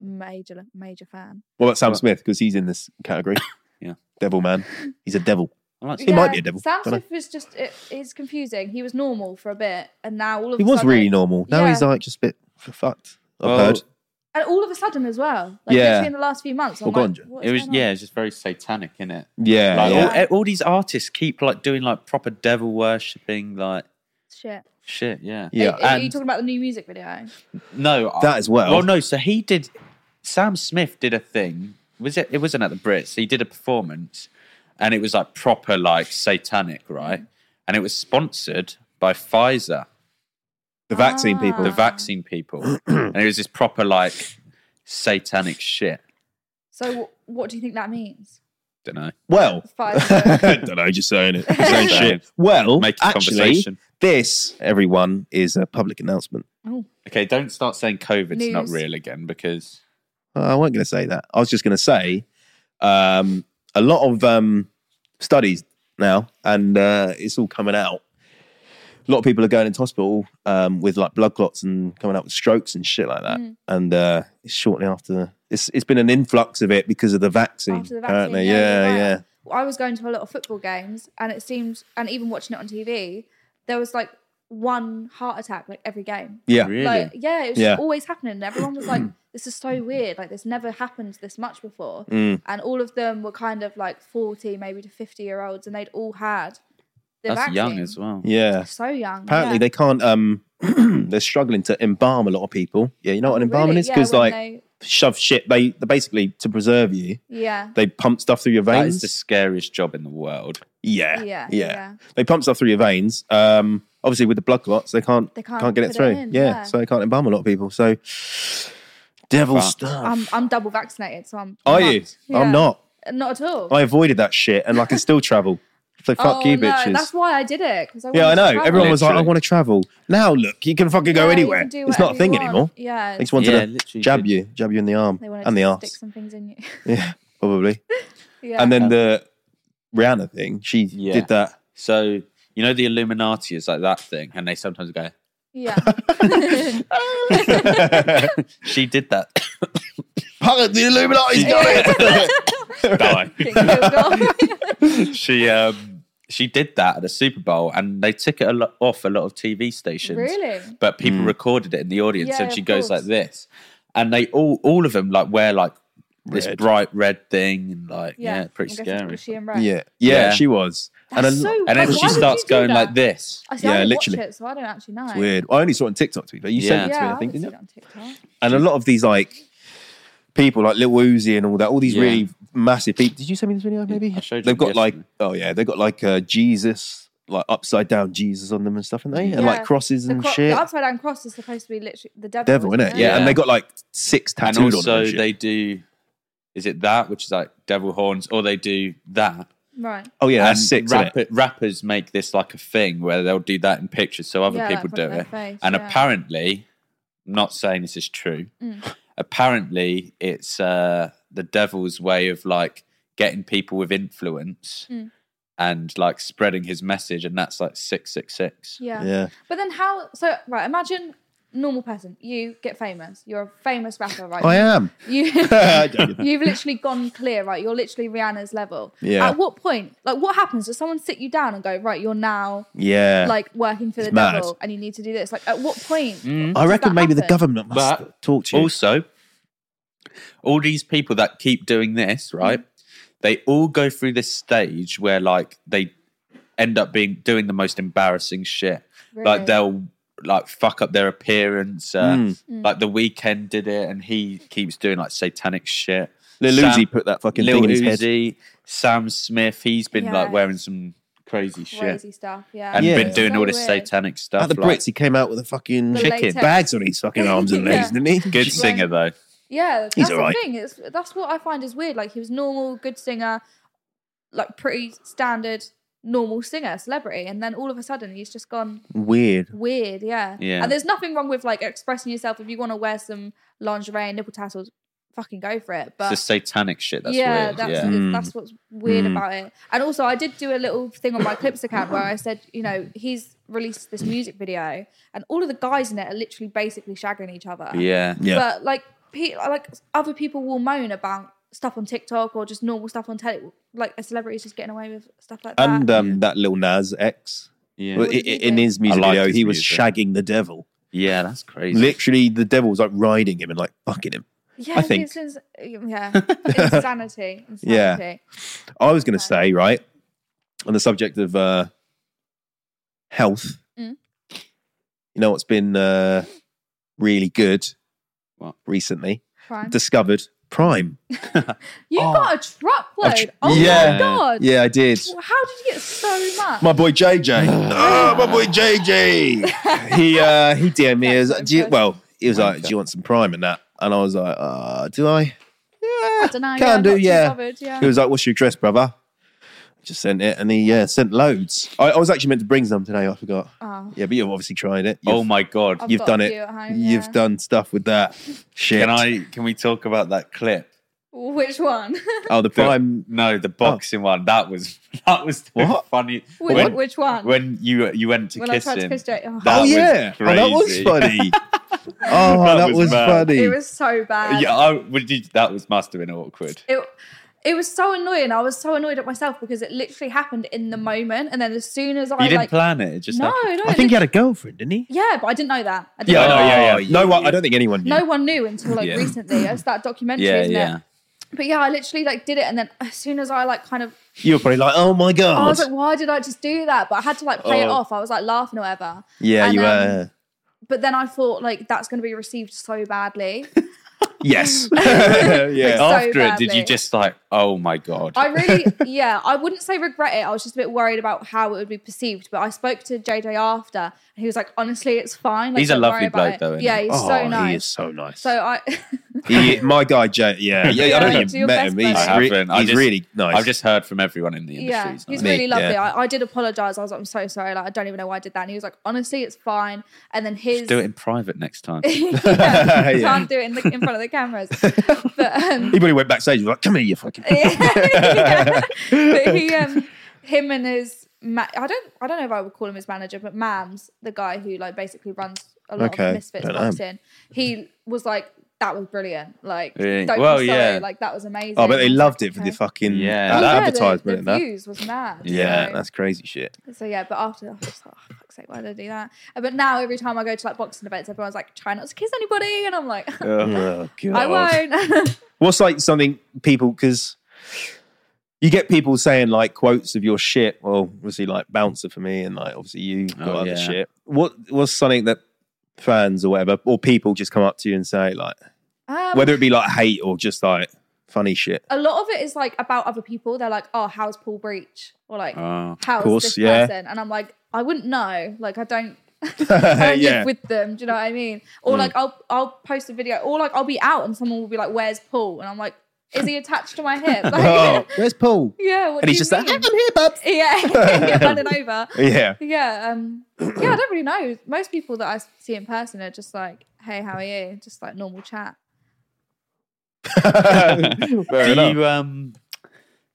Speaker 1: major major fan.
Speaker 3: What about Sam
Speaker 2: What?
Speaker 3: Smith? Because he's in this category.
Speaker 2: Yeah.
Speaker 3: Devil man. He's a devil.
Speaker 2: I like
Speaker 3: He might be a devil,
Speaker 1: Sam
Speaker 3: don't know.
Speaker 1: Smith was just it is confusing. He was normal for a bit, and now all of
Speaker 3: He
Speaker 1: a
Speaker 3: was
Speaker 1: sudden,
Speaker 3: really normal. Now
Speaker 1: Yeah.
Speaker 3: he's like just a bit f- fucked. I've
Speaker 2: Well,
Speaker 3: heard.
Speaker 1: and all of a sudden as well. Like
Speaker 3: Yeah.
Speaker 1: literally in the last few months, I'm
Speaker 3: Well,
Speaker 1: like,
Speaker 3: ganja.
Speaker 1: what
Speaker 2: It
Speaker 1: is
Speaker 2: was
Speaker 1: going on?
Speaker 2: yeah, it's just very satanic, isn't it?
Speaker 3: Yeah.
Speaker 2: Like
Speaker 3: yeah.
Speaker 2: all, eh, all these artists keep like doing like proper devil worshipping like
Speaker 1: shit.
Speaker 2: shit. Yeah,
Speaker 3: Yeah,
Speaker 1: Are- are you
Speaker 2: and-
Speaker 1: talking about the new music video?
Speaker 2: No, I-
Speaker 3: That as well.
Speaker 2: Well, no. So he did. Sam Smith did a thing. Was it? It wasn't at the Brits. He did a performance, and it was like proper, like satanic, right? And it was sponsored by Pfizer,
Speaker 3: The vaccine
Speaker 1: Ah.
Speaker 3: people.
Speaker 2: the
Speaker 1: Wow.
Speaker 2: vaccine people, and it was this proper like satanic shit.
Speaker 1: So w- what do you think that means?
Speaker 2: Don't know.
Speaker 3: well,
Speaker 1: Pfizer.
Speaker 3: don't know, just saying it. Just saying
Speaker 2: Just
Speaker 3: shit.
Speaker 2: saying.
Speaker 3: Well,
Speaker 2: Make a
Speaker 3: actually,
Speaker 2: conversation.
Speaker 3: this, everyone, is a public announcement.
Speaker 2: Okay, don't start saying COVID's not
Speaker 1: News.
Speaker 2: real again because
Speaker 3: Uh, I wasn't going to say that. I was just going to say um, a lot of um, studies now, and uh, it's all coming out. A lot of people are going into hospital um, with like blood clots and coming out with strokes and shit like that.
Speaker 1: Mm.
Speaker 3: And uh, it's shortly after the, it's it's been an influx of it because of the vaccine.
Speaker 1: After the vaccine,
Speaker 3: apparently,
Speaker 1: yeah,
Speaker 3: yeah,
Speaker 1: you're
Speaker 3: yeah.
Speaker 1: right. I was going to a lot of football games, and it seemed, and even watching it on TV, there was like one heart attack like every game.
Speaker 3: Yeah.
Speaker 2: really,
Speaker 1: Like, yeah, it was
Speaker 3: Yeah.
Speaker 1: just always happening. And everyone was like, "This is so weird. Like, this never happened this much before."
Speaker 3: Mm.
Speaker 1: And all of them were kind of like forty, maybe to fifty-year-olds, and they'd all had the
Speaker 2: that's
Speaker 1: vaccine.
Speaker 2: young as well.
Speaker 3: Yeah.
Speaker 1: So young.
Speaker 3: Apparently
Speaker 1: yeah.
Speaker 3: they can't um they're struggling to embalm a lot of people. Yeah, you know what an embalming
Speaker 1: Oh, Really?
Speaker 3: is?
Speaker 1: Yeah,
Speaker 3: Because
Speaker 1: when
Speaker 3: like
Speaker 1: they-
Speaker 3: shove shit they they basically to preserve you,
Speaker 1: yeah,
Speaker 3: they pump stuff through your
Speaker 2: That is
Speaker 3: veins.
Speaker 2: the scariest job in the world.
Speaker 3: yeah,
Speaker 1: yeah,
Speaker 3: yeah.
Speaker 1: yeah.
Speaker 3: They pump stuff through your veins. Um obviously with the blood clots they can't
Speaker 1: They can't
Speaker 3: can't, get it
Speaker 1: put it
Speaker 3: through.
Speaker 1: in,
Speaker 3: yeah,
Speaker 1: yeah.
Speaker 3: So they can't embalm a lot of people. So devil
Speaker 2: Fucked.
Speaker 3: stuff.
Speaker 1: I'm I'm double vaccinated, so I'm.
Speaker 3: Are you?
Speaker 1: fucked. Yeah.
Speaker 3: I'm not.
Speaker 1: Not at all.
Speaker 3: I avoided that shit and I can still travel. So fuck
Speaker 1: oh,
Speaker 3: you
Speaker 1: no,
Speaker 3: bitches.
Speaker 1: That's why I did it. 'cause I
Speaker 3: yeah, I
Speaker 1: wanted
Speaker 3: know.
Speaker 1: to travel.
Speaker 3: Everyone was like, I
Speaker 2: Literally.
Speaker 3: want to travel. Now look, you can fucking go
Speaker 1: Yeah, you
Speaker 3: anywhere.
Speaker 1: can do
Speaker 3: It's not a
Speaker 1: whatever you
Speaker 3: thing
Speaker 1: want.
Speaker 3: anymore.
Speaker 1: Yeah,
Speaker 3: They just wanted
Speaker 2: Yeah,
Speaker 3: to
Speaker 2: literally
Speaker 3: jab
Speaker 2: did.
Speaker 3: you, jab you in the arm
Speaker 1: they wanted
Speaker 3: and the
Speaker 1: to
Speaker 3: arse.
Speaker 1: stick some things in you.
Speaker 3: Yeah, probably.
Speaker 1: yeah.
Speaker 3: And then the Rihanna thing, she
Speaker 2: Yeah.
Speaker 3: did that.
Speaker 2: So you know the Illuminati is like that thing, and they sometimes go,
Speaker 1: yeah.
Speaker 2: "She did that."
Speaker 3: Pilot the Illuminati's got it.
Speaker 2: Die.
Speaker 1: Get killed off.
Speaker 2: she um she did that at the Super Bowl, and they took it a lot off a lot of TV stations.
Speaker 1: really?
Speaker 2: But people
Speaker 3: Hmm.
Speaker 2: recorded it in the audience,
Speaker 1: Yeah,
Speaker 2: and she
Speaker 1: of
Speaker 2: goes
Speaker 1: course.
Speaker 2: like this, and they all all of them like wear like this
Speaker 3: Red.
Speaker 2: bright red thing, and like
Speaker 1: Yeah.
Speaker 2: yeah, pretty
Speaker 1: I'm guessing it
Speaker 2: scary.
Speaker 1: was She and Ray.
Speaker 3: yeah. yeah,
Speaker 2: Yeah.
Speaker 3: she was.
Speaker 1: That's
Speaker 3: and a-
Speaker 1: so weird.
Speaker 2: And then
Speaker 1: Why
Speaker 2: she
Speaker 1: would you
Speaker 2: starts
Speaker 1: do
Speaker 2: going
Speaker 1: that?
Speaker 2: like this.
Speaker 1: I see,
Speaker 3: Yeah,
Speaker 1: I didn't
Speaker 3: literally.
Speaker 1: Watch it, so I don't actually know.
Speaker 3: it's weird. I only saw it on TikTok to be fair. You sent it to me,
Speaker 1: Yeah,
Speaker 3: I
Speaker 1: I
Speaker 3: think,
Speaker 1: haven't
Speaker 3: didn't
Speaker 1: seen
Speaker 3: you?
Speaker 1: it on TikTok.
Speaker 3: And a lot of these like people like Lil Uzi and all that, all these
Speaker 2: Yeah.
Speaker 3: really massive people. Did you send me this video? Maybe
Speaker 2: I showed you
Speaker 3: they've
Speaker 2: it
Speaker 3: got like
Speaker 2: yesterday.
Speaker 3: oh yeah, they've got like uh, Jesus like upside down Jesus on them and stuff, and they and
Speaker 1: Yeah.
Speaker 3: like crosses
Speaker 1: The,
Speaker 3: and
Speaker 1: cro-
Speaker 3: shit.
Speaker 1: the upside down cross is supposed to be literally the devil,
Speaker 3: Devil,
Speaker 1: isn't
Speaker 3: innit? Yeah.
Speaker 2: Yeah.
Speaker 3: and they got like six
Speaker 2: And
Speaker 3: tattooed on
Speaker 2: also
Speaker 3: them. and shit.
Speaker 2: they do, is it that which is like devil horns, or they do that?
Speaker 1: Right.
Speaker 3: oh yeah,
Speaker 2: And
Speaker 3: that's six. innit?
Speaker 2: rapper- rappers make this like a thing where they'll do that in pictures so other
Speaker 1: Yeah, like
Speaker 2: people
Speaker 1: put it
Speaker 2: do
Speaker 1: in their
Speaker 2: it.
Speaker 1: face,
Speaker 2: and
Speaker 1: yeah.
Speaker 2: apparently, I'm not saying this is true,
Speaker 1: Mm.
Speaker 2: apparently it's uh, the devil's way of like getting people with influence
Speaker 1: Mm.
Speaker 2: and like spreading his message. And that's like 666.
Speaker 1: Yeah.
Speaker 3: Yeah.
Speaker 1: But then how? So right, imagine normal person. You get famous. You're a famous rapper, right?
Speaker 3: I am.
Speaker 1: You.
Speaker 3: Joking.
Speaker 1: You've literally gone clear, right? You're literally Rihanna's level.
Speaker 3: Yeah.
Speaker 1: At what point, like, what happens? Does someone sit you down and go, right, you're now
Speaker 3: yeah.
Speaker 1: like working for the
Speaker 3: mad.
Speaker 1: devil and you need to do this? Like, at what point?
Speaker 2: Mm.
Speaker 3: I reckon
Speaker 1: that
Speaker 3: maybe the
Speaker 1: happen?
Speaker 3: government must
Speaker 2: But
Speaker 3: talk to you.
Speaker 2: Also, all these people that keep doing this,
Speaker 3: Mm-hmm.
Speaker 2: right? They all go through this stage where like they end up being doing the most embarrassing shit.
Speaker 1: Really?
Speaker 2: Like they'll like fuck up their appearance. Uh,
Speaker 3: Mm.
Speaker 2: Like the weekend did it, and he keeps doing like satanic shit.
Speaker 3: Lil
Speaker 2: Sam-
Speaker 3: Uzi put that fucking
Speaker 2: Lil
Speaker 3: thing in his head.
Speaker 2: Uzi, Sam Smith, he's been
Speaker 1: Yeah.
Speaker 2: like wearing some crazy shit
Speaker 1: Crazy stuff, yeah.
Speaker 2: and
Speaker 3: Yeah.
Speaker 2: been doing
Speaker 1: So
Speaker 2: all this
Speaker 1: weird.
Speaker 2: satanic stuff.
Speaker 3: At the
Speaker 2: like,
Speaker 3: Brits, he came out with a fucking
Speaker 1: The
Speaker 2: chicken
Speaker 1: latex-
Speaker 3: bags on his fucking arms and legs,
Speaker 1: Yeah.
Speaker 3: didn't he?
Speaker 2: good singer though.
Speaker 1: Yeah, that's
Speaker 3: He's
Speaker 1: the
Speaker 3: alright.
Speaker 1: thing. It's, that's what I find is weird. Like he was normal, good singer, like pretty standard, normal singer, celebrity, and then all of a sudden he's just gone
Speaker 3: Weird.
Speaker 1: weird. Yeah,
Speaker 2: Yeah.
Speaker 1: And there's nothing wrong with like expressing yourself. If you want to wear some lingerie and nipple tassels, fucking go for it. But
Speaker 2: It's the satanic shit. That's
Speaker 1: yeah,
Speaker 2: weird.
Speaker 1: that's
Speaker 2: yeah. Hmm.
Speaker 3: Mm.
Speaker 1: that's what's weird
Speaker 3: Mm.
Speaker 1: about it. And also, I did do a little thing on my Clips account where I said, you know, he's released this music video, and all of the guys in it are literally basically shagging each other.
Speaker 2: yeah.
Speaker 3: Yeah.
Speaker 1: But like, pe- like other people will moan about stuff on TikTok or just normal stuff on telly. Like a celebrity's just getting away with stuff like that.
Speaker 3: And um, that Lil Nas X,
Speaker 2: Yeah.
Speaker 3: well, i- i-
Speaker 1: did he
Speaker 3: in
Speaker 1: do?
Speaker 3: his music
Speaker 2: like
Speaker 3: video,
Speaker 2: his
Speaker 3: he was
Speaker 2: music.
Speaker 3: shagging the devil.
Speaker 2: Yeah, that's crazy.
Speaker 3: Literally, the devil was like riding him and like fucking him.
Speaker 1: yeah,
Speaker 3: I think-
Speaker 1: it's ins- yeah, insanity, insanity.
Speaker 3: I was going
Speaker 1: Okay.
Speaker 3: to say, right, on the subject of uh, health,
Speaker 1: Mm.
Speaker 3: you know what's been uh, really good
Speaker 2: What?
Speaker 3: recently?
Speaker 1: Prime.
Speaker 3: Discovered Prime.
Speaker 1: you
Speaker 3: Oh.
Speaker 1: got a truckload.
Speaker 3: I've tr-
Speaker 1: oh my
Speaker 3: Yeah.
Speaker 1: god.
Speaker 3: Yeah, I did.
Speaker 1: How did you get so much?
Speaker 3: My boy JJ. oh, my boy JJ. he uh, he DM'd me.
Speaker 1: That's
Speaker 3: As,
Speaker 1: so
Speaker 3: do you,
Speaker 1: good.
Speaker 3: well, he was like,
Speaker 2: Wanker.
Speaker 3: "Do you want some Prime and that?" And I was like, uh, "Do I?" Yeah,
Speaker 1: Dunno, yeah,
Speaker 3: can
Speaker 1: I've
Speaker 3: do.
Speaker 1: got you
Speaker 3: Yeah.
Speaker 1: covered, yeah.
Speaker 3: He was like, "What's your address, brother?" I Just sent it, and he yeah, sent loads. I, I was actually meant to bring some today. I forgot.
Speaker 1: Oh,
Speaker 3: Yeah, but you've obviously tried it. You've,
Speaker 2: oh my god.
Speaker 1: I've
Speaker 3: you've
Speaker 1: got
Speaker 3: done
Speaker 1: a
Speaker 3: it.
Speaker 1: few at home,
Speaker 3: You've
Speaker 1: yeah.
Speaker 3: done stuff with that shit.
Speaker 2: Can I? Can we talk about that clip?
Speaker 1: Which one?
Speaker 3: Oh, the Prime.
Speaker 2: No, the boxing one. That was that was the
Speaker 3: Oh. What?
Speaker 2: funny.
Speaker 1: which,
Speaker 2: when,
Speaker 1: which one?
Speaker 2: when you you went to
Speaker 1: When I
Speaker 2: kiss
Speaker 1: tried to
Speaker 2: him.
Speaker 1: kiss Jake. Oh,
Speaker 2: That
Speaker 3: oh
Speaker 2: was
Speaker 3: yeah, Oh, that was
Speaker 2: crazy.
Speaker 3: funny. oh, that,
Speaker 2: That was
Speaker 3: was,
Speaker 2: mad.
Speaker 3: funny.
Speaker 1: it was so bad.
Speaker 2: yeah, I, would you, that was must have been awkward.
Speaker 1: It, it was so annoying. I was so annoyed at myself because it literally happened in the moment. And then as soon as I
Speaker 2: You didn't
Speaker 1: like,
Speaker 2: plan it. It just
Speaker 1: no,
Speaker 2: happened.
Speaker 1: no,
Speaker 3: I think he had a girlfriend, didn't he?
Speaker 1: yeah, but I didn't know that. I didn't know
Speaker 2: Yeah, I know,
Speaker 1: that.
Speaker 2: yeah, yeah.
Speaker 3: No one. I don't think anyone knew.
Speaker 1: No one knew until like
Speaker 2: Yeah.
Speaker 1: recently. It's that documentary,
Speaker 2: Yeah,
Speaker 1: isn't
Speaker 2: yeah.
Speaker 1: it? But yeah, I literally like did it, and then as soon as I like kind of
Speaker 3: You were probably like, "Oh my god."
Speaker 1: I was like, why did I just do that? But I had to like play it
Speaker 3: Oh.
Speaker 1: off. I was like laughing or whatever.
Speaker 3: yeah,
Speaker 1: and,
Speaker 3: you
Speaker 1: um,
Speaker 3: were.
Speaker 1: But then I thought like that's going to be received so badly.
Speaker 3: Yes. yeah.
Speaker 1: so
Speaker 2: After it, did
Speaker 1: badly.
Speaker 2: you just like? Oh my god.
Speaker 1: I really, yeah, I wouldn't say regret it. I was just a bit worried about how it would be perceived. But I spoke to JJ after, and he was like, honestly, it's fine. Like,
Speaker 2: He's a
Speaker 1: don't
Speaker 2: lovely
Speaker 1: worry about
Speaker 2: bloke,
Speaker 1: it."
Speaker 2: though, isn't
Speaker 1: Yeah,
Speaker 2: he?
Speaker 1: he's
Speaker 3: oh,
Speaker 1: so nice.
Speaker 3: he is so nice.
Speaker 1: So I,
Speaker 3: he, my guy, Jay. Yeah, yeah. I
Speaker 1: Yeah,
Speaker 3: don't
Speaker 1: like,
Speaker 3: think
Speaker 1: to
Speaker 3: you've
Speaker 1: your
Speaker 3: met
Speaker 1: best
Speaker 3: him. He's,
Speaker 1: buddy.
Speaker 2: I
Speaker 3: re-
Speaker 2: haven't. I
Speaker 3: he's
Speaker 2: just-
Speaker 3: really nice.
Speaker 2: I've just heard from everyone in the industry.
Speaker 1: yeah,
Speaker 2: it's
Speaker 1: he's
Speaker 2: nice.
Speaker 1: really
Speaker 3: Neat,
Speaker 1: lovely.
Speaker 3: yeah.
Speaker 1: I, I did apologize. I was like, I'm so sorry. Like, I don't even know why I did that. And he was like, honestly, it's fine. And then his.
Speaker 2: Do it in private next time.
Speaker 1: Yeah,
Speaker 3: Yeah.
Speaker 1: Can't do it in, the, in front of the cameras. but um,
Speaker 3: he probably went backstage. and was like, "Come here, you fucking."
Speaker 1: yeah. but he um him and his ma- I don't I don't know if I would call him his manager, but Mams, the guy who like basically runs a lot
Speaker 3: Okay,
Speaker 1: of misfits
Speaker 3: don't know.
Speaker 1: boxing, he was like that was brilliant. Like
Speaker 2: Really?
Speaker 1: don't
Speaker 2: Well,
Speaker 1: be sorry.
Speaker 2: yeah.
Speaker 1: Like that was amazing.
Speaker 3: Oh, but they
Speaker 1: I was
Speaker 3: loved
Speaker 1: like,
Speaker 3: it for the
Speaker 1: okay.
Speaker 3: fucking
Speaker 2: Yeah.
Speaker 3: uh,
Speaker 2: Well,
Speaker 1: yeah, the-
Speaker 3: advertisement
Speaker 1: The,
Speaker 3: and that.
Speaker 1: views was mad.
Speaker 3: Yeah,
Speaker 1: so,
Speaker 3: that's crazy shit.
Speaker 1: so yeah. But after I was just like, oh, fuck's sake, why did I do that? Uh, But now every time I go to like boxing events, everyone's like, try not to kiss anybody, and I'm like,
Speaker 3: Oh god.
Speaker 1: I won't.
Speaker 3: What's like something people because you get people saying like quotes of your shit. Well, obviously like bouncer for me, and like obviously you got
Speaker 2: Oh,
Speaker 3: other
Speaker 2: yeah.
Speaker 3: shit. What was something that fans or whatever or people just come up to you and say like
Speaker 1: um,
Speaker 3: whether it be like hate or just like funny shit.
Speaker 1: a lot of it is like about other people. They're like, oh, how's Paul Breach? Or like,
Speaker 2: Oh.
Speaker 1: how's
Speaker 3: Uh, course,
Speaker 1: this
Speaker 3: yeah.
Speaker 1: person? And I'm like, I wouldn't know. Like, I don't, I don't
Speaker 3: yeah, Hmm.
Speaker 1: live with them. Do you know what I mean? Or like, I'll I'll post a video, or like, I'll be out and someone will be like, where's Paul? And I'm like, is he attached to my hip? Like,
Speaker 3: oh, where's Paul?
Speaker 1: yeah. What
Speaker 3: And
Speaker 1: do
Speaker 3: he's
Speaker 1: you
Speaker 3: just like,
Speaker 1: mean?
Speaker 3: I'm here, bub.
Speaker 1: yeah, Get running over.
Speaker 3: Yeah.
Speaker 1: Yeah, um, yeah. I don't really know. Most people that I see in person are just like, hey, how are you? Just like normal chat.
Speaker 3: Fair
Speaker 2: do
Speaker 3: enough.
Speaker 2: you um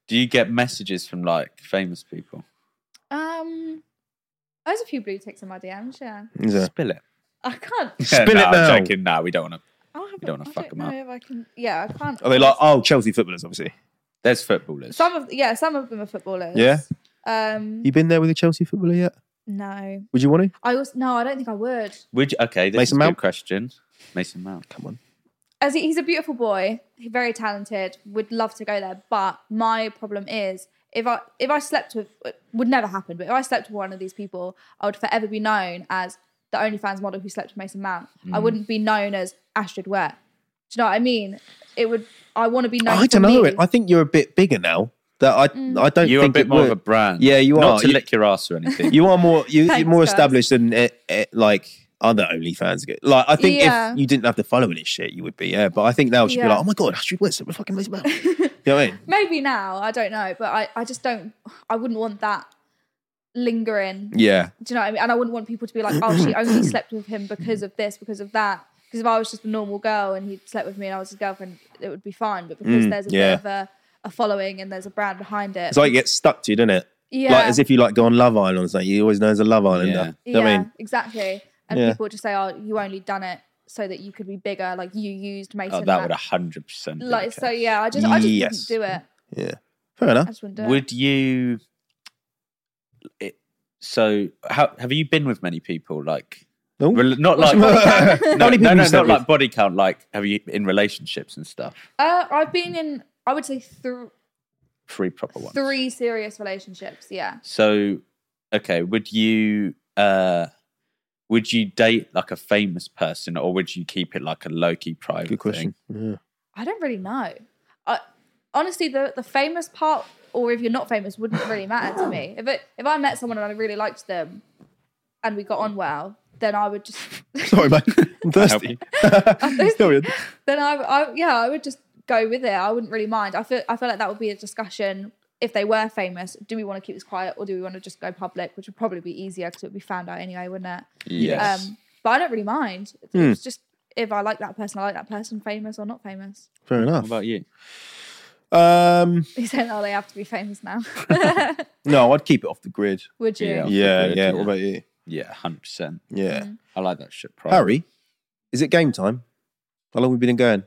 Speaker 2: do you get messages from like famous people?
Speaker 1: Um, there's a few blue ticks in my DMs. Yeah,
Speaker 3: Yeah.
Speaker 2: Spill it.
Speaker 1: I can't.
Speaker 3: Spill it
Speaker 2: no,
Speaker 3: now.
Speaker 2: I'm joking. No, we don't want to.
Speaker 1: I don't, have
Speaker 2: You don't wanna
Speaker 1: I
Speaker 2: fuck 'em up.
Speaker 1: know if I can- yeah, I can't.
Speaker 3: Are they like, oh, Chelsea footballers, obviously.
Speaker 2: There's footballers.
Speaker 1: some of yeah, some of them are footballers.
Speaker 3: Yeah?
Speaker 1: Um.
Speaker 3: You been there with a Chelsea footballer yet?
Speaker 1: no,
Speaker 3: Would you want to?
Speaker 1: I also no. I don't think I would.
Speaker 2: Would you, okay, this
Speaker 3: Mason
Speaker 2: is a
Speaker 3: Mount?
Speaker 2: good question. Mason Mount.
Speaker 3: Come on.
Speaker 1: As he, he's a beautiful boy, he very talented. Would love to go there, but my problem is if I if I slept with it would never happen. But if I slept with one of these people, I would forever be known as the OnlyFans model who slept with Mason Mount. I
Speaker 3: Mm.
Speaker 1: wouldn't be known as Astrid Ware. Do you know what I mean? It would. I want to be known.
Speaker 3: I
Speaker 1: for
Speaker 3: don't know.
Speaker 1: me.
Speaker 3: it. I think you're a bit bigger now. That I
Speaker 1: Mm.
Speaker 3: I don't.
Speaker 2: You're a
Speaker 3: think
Speaker 2: bit
Speaker 3: it
Speaker 2: more
Speaker 3: would.
Speaker 2: of a brand.
Speaker 3: Yeah, you
Speaker 2: Not
Speaker 3: are.
Speaker 2: to
Speaker 3: You-
Speaker 2: lick your ass or anything.
Speaker 3: You are more you,
Speaker 1: Thanks,
Speaker 3: you're more
Speaker 1: guys.
Speaker 3: established than eh, eh, like other OnlyFans. go- Like I think
Speaker 1: Yeah.
Speaker 3: if you didn't have the following and shit, you would be yeah. But I think now she'd be
Speaker 1: Yeah.
Speaker 3: like, oh my god, Astrid Winston, we're fucking Mason Mount. you know what I mean?
Speaker 1: Maybe now. I don't know. But I, I just don't. I wouldn't want that lingering.
Speaker 3: Yeah,
Speaker 1: Do you know what I mean? And I wouldn't want people to be like, oh, she only slept with him because of this, because of that. Because if I was just a normal girl and he slept with me and I was his girlfriend, it would be fine. But because there's a
Speaker 3: Mm, yeah.
Speaker 1: bit of a, a following and there's a brand behind it.
Speaker 3: it's like it gets stuck to you, doesn't it?
Speaker 1: yeah.
Speaker 3: Like as if you like go on Love Island, it's like you always know as a Love Islander. You
Speaker 1: yeah,
Speaker 3: know what I mean?
Speaker 1: exactly. And
Speaker 3: Yeah.
Speaker 1: people just say, oh, you only done it so that you could be bigger. Like you used Mason.
Speaker 2: Oh, that
Speaker 1: Mount.
Speaker 2: would 100%. be
Speaker 1: Like,
Speaker 2: the
Speaker 1: so
Speaker 2: case.
Speaker 1: yeah, I just, I just
Speaker 3: Yes.
Speaker 1: wouldn't do it.
Speaker 3: Yeah, fair
Speaker 1: I
Speaker 3: enough.
Speaker 1: just wouldn't do it.
Speaker 2: Would you. It, so, how, have you been with many people? Like,
Speaker 3: No.
Speaker 2: rel- not
Speaker 3: What's
Speaker 2: like.
Speaker 3: your body count?
Speaker 2: no,
Speaker 3: How many people
Speaker 2: no,
Speaker 3: you
Speaker 2: no,
Speaker 3: slept
Speaker 2: not
Speaker 3: with?
Speaker 2: like body count. Like, have you in relationships and stuff?
Speaker 1: Uh, I've been in, I would say, th-
Speaker 2: Three proper ones.
Speaker 1: three serious relationships. Yeah.
Speaker 2: So, okay, would you uh would you date like a famous person or would you keep it like a low key private
Speaker 3: Good question.
Speaker 2: thing?
Speaker 3: Yeah.
Speaker 1: I don't really know. I, honestly, the, the famous part, or if you're not famous, wouldn't really matter to me. If it, if I met someone and I really liked them, and we got on well, then I would just
Speaker 3: Sorry, mate. I'm thirsty. Carry on.
Speaker 1: then I, I yeah I would just go with it. I wouldn't really mind. I feel I feel like that would be a discussion if they were famous. Do we want to keep this quiet or do we want to just go public? Which would probably be easier because it would be found out anyway, wouldn't it?
Speaker 2: Yes. Hmm.
Speaker 1: Um, but I don't really mind. It's it's just if I like that person, I like that person, famous or not famous.
Speaker 3: Fair
Speaker 2: What
Speaker 3: enough.
Speaker 2: about you?
Speaker 3: Um,
Speaker 1: He's saying, oh, they have to be famous now.
Speaker 3: no, I'd keep it off the grid.
Speaker 1: Would you?
Speaker 2: Yeah. Off the
Speaker 3: yeah,
Speaker 2: grid,
Speaker 3: yeah.
Speaker 2: yeah.
Speaker 3: What about you?
Speaker 2: Yeah, hundred percent.
Speaker 3: Yeah.
Speaker 1: Mm-hmm.
Speaker 2: I like that shit private.
Speaker 3: Harry, is it game time? How long have we been going?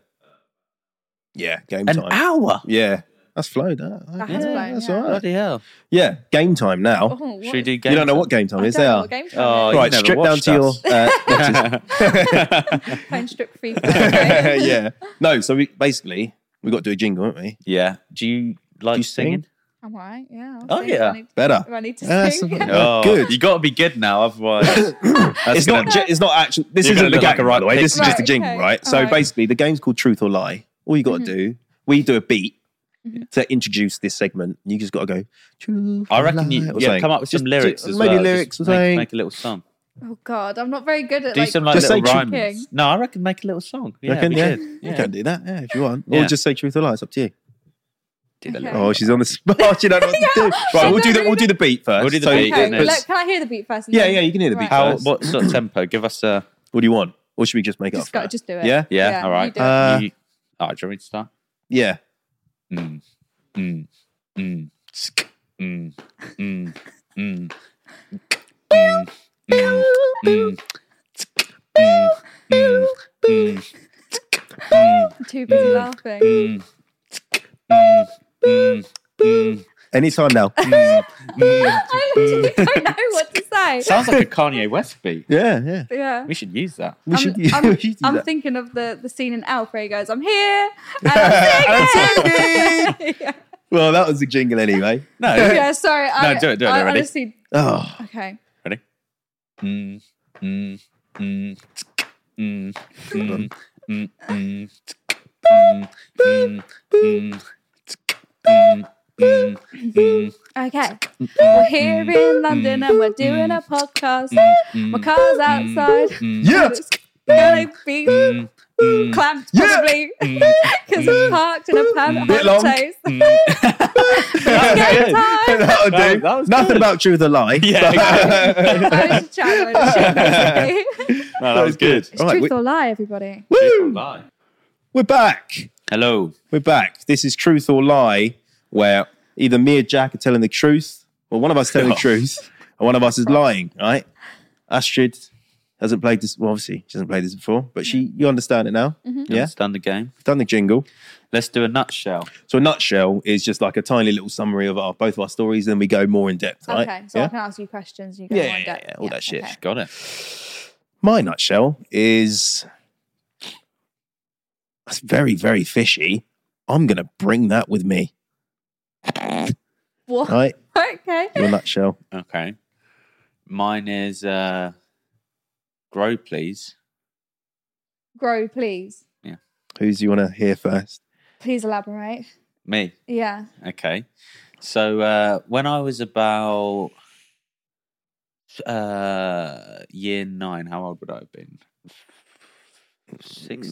Speaker 3: Yeah, game
Speaker 2: An
Speaker 3: time.
Speaker 2: hour.
Speaker 3: Yeah, that's flowed. That,
Speaker 1: That
Speaker 3: yeah,
Speaker 1: has flown,
Speaker 3: that's
Speaker 1: yeah.
Speaker 3: all right.
Speaker 2: Bloody hell.
Speaker 3: Yeah, game time now.
Speaker 1: Oh,
Speaker 2: Should we do game
Speaker 3: you don't know what game time
Speaker 1: I
Speaker 3: is,
Speaker 1: don't
Speaker 3: they
Speaker 1: know
Speaker 3: are.
Speaker 1: what game
Speaker 2: Oh,
Speaker 1: show it
Speaker 2: you
Speaker 3: right,
Speaker 2: never
Speaker 3: strip down
Speaker 2: watched
Speaker 3: to your.
Speaker 2: us.
Speaker 3: Uh,
Speaker 1: is. Phone strip free. eh?
Speaker 3: yeah, no. So we basically we got to do a jingle, haven't we?
Speaker 2: yeah. Do you like
Speaker 3: you sing?
Speaker 2: singing?
Speaker 1: I'm all right. Yeah. I'll
Speaker 2: Oh,
Speaker 1: sing if
Speaker 2: yeah.
Speaker 1: I need,
Speaker 3: Better.
Speaker 1: if I need to
Speaker 3: Yeah,
Speaker 1: sing.
Speaker 3: that's-
Speaker 2: Oh,
Speaker 3: Good.
Speaker 2: You gotta be good now, otherwise that's
Speaker 3: it's not.
Speaker 2: gonna-
Speaker 3: ju- It's not actually. This
Speaker 2: You're
Speaker 3: isn't
Speaker 2: gonna
Speaker 3: the
Speaker 2: look
Speaker 3: game.
Speaker 2: like a right
Speaker 3: by the way. This is
Speaker 2: pig.
Speaker 3: just a
Speaker 1: Right,
Speaker 3: jingle,
Speaker 1: okay.
Speaker 3: right? So
Speaker 1: Alright.
Speaker 3: basically, the game's called Truth or Lie. All you got to do, we do a beat to introduce this segment. You just got to go. Truth
Speaker 2: I
Speaker 3: or
Speaker 2: reckon you
Speaker 3: lie," or
Speaker 2: yeah,
Speaker 3: something.
Speaker 2: come up with some
Speaker 3: Just-
Speaker 2: lyrics
Speaker 3: just-
Speaker 2: as
Speaker 3: maybe
Speaker 2: well.
Speaker 3: lyrics or
Speaker 2: Just make,
Speaker 3: something.
Speaker 2: make a little song.
Speaker 1: Oh God, I'm not very good at
Speaker 2: Do
Speaker 1: like.
Speaker 2: some like
Speaker 3: Just
Speaker 2: little
Speaker 3: say
Speaker 2: rhymes.
Speaker 1: tricking.
Speaker 2: No, I reckon make a little song.
Speaker 3: You
Speaker 2: Yeah,
Speaker 3: reckon,
Speaker 2: we
Speaker 3: yeah,
Speaker 2: did.
Speaker 3: you can do that, yeah, if you want,
Speaker 2: Yeah.
Speaker 3: or just say truth or lie. It's up to you.
Speaker 2: Did a
Speaker 1: Okay.
Speaker 2: little
Speaker 3: Oh, she's on the spot. She don't know what to do. Right,
Speaker 1: I
Speaker 3: we'll
Speaker 1: don't
Speaker 3: do the
Speaker 1: really
Speaker 3: we'll do the beat first.
Speaker 2: We'll do the beat,
Speaker 1: okay,
Speaker 2: isn't it?
Speaker 1: but look, can I hear the beat first? and
Speaker 3: Yeah,
Speaker 1: then-
Speaker 3: yeah, you can hear the beat.
Speaker 1: Right.
Speaker 3: How-
Speaker 2: How, what sort of tempo? Give us a.
Speaker 3: What do you want? Or should we just make it
Speaker 1: Just
Speaker 3: up?
Speaker 1: go,
Speaker 3: first?
Speaker 1: just do it.
Speaker 3: Yeah?
Speaker 2: Yeah,
Speaker 1: Yeah,
Speaker 2: all
Speaker 1: you
Speaker 2: right.
Speaker 1: do it.
Speaker 3: Uh,
Speaker 2: You- all right, do you want me to start?
Speaker 3: Yeah.
Speaker 2: Mm, mm, mm, sk, mm, mm, mm, k, mm, mm, mm, sk, mm, mm, mm, sk, mm,
Speaker 1: I'm too busy laughing.
Speaker 2: mm, sk, mm, mm, mm,
Speaker 3: Anytime now.
Speaker 2: mm, mm.
Speaker 1: I literally don't know what to say.
Speaker 2: Sounds like a Kanye West beat.
Speaker 3: Yeah, yeah.
Speaker 1: yeah.
Speaker 2: We should use that.
Speaker 3: We should.
Speaker 1: I'm, I'm,
Speaker 3: we should do
Speaker 1: I'm
Speaker 3: that.
Speaker 1: thinking of the, the scene in Elf where he goes, I'm here and I'm singing. yeah.
Speaker 3: Well, that was a jingle anyway.
Speaker 2: No,
Speaker 1: Yeah, sorry. I,
Speaker 2: No, do it, do it,
Speaker 1: I
Speaker 2: no, ready?
Speaker 1: honestly,
Speaker 3: Oh,
Speaker 1: okay.
Speaker 2: Ready? Mm, mm, mm, tsk, mm, mm, mm, mm, tsk, mm, mm, mm, tsk, mm, mm, mm,
Speaker 1: Okay. We're here
Speaker 3: Mm-hmm.
Speaker 1: in London and we're doing a podcast. My car's outside.
Speaker 3: yeah.
Speaker 1: It's
Speaker 3: Mm-hmm.
Speaker 1: gonna be clamped probably because it's parked in a
Speaker 3: Mm-hmm. Bit
Speaker 1: permanent
Speaker 3: long. Mm-hmm.
Speaker 1: place.
Speaker 3: That'll do.
Speaker 2: That- that was
Speaker 3: Nothing
Speaker 2: good.
Speaker 3: about truth or lie.
Speaker 2: Yeah,
Speaker 1: I was chatting with shit basically.
Speaker 2: No, that was good.
Speaker 1: It's
Speaker 3: All right,
Speaker 1: truth
Speaker 3: we,
Speaker 1: or lie, everybody.
Speaker 3: woo! We're back.
Speaker 2: Hello.
Speaker 3: We're back. This is Truth or Lie, where either me or Jack are telling the truth, or one of us
Speaker 2: Oh.
Speaker 3: telling the truth, and one of us is lying, right? Astrid hasn't played this, well, obviously, she hasn't played this before, but she, you understand it now.
Speaker 1: Mm-hmm.
Speaker 2: Yeah.
Speaker 3: Yeah.
Speaker 2: Understand the game.
Speaker 3: Done the jingle.
Speaker 2: Let's do a nutshell.
Speaker 3: So, a nutshell is just like a tiny little summary of our, both of our stories, then we go more in depth, right?
Speaker 1: Okay, so I
Speaker 3: yeah?
Speaker 1: can ask you questions. You can
Speaker 3: Yeah,
Speaker 1: wind
Speaker 3: yeah,
Speaker 1: up.
Speaker 3: yeah, all that shit.
Speaker 1: okay.
Speaker 2: Got it.
Speaker 3: My nutshell is that's very, very fishy. I'm going to bring that with me,
Speaker 1: What?
Speaker 3: right?
Speaker 1: Okay.
Speaker 3: Your nutshell.
Speaker 2: Okay. Mine is uh Grow, please.
Speaker 1: Grow, please.
Speaker 3: Who's you want to hear first?
Speaker 1: Please elaborate.
Speaker 2: Me.
Speaker 1: Yeah.
Speaker 2: Okay. So uh, when I was about uh, year nine, how old would I have been?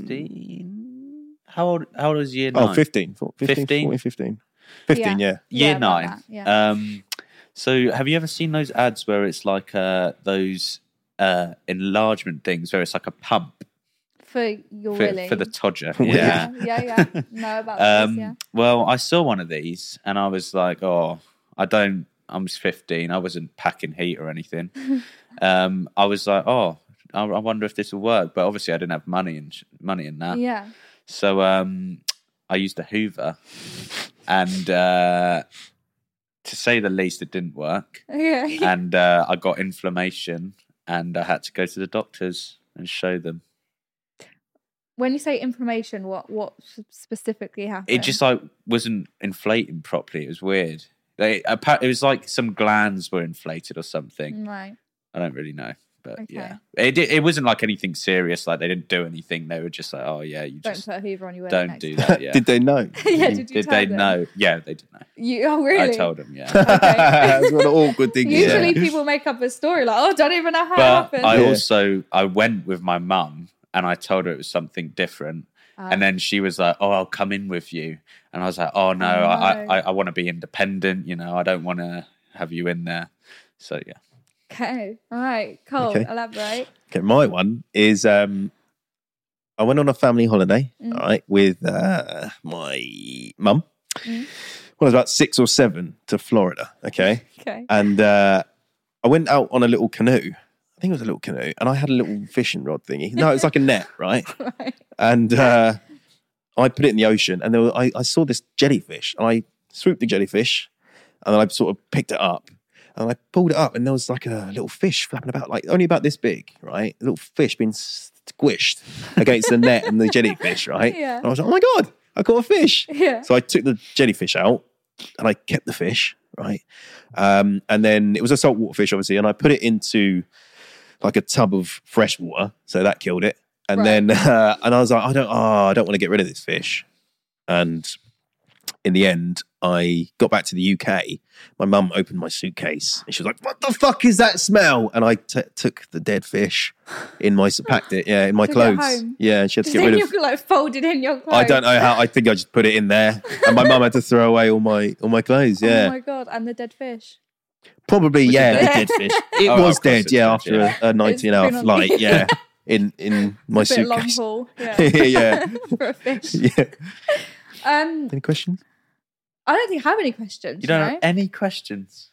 Speaker 2: Sixteen. How old? How old was year nine?
Speaker 3: Oh, 15. 14, 15,
Speaker 2: 15?
Speaker 3: 14, 15. 15, yeah. Uh,
Speaker 2: Year
Speaker 1: about
Speaker 2: nine.
Speaker 1: that, Yeah.
Speaker 2: Um, so have you ever seen those ads where it's like uh, those uh, enlargement things where it's like a pump
Speaker 1: for your
Speaker 2: for,
Speaker 1: willing.
Speaker 2: for the todger?
Speaker 3: Yeah.
Speaker 2: yeah.
Speaker 1: Yeah, yeah. yeah. Know about
Speaker 2: Um,
Speaker 1: this, yeah.
Speaker 2: Well, I saw one of these and I was like, oh, I don't, I was 15. I wasn't packing heat or anything. um, I was like, oh, I, I wonder if this will work. But obviously, I didn't have money and sh- money in
Speaker 3: uh,
Speaker 2: that.
Speaker 1: Yeah.
Speaker 2: So um, I used a Hoover. And uh, to say the least, it didn't work.
Speaker 1: Okay.
Speaker 2: And uh, I got inflammation and I had to go to the doctors and show them.
Speaker 1: when you say inflammation, what what specifically happened?
Speaker 2: it just like wasn't inflating properly. It was weird. They appa- it was like some glands were inflated or something.
Speaker 1: right.
Speaker 2: I don't really know, but
Speaker 1: Mm. Okay.
Speaker 2: yeah, it di- it wasn't like anything serious. Like they didn't do anything. They were just like, oh yeah, you
Speaker 1: Don't
Speaker 2: just
Speaker 1: put a Hoover on your willing.
Speaker 2: don't
Speaker 1: next
Speaker 2: do
Speaker 1: time.
Speaker 2: that. Yeah.
Speaker 3: Did they know?
Speaker 1: yeah. Did you?
Speaker 2: Did
Speaker 1: tell
Speaker 2: they
Speaker 1: them?
Speaker 2: know? Yeah, they did know.
Speaker 1: You oh really?
Speaker 2: I told them. Yeah.
Speaker 3: That's what an awkward thing is.
Speaker 1: Usually
Speaker 3: yeah.
Speaker 1: people make up a story like, oh, don't even know how it
Speaker 2: but
Speaker 1: happened.
Speaker 2: I
Speaker 3: Yeah.
Speaker 2: also I went with my mum and I told her it was something different.
Speaker 1: Ah.
Speaker 2: And then she was like, "Oh, I'll come in with you," and I was like, "Oh no, I
Speaker 1: Oh.
Speaker 2: I, I want to be independent. You know, I don't want to have you in there." So yeah,
Speaker 1: okay. All right. Cool.
Speaker 3: Okay.
Speaker 1: Elaborate.
Speaker 3: Okay, my one is um, I went on a family holiday,
Speaker 1: Mm.
Speaker 3: all right, with uh, my mum.
Speaker 1: Mm.
Speaker 3: When I was about six or seven to Florida, okay,
Speaker 1: Okay.
Speaker 3: and uh, I went out on a little canoe. I think it was a little canoe, and I had a little fishing rod thingy. No, it was like a net, right?
Speaker 1: Right.
Speaker 3: and uh, I put it in the ocean, and there were, I, I saw this jellyfish, and I swooped the jellyfish, and then I sort of picked it up, and I pulled it up, and there was like a little fish flapping about, like only about this big, right? A little fish being squished against the net and the jellyfish, right?
Speaker 1: Yeah.
Speaker 3: And I was like, oh my god, I caught a fish!
Speaker 1: Yeah.
Speaker 3: So I took the jellyfish out, and I kept the fish, right? Um, and then it was a saltwater fish, obviously, and I put it into like a tub of fresh water, so that killed it. And
Speaker 1: Right.
Speaker 3: then, uh, and I was like, I don't, oh, I don't want to get rid of this fish. And in the end, I got back to the UK. My mum opened my suitcase, and she was like, "What the fuck is that smell?" And I t- took the dead fish in my packed it, yeah, in my
Speaker 1: Took it
Speaker 3: clothes.
Speaker 1: home.
Speaker 3: Yeah, and she had to
Speaker 1: Just
Speaker 3: get rid
Speaker 1: then
Speaker 3: of.
Speaker 1: you like folded in your clothes.
Speaker 3: I don't know how. I think I just put it in there, and my mum had to throw away all my all my clothes. Yeah,
Speaker 1: Oh my god! And the dead fish.
Speaker 3: probably.
Speaker 2: Was it
Speaker 3: Yeah,
Speaker 2: dead?
Speaker 3: the dead fish. It
Speaker 2: Oh,
Speaker 3: was
Speaker 2: of course
Speaker 3: dead.
Speaker 2: it's
Speaker 3: Yeah,
Speaker 2: dead,
Speaker 3: after
Speaker 2: yeah.
Speaker 3: a, a
Speaker 1: been
Speaker 3: nineteen-hour
Speaker 1: on-
Speaker 3: flight. Yeah, in in my
Speaker 1: Bit long
Speaker 3: suitcase.
Speaker 1: haul. Yeah.
Speaker 3: yeah,
Speaker 1: For a fish.
Speaker 3: yeah.
Speaker 1: Um,
Speaker 3: Any questions?
Speaker 1: I don't think I have any questions.
Speaker 2: you don't
Speaker 1: know?
Speaker 2: have any questions.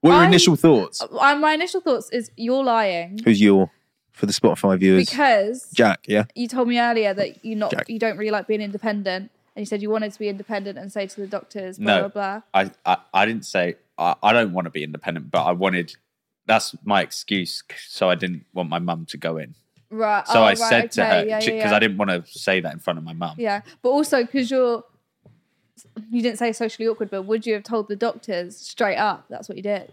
Speaker 3: What were your
Speaker 1: I'm-
Speaker 3: initial thoughts?
Speaker 1: Uh, my initial thoughts is you're lying
Speaker 3: Who's your for the Spotify viewers?
Speaker 1: because
Speaker 3: Jack. Yeah.
Speaker 1: you told me earlier that you not
Speaker 3: Jack.
Speaker 1: you don't really like being independent, and you said you wanted to be independent and say to the doctors, blah
Speaker 2: No.
Speaker 1: blah blah.
Speaker 2: I I, I didn't say I, I don't want to be independent, but I wanted. That's my excuse. So I didn't want my mum to go in.
Speaker 1: Right.
Speaker 2: So
Speaker 1: oh,
Speaker 2: I
Speaker 1: right,
Speaker 2: said to
Speaker 1: okay,
Speaker 2: her
Speaker 1: yeah,
Speaker 2: because
Speaker 1: yeah, yeah.
Speaker 2: I didn't want to say that in front of my mum.
Speaker 1: Yeah, but also because you're you didn't say socially awkward, but would you have told the doctors straight up? That's what you did.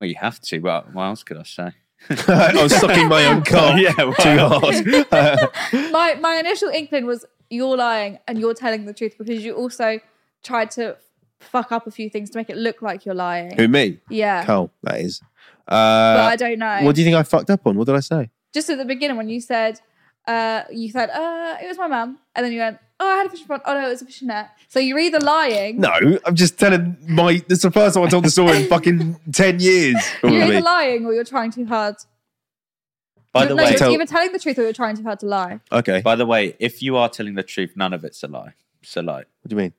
Speaker 2: Well, you have to. What, what else could I say?
Speaker 3: I was sucking my own cock
Speaker 2: Yeah,
Speaker 3: too
Speaker 2: well-
Speaker 3: hard.
Speaker 1: my my initial inkling was you're lying and you're telling the truth because you also tried to fuck up a few things to make it look like you're lying.
Speaker 3: Who me?
Speaker 1: yeah,
Speaker 3: Carl. That is.
Speaker 1: but
Speaker 3: Uh,
Speaker 1: I don't know.
Speaker 3: what do you think I fucked up on? What did I say?
Speaker 1: just at the beginning when you said uh you said uh it was my mum and then you went oh i had a fishing rod oh no it was a fishing net so you're either lying
Speaker 3: No, I'm just telling my. This is the first time I told the story in fucking ten years.
Speaker 1: you're either
Speaker 3: Probably.
Speaker 1: lying or you're trying too hard
Speaker 2: By
Speaker 1: no,
Speaker 2: the way,
Speaker 1: you're
Speaker 3: Tell-
Speaker 1: either telling the truth or you're trying too hard to lie
Speaker 3: Okay. What
Speaker 2: by the way, if you are telling the truth, none of it's a lie. So like,
Speaker 3: do you mean?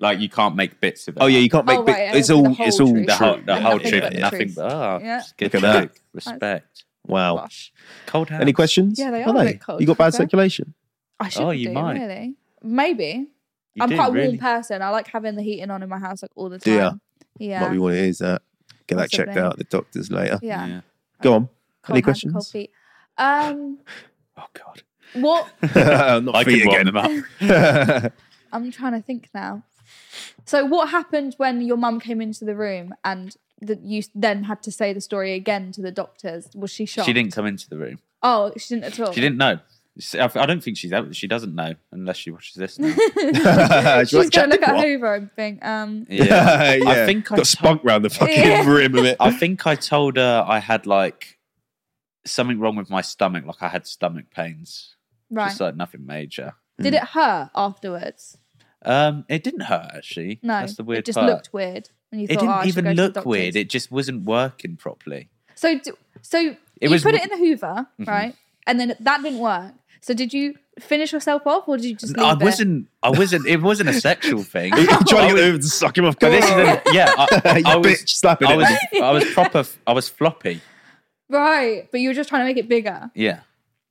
Speaker 2: like you can't make bits of it.
Speaker 3: Oh yeah, you can't make.
Speaker 1: Oh,
Speaker 3: big-
Speaker 1: right, I
Speaker 3: it's
Speaker 1: don't
Speaker 3: all.
Speaker 1: think the
Speaker 3: It's
Speaker 1: whole
Speaker 3: all.
Speaker 1: truth.
Speaker 2: the whole the
Speaker 1: Nothing
Speaker 2: whole
Speaker 1: but
Speaker 2: truth,
Speaker 1: the
Speaker 2: nothing
Speaker 1: truth.
Speaker 2: but oh,
Speaker 1: Yeah.
Speaker 2: it's good
Speaker 3: Look at
Speaker 2: joke. respect, Oh.
Speaker 3: Wow.
Speaker 1: Gosh.
Speaker 2: cold hands.
Speaker 3: Any questions?
Speaker 1: Yeah, they
Speaker 3: Are
Speaker 1: are a bit cold,
Speaker 3: You got bad
Speaker 1: to be fair.
Speaker 3: circulation.
Speaker 1: i should
Speaker 2: Oh, you
Speaker 1: do,
Speaker 2: might.
Speaker 1: really maybe
Speaker 2: You
Speaker 1: i'm
Speaker 2: do,
Speaker 1: quite a warm
Speaker 2: really.
Speaker 1: person i like having the heating on in my house like all the
Speaker 3: Do ya?
Speaker 1: time yeah
Speaker 3: Might be what it is. That uh, get that checked
Speaker 1: Possibly.
Speaker 3: out at the doctors later.
Speaker 1: yeah,
Speaker 3: Go on.
Speaker 1: Cold hands,
Speaker 3: questions?
Speaker 1: cold feet. um
Speaker 2: Oh god,
Speaker 1: what
Speaker 3: Not
Speaker 2: I
Speaker 3: feet
Speaker 2: can warm
Speaker 3: again.
Speaker 2: them up.
Speaker 1: I'm trying to think now. So what happened when your mum came into the room and that you then had to say the story again to the doctors? Was she shocked?
Speaker 2: She didn't come into the room.
Speaker 1: Oh, she didn't at all.
Speaker 2: She didn't know. I I don't think she's ever. She doesn't know unless she watches this. Now.
Speaker 3: She's like,
Speaker 1: She's gonna
Speaker 3: "Jack
Speaker 1: look
Speaker 3: did
Speaker 1: at
Speaker 3: what?"
Speaker 1: Hoover and think, um,
Speaker 2: Yeah.
Speaker 3: yeah.
Speaker 2: I think I
Speaker 3: got spunk round the fucking
Speaker 1: Yeah.
Speaker 3: rim of it.
Speaker 2: I think I told her I had like something wrong with my stomach, like I had stomach pains,
Speaker 1: right.
Speaker 2: just like "Hmm." nothing major.
Speaker 1: Did it hurt afterwards?
Speaker 2: Um, it didn't hurt actually.
Speaker 1: No,
Speaker 2: that's the weird
Speaker 1: it just
Speaker 2: part.
Speaker 1: looked weird. And you
Speaker 2: it
Speaker 1: thought, oh, I
Speaker 2: didn't
Speaker 1: should go to
Speaker 2: even
Speaker 1: the
Speaker 2: look
Speaker 1: doctors."
Speaker 2: weird. It just wasn't working properly.
Speaker 1: So, d- so you
Speaker 2: was
Speaker 1: put it
Speaker 2: w- Mm-hmm.
Speaker 1: in the Hoover, right? And then that didn't work. So did you finish yourself off, or did you just leave
Speaker 2: I
Speaker 1: it?
Speaker 2: wasn't. I wasn't. It wasn't a sexual thing.
Speaker 3: Are you trying to
Speaker 2: I
Speaker 3: get over to suck him off.
Speaker 2: But this is a, yeah, I,
Speaker 3: You
Speaker 2: I was,
Speaker 3: bitch, slapping
Speaker 2: I
Speaker 3: it.
Speaker 2: was, I was proper. I was floppy.
Speaker 1: right, but you were just trying to make it bigger.
Speaker 2: Yeah,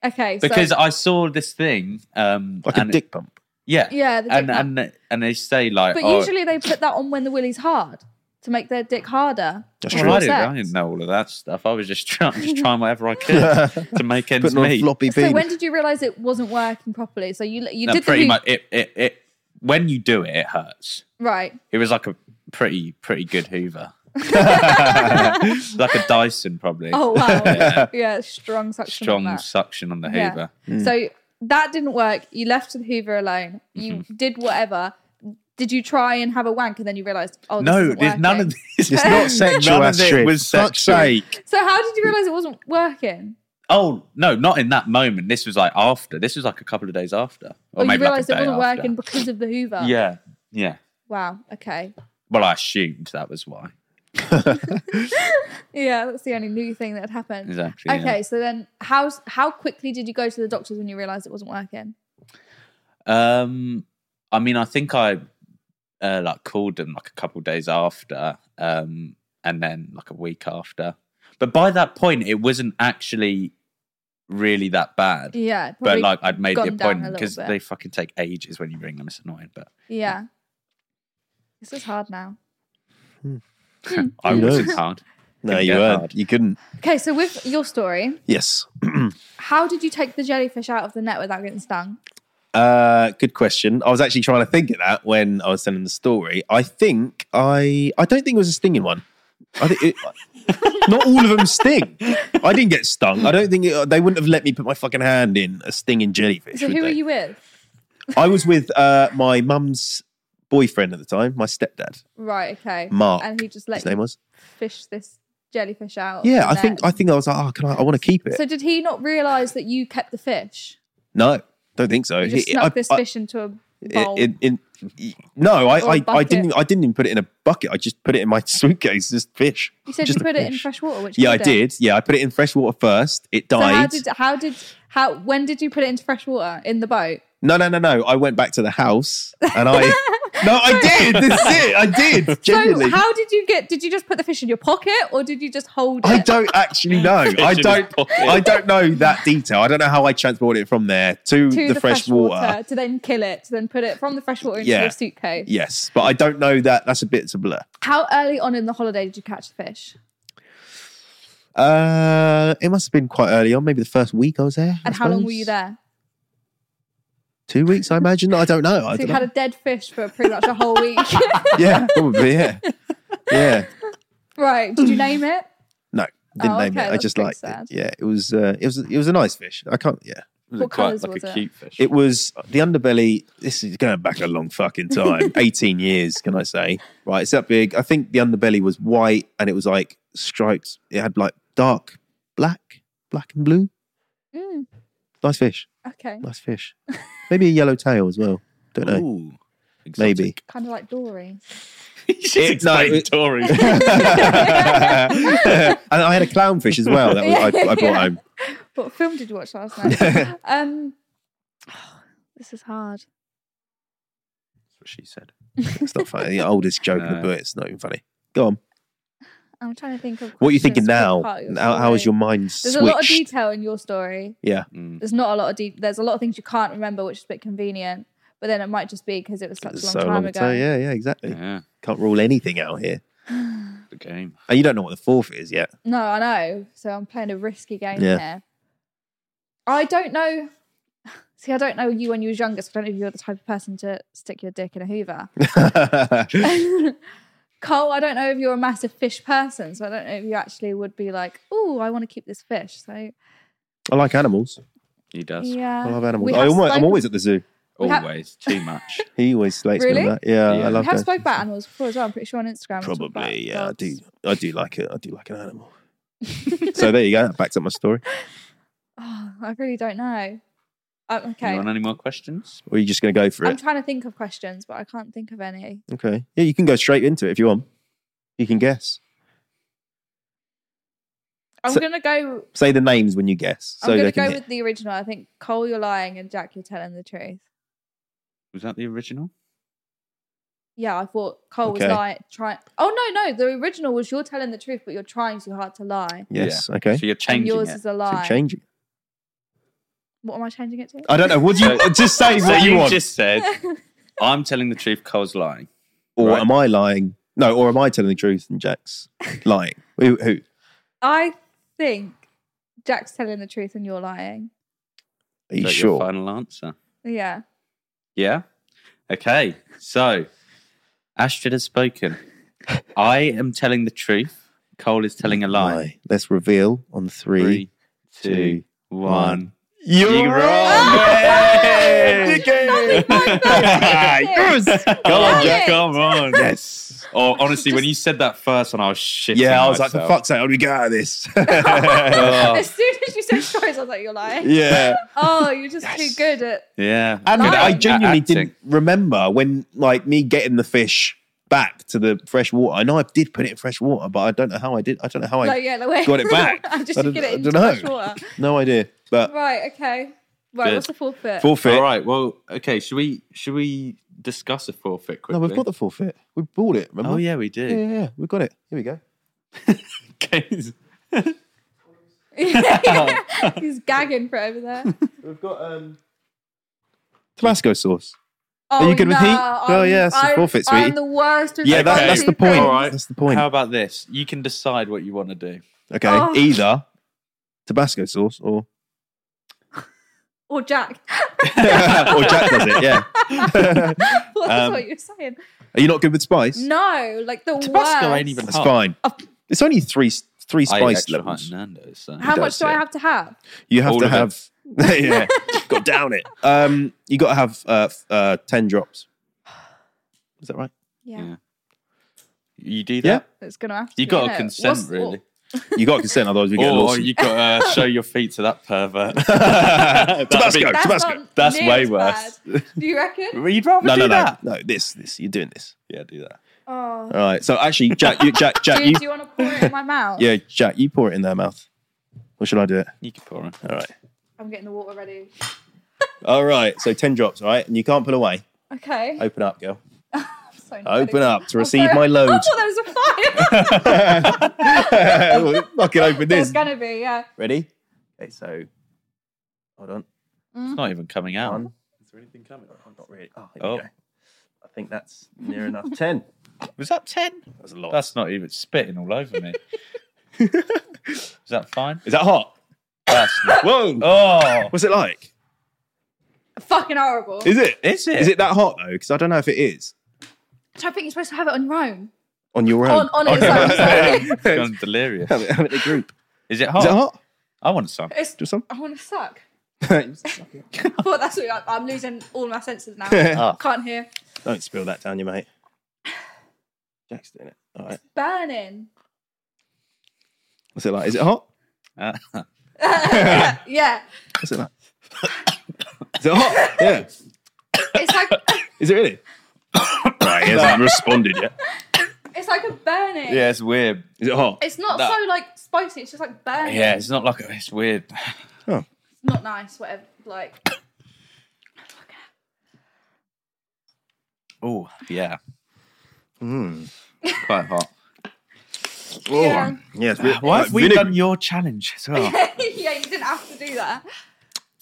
Speaker 1: Okay,
Speaker 2: because
Speaker 1: so,
Speaker 2: I saw this thing. Um,
Speaker 3: like a
Speaker 2: and-
Speaker 3: dick pump.
Speaker 2: Yeah,
Speaker 1: Yeah, the dick
Speaker 2: and
Speaker 1: pump.
Speaker 2: and and they say like,
Speaker 1: but
Speaker 2: oh,
Speaker 1: usually they put that on when the willy's hard to make their dick harder.
Speaker 3: That's
Speaker 1: for
Speaker 2: well, I,
Speaker 1: more
Speaker 2: didn't, I
Speaker 1: sex.
Speaker 2: didn't know all of that stuff. I was just trying, just trying whatever I could to make ends
Speaker 3: Putting on
Speaker 2: meet.
Speaker 3: floppy
Speaker 1: So
Speaker 3: bean.
Speaker 1: when did you realize it wasn't working properly? So you you
Speaker 2: No,
Speaker 1: did
Speaker 2: pretty
Speaker 1: the
Speaker 2: much. It, it it when you do it, it hurts.
Speaker 1: right.
Speaker 2: It was like a pretty pretty good Hoover, like a Dyson probably.
Speaker 1: Oh wow, yeah, strong suction. on
Speaker 2: strong
Speaker 1: that.
Speaker 2: suction on the
Speaker 1: Yeah.
Speaker 2: Hoover.
Speaker 1: So that didn't work. You left the Hoover alone. You
Speaker 2: Mm-hmm.
Speaker 1: did whatever. Did you try and have a wank and then you realised? Oh, this
Speaker 2: No,
Speaker 1: isn't
Speaker 2: there's none of
Speaker 1: working?
Speaker 2: this.
Speaker 3: it's not sexual,
Speaker 2: None of
Speaker 3: Astrid.
Speaker 2: it was
Speaker 3: Fuck's
Speaker 2: sexual.
Speaker 3: sake.
Speaker 1: So how did you realise it wasn't working?
Speaker 2: Oh no, not in that moment. This was like after. This was like a couple of days after,
Speaker 1: Or, Oh, you
Speaker 2: maybe like a
Speaker 1: realised it
Speaker 2: day
Speaker 1: wasn't
Speaker 2: after.
Speaker 1: working because of the Hoover?
Speaker 2: Yeah, yeah.
Speaker 1: Wow. Okay.
Speaker 2: Well, I assumed that was why.
Speaker 1: Yeah, that's the only new thing that had happened.
Speaker 2: Exactly, yeah.
Speaker 1: Okay. So then, how how quickly did you go to the doctors when you realised it wasn't working?
Speaker 2: Um, I mean, I think I uh, like called them like a couple of days after, um, and then like a week after. But by that point, it wasn't actually really that bad.
Speaker 1: Yeah.
Speaker 2: but
Speaker 1: probably
Speaker 2: like I'd made the
Speaker 1: gone down a
Speaker 2: appointment
Speaker 1: little
Speaker 2: because
Speaker 1: bit.
Speaker 2: they fucking take ages when you ring them. It's annoying, but
Speaker 1: Yeah. This is hard now.
Speaker 2: I
Speaker 3: Who
Speaker 2: wasn't
Speaker 3: knows?
Speaker 2: hard.
Speaker 3: No,
Speaker 2: Couldn't
Speaker 3: you
Speaker 2: get
Speaker 3: weren't.
Speaker 2: hard.
Speaker 3: You couldn't.
Speaker 1: Okay, so with your story,
Speaker 3: Yes.
Speaker 1: how did you take the jellyfish out of the net without getting stung?
Speaker 3: Uh, good question. I was actually trying to think of that when I was telling the story. I think I I don't think it was a stinging one. I think it, not all of them sting. I didn't get stung. I don't think it, they wouldn't have let me put my fucking hand in a stinging jellyfish.
Speaker 1: So
Speaker 3: would
Speaker 1: who
Speaker 3: they?
Speaker 1: were you with?
Speaker 3: I was with uh, my mum's boyfriend at the time, my stepdad.
Speaker 1: Right, okay.
Speaker 3: Mark,
Speaker 1: And he just
Speaker 3: His
Speaker 1: let
Speaker 3: name
Speaker 1: you
Speaker 3: was.
Speaker 1: fish this jellyfish out. of
Speaker 3: Yeah,
Speaker 1: the
Speaker 3: I think I
Speaker 1: net.
Speaker 3: think I was like, oh, can I? I want to keep it.
Speaker 1: So did he not realise that you kept the fish?
Speaker 3: no, don't think so.
Speaker 1: You just
Speaker 3: He-
Speaker 1: snuck
Speaker 3: I-
Speaker 1: this
Speaker 3: I-
Speaker 1: fish into a bowl.
Speaker 3: in, in, in no,
Speaker 1: Or a
Speaker 3: I, I, I
Speaker 1: bucket.
Speaker 3: didn't I didn't even put it in a bucket. I just put it in my suitcase. Just fish.
Speaker 1: you said
Speaker 3: just
Speaker 1: you
Speaker 3: a
Speaker 1: put it in
Speaker 3: fish.
Speaker 1: fresh water, which
Speaker 3: Yeah, I
Speaker 1: you
Speaker 3: did. Yeah, I put it in fresh water first. It
Speaker 1: So how
Speaker 3: died.
Speaker 1: did how did how when did you put it into fresh water in the boat?
Speaker 3: no, no, no, no. I went back to the house and I. no, I did. This is it. I did. Genuinely.
Speaker 1: So how did you get? Did you just put the fish in your pocket, or did you just hold it?
Speaker 3: I don't actually know. I
Speaker 2: his
Speaker 3: don't.
Speaker 2: pocket.
Speaker 3: I don't know that detail. I don't know how I transported it from there to,
Speaker 1: to
Speaker 3: the, fresh water.
Speaker 1: to then kill it, to then put it from the fresh water into
Speaker 3: Yeah.
Speaker 1: your suitcase.
Speaker 3: Yes, but I don't know that. That's a bit of a blur.
Speaker 1: How early on in the holiday did you catch the fish?
Speaker 3: Uh, it must have been quite early on. Maybe the first week I was there. I
Speaker 1: And how long were
Speaker 3: suppose.
Speaker 1: you there?
Speaker 3: Two weeks, I imagine. I don't know. I
Speaker 1: So
Speaker 3: don't
Speaker 1: you
Speaker 3: know.
Speaker 1: had a dead fish for pretty much a whole week.
Speaker 3: yeah, probably. Yeah, yeah.
Speaker 1: right. Did you name it?
Speaker 3: No, didn't
Speaker 1: Oh,
Speaker 3: name
Speaker 1: okay,
Speaker 3: it. I
Speaker 1: that's
Speaker 3: just
Speaker 1: pretty
Speaker 3: liked
Speaker 1: sad.
Speaker 3: it. Yeah, it was. Uh, it was. It was a nice fish. I can't. Yeah,
Speaker 2: Was
Speaker 1: What
Speaker 2: it quite
Speaker 1: colours
Speaker 2: like
Speaker 1: was
Speaker 2: a
Speaker 1: it?
Speaker 2: cute fish?
Speaker 3: it was the underbelly. This is going back a long fucking time. Eighteen years, can I say? Right, it's that big. I think the underbelly was white, and it was like striped. It had like dark black, black and blue.
Speaker 1: Mm,
Speaker 3: Nice fish.
Speaker 1: okay.
Speaker 3: Nice fish. Maybe a yellow tail as well. Don't know.
Speaker 2: Ooh, exotic.
Speaker 3: Maybe.
Speaker 1: Kind of like Dory.
Speaker 2: He's just
Speaker 3: It- no,
Speaker 2: explaining
Speaker 3: it-
Speaker 2: Tory.
Speaker 3: and I had a clownfish as well that was, I, I brought
Speaker 1: Yeah.
Speaker 3: home.
Speaker 1: What film did you watch last night? um, this is hard.
Speaker 2: That's what she said.
Speaker 3: It's not funny. The oldest joke in the
Speaker 2: No.
Speaker 3: book. It's not even funny. Go on.
Speaker 1: I'm trying to think of
Speaker 3: What are you
Speaker 1: questions
Speaker 3: thinking
Speaker 1: for
Speaker 3: now?
Speaker 1: part of
Speaker 3: How, how is your
Speaker 1: story.
Speaker 3: mind
Speaker 1: There's
Speaker 3: switched?
Speaker 1: a lot of detail in your story.
Speaker 3: yeah.
Speaker 2: Mm.
Speaker 1: There's not a lot of de- there's a lot of things you can't remember, which is a bit convenient. But then it might just be because it was such a long
Speaker 3: So
Speaker 1: time
Speaker 3: long
Speaker 1: ago.
Speaker 3: time. Yeah, yeah, exactly.
Speaker 2: Yeah,
Speaker 3: Can't rule anything out here.
Speaker 2: the game.
Speaker 3: And you don't know what the fourth is yet.
Speaker 1: No, I know. So I'm playing a risky game
Speaker 3: Yeah.
Speaker 1: here. I don't know. See, I don't know you when you was younger, so I don't know if you're the type of person to stick your dick in a Hoover. Cole, I don't know if you're a massive fish person, so I don't know if you actually would be like, "Oh, I want to keep this fish." So
Speaker 3: I like animals.
Speaker 2: He does.
Speaker 1: yeah,
Speaker 3: I love animals.
Speaker 1: We
Speaker 3: I
Speaker 1: have
Speaker 3: almost, I'm
Speaker 1: spoken-
Speaker 3: always at the zoo.
Speaker 1: We have-
Speaker 2: Always. Too much.
Speaker 3: He always slates me
Speaker 1: Really?
Speaker 3: on that. Yeah, I
Speaker 2: Yeah.
Speaker 1: We
Speaker 3: love
Speaker 1: have
Speaker 3: that.
Speaker 1: spoke about animals before as well. I'm pretty sure on Instagram. we talk about
Speaker 3: Probably, yeah. I
Speaker 1: dogs.
Speaker 3: do. I do like it. I do like an animal. so there you go. That backs up my story.
Speaker 1: Oh, I really don't know. Um,
Speaker 2: You
Speaker 1: okay,
Speaker 2: want any more questions?
Speaker 3: Or are you just going to go for
Speaker 1: I'm
Speaker 3: it?
Speaker 1: trying to think of questions, but I can't think of any.
Speaker 3: okay. Yeah, you can go straight into it if you want. You can guess.
Speaker 1: I'm
Speaker 3: So-
Speaker 1: gonna go.
Speaker 3: Say the names when you guess. So
Speaker 1: I'm gonna
Speaker 3: they
Speaker 1: go
Speaker 3: can.
Speaker 1: with the original. I think Cole, you're lying, and Jack, you're telling the truth.
Speaker 2: Was that the original?
Speaker 1: Yeah, I thought Cole
Speaker 3: Okay.
Speaker 1: was lying. Trying. Oh no, no, the original was you're telling the truth, but you're trying too hard to lie.
Speaker 3: yes. Okay.
Speaker 2: So you're
Speaker 1: And
Speaker 2: changing
Speaker 1: yours
Speaker 2: it.
Speaker 1: is a
Speaker 3: So
Speaker 1: lie.
Speaker 3: change it.
Speaker 1: what am I changing it to?
Speaker 3: I don't know. What do you
Speaker 2: So-
Speaker 3: just say?
Speaker 2: so
Speaker 3: what you,
Speaker 2: you
Speaker 3: want?
Speaker 2: just said, I'm telling the truth, Cole's lying.
Speaker 3: or
Speaker 2: Right.
Speaker 3: am I lying? No, or am I telling the truth and Jack's lying? Who? who?
Speaker 1: I think Jack's telling the truth and you're lying.
Speaker 3: Are you
Speaker 2: Is that your
Speaker 3: sure?
Speaker 2: final answer.
Speaker 1: Yeah.
Speaker 2: Yeah. Okay. So Astrid has spoken. I am telling the truth. Cole is telling a lie.
Speaker 3: Lie. Let's reveal on three.
Speaker 2: Three, two, one.
Speaker 3: You're,
Speaker 2: You're wrong.
Speaker 3: Yay!
Speaker 2: Come on,
Speaker 1: Jack,
Speaker 2: come on.
Speaker 3: Yes.
Speaker 2: Oh, honestly, when you said that first one, I was shitting.
Speaker 3: Yeah, I was like, for
Speaker 2: myself.
Speaker 3: fuck's sake, how do we get out of this?
Speaker 2: Oh,
Speaker 1: As soon as you said stories, I was like, you're lying.
Speaker 3: yeah.
Speaker 1: Oh, you're just too
Speaker 3: Yes.
Speaker 1: good at.
Speaker 2: yeah.
Speaker 3: And
Speaker 1: Lying.
Speaker 3: I genuinely
Speaker 2: Acting.
Speaker 3: didn't remember when, like, me getting the fish back to the fresh water. I know I did put it in fresh water, but I don't know how I did. I don't know how I.
Speaker 1: Like, yeah, the way.
Speaker 3: got it back.
Speaker 1: I'm just
Speaker 3: I don't-
Speaker 1: get it
Speaker 3: I
Speaker 1: into
Speaker 3: dunno.
Speaker 1: fresh water.
Speaker 3: No idea. But
Speaker 1: Right, okay. Right,
Speaker 2: Good.
Speaker 1: what's the forfeit?
Speaker 3: forfeit.
Speaker 2: All right. Well, okay. Should we should we discuss a forfeit
Speaker 3: No,
Speaker 2: quickly?
Speaker 3: we've got the forfeit. We bought it. Remember?
Speaker 2: Oh yeah, we
Speaker 3: Yeah,
Speaker 2: do.
Speaker 3: yeah, yeah. We've got it. Here we go.
Speaker 2: Okay.
Speaker 1: He's gagging for over there.
Speaker 3: We've got um Tabasco sauce.
Speaker 1: Oh,
Speaker 3: you good
Speaker 1: no,
Speaker 3: with heat?
Speaker 1: I'm-
Speaker 3: Oh, yeah, it's the
Speaker 1: I'm-
Speaker 3: forfeit,
Speaker 1: I'm
Speaker 3: sweetie.
Speaker 1: the worst with
Speaker 3: Yeah, that-
Speaker 2: that's the
Speaker 1: two
Speaker 3: point.
Speaker 1: things.
Speaker 2: All right.
Speaker 3: That's the point.
Speaker 2: How about this? You can decide what you want to do.
Speaker 3: Okay.
Speaker 1: Oh.
Speaker 3: Either Tabasco sauce or
Speaker 1: Or Jack.
Speaker 3: or Jack does it. Yeah.
Speaker 1: Well, that's
Speaker 3: Um,
Speaker 1: what you're saying.
Speaker 3: Are you not good with spice?
Speaker 1: No, Oh. like the
Speaker 2: Tabasco
Speaker 1: worst.
Speaker 2: ain't even
Speaker 3: That's
Speaker 2: hard.
Speaker 3: fine. It's only three three
Speaker 2: I ate
Speaker 3: spice
Speaker 2: extra hot
Speaker 3: levels.
Speaker 2: Nando's. So.
Speaker 1: How
Speaker 3: does
Speaker 1: much do I
Speaker 3: it.
Speaker 1: have to have?
Speaker 3: You have
Speaker 2: All
Speaker 3: to
Speaker 2: of it.
Speaker 3: have yeah. got down it. Um, you got to have uh, f- uh, ten drops. Is that right?
Speaker 1: Yeah,
Speaker 2: Yeah. You do
Speaker 3: Yeah.
Speaker 2: that?
Speaker 1: it's gonna have to.
Speaker 2: You got
Speaker 1: innit?
Speaker 2: to consent,
Speaker 1: What's-
Speaker 2: really.
Speaker 3: You got consent, otherwise we get
Speaker 2: Or,
Speaker 3: lost.
Speaker 2: you got to show your feet to that pervert.
Speaker 3: Tabasco,
Speaker 1: That's,
Speaker 3: Oh, Tabasco.
Speaker 1: not
Speaker 2: That's
Speaker 1: near
Speaker 2: way
Speaker 1: as
Speaker 2: worse.
Speaker 1: bad. Do you reckon?
Speaker 2: You'd rather
Speaker 3: No,
Speaker 2: do
Speaker 3: no, no,
Speaker 2: that.
Speaker 3: no. This, this. You're doing this.
Speaker 2: Yeah, do that.
Speaker 1: Oh.
Speaker 3: All right. So actually, Jack, you, Jack, Jack,
Speaker 1: Do, you,
Speaker 3: you,
Speaker 1: do you want to pour it in my mouth?
Speaker 3: yeah, Jack, you pour it in their mouth. Or should I do it?
Speaker 2: You can pour it.
Speaker 3: All right.
Speaker 1: I'm getting the water ready.
Speaker 3: All right. So ten drops. All right, and you can't pull away.
Speaker 1: Okay.
Speaker 3: Open up, girl.
Speaker 1: So
Speaker 3: Open
Speaker 1: nervous.
Speaker 3: up to
Speaker 1: I'm
Speaker 3: receive
Speaker 1: sorry.
Speaker 3: my load.
Speaker 1: I thought there was a fire. Oh.
Speaker 3: Fucking open
Speaker 1: There's
Speaker 3: this.
Speaker 1: gonna be, yeah.
Speaker 3: Ready? Okay. So, hold on.
Speaker 2: It's not even coming out.
Speaker 3: One. Is there anything coming? Not really. Oh, here we
Speaker 2: Oh.
Speaker 3: go. I think that's near enough. Ten.
Speaker 2: Was that 10?
Speaker 3: That's a lot.
Speaker 2: That's not even it's spitting all over me. Is that fine?
Speaker 3: Is that hot?
Speaker 2: That's not.
Speaker 3: Whoa.
Speaker 2: Oh,
Speaker 3: What's it like?
Speaker 1: Fucking horrible.
Speaker 3: Is it?
Speaker 2: is it?
Speaker 3: Is it that hot though? Because I don't know if it is
Speaker 1: So I think you're supposed to have it on your own.
Speaker 3: on your own.
Speaker 1: On on it. Sorry, sorry.
Speaker 2: It's gone delirious.
Speaker 3: Have it, have it in a group.
Speaker 2: Is it hot?
Speaker 3: Is it hot?
Speaker 2: I want some.
Speaker 1: It's,
Speaker 3: Do some.
Speaker 1: I want to suck.
Speaker 3: don't
Speaker 1: But that's what, I'm losing all my senses now.
Speaker 3: Ah.
Speaker 1: Can't hear.
Speaker 3: spill that down your mate. Jack's doing it. All right.
Speaker 1: Burning.
Speaker 3: What's it like? Is it hot?
Speaker 2: Uh,
Speaker 1: Yeah.
Speaker 3: What's it like? Is it hot? Yeah.
Speaker 1: It's like
Speaker 3: Is it really? right, he hasn't responded yet.
Speaker 1: it's like a burning.
Speaker 2: yeah, it's weird.
Speaker 3: Is it hot?
Speaker 1: It's not
Speaker 2: No.
Speaker 1: so like spicy, it's just like burning.
Speaker 2: Yeah, it's not like it's weird.
Speaker 1: It's not nice, whatever. Like
Speaker 2: Oh, yeah. Hmm. Quite hot.
Speaker 1: yeah.
Speaker 3: Yeah, it's really,
Speaker 2: Why
Speaker 3: like
Speaker 2: have we
Speaker 3: vinegar.
Speaker 2: done your challenge as well?
Speaker 1: yeah, you didn't have to do that.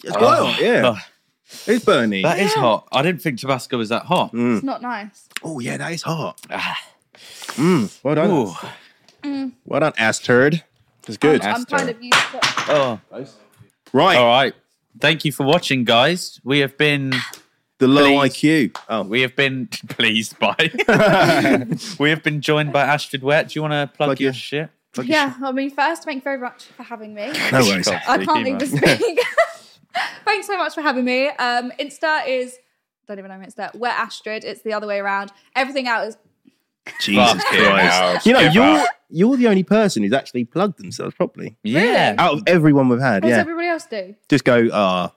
Speaker 3: It's quite hot, yeah.
Speaker 2: Oh,
Speaker 3: It's burning.
Speaker 2: that is hot. I didn't think Tabasco was that hot.
Speaker 1: It's not nice.
Speaker 3: oh, yeah, that is hot.
Speaker 2: Ah.
Speaker 3: Well done.
Speaker 2: Ooh.
Speaker 3: Well done, ass turd. It's good.
Speaker 1: I'm, I'm
Speaker 2: Astro.
Speaker 1: kind of used to it.
Speaker 2: Oh.
Speaker 3: right.
Speaker 2: All right. Thank you for watching, guys. We have been
Speaker 3: the, The low
Speaker 2: Please.
Speaker 3: IQ. Oh,
Speaker 2: We have been pleased by. we have been joined by Astrid Wet. Do you want to plug,
Speaker 3: Plug
Speaker 2: your
Speaker 3: your-
Speaker 2: shit?
Speaker 1: yeah, I mean, first, thank you very much for having me.
Speaker 3: no worries.
Speaker 1: I can't
Speaker 2: Speaking
Speaker 1: leave to speak. Thanks so much for having me. Um, Insta is don't even know my Insta. We're Astrid. It's the other way around. Everything out is
Speaker 3: Jesus
Speaker 2: Fuck you,
Speaker 3: Christ.
Speaker 2: Alex.
Speaker 3: You know,
Speaker 2: Give
Speaker 3: you're
Speaker 1: Ah.
Speaker 2: up.
Speaker 3: you're the only person who's actually plugged themselves properly.
Speaker 2: Yeah.
Speaker 3: Out of everyone we've had,
Speaker 1: what does
Speaker 3: yeah.
Speaker 1: everybody else do?
Speaker 3: Just go, ah.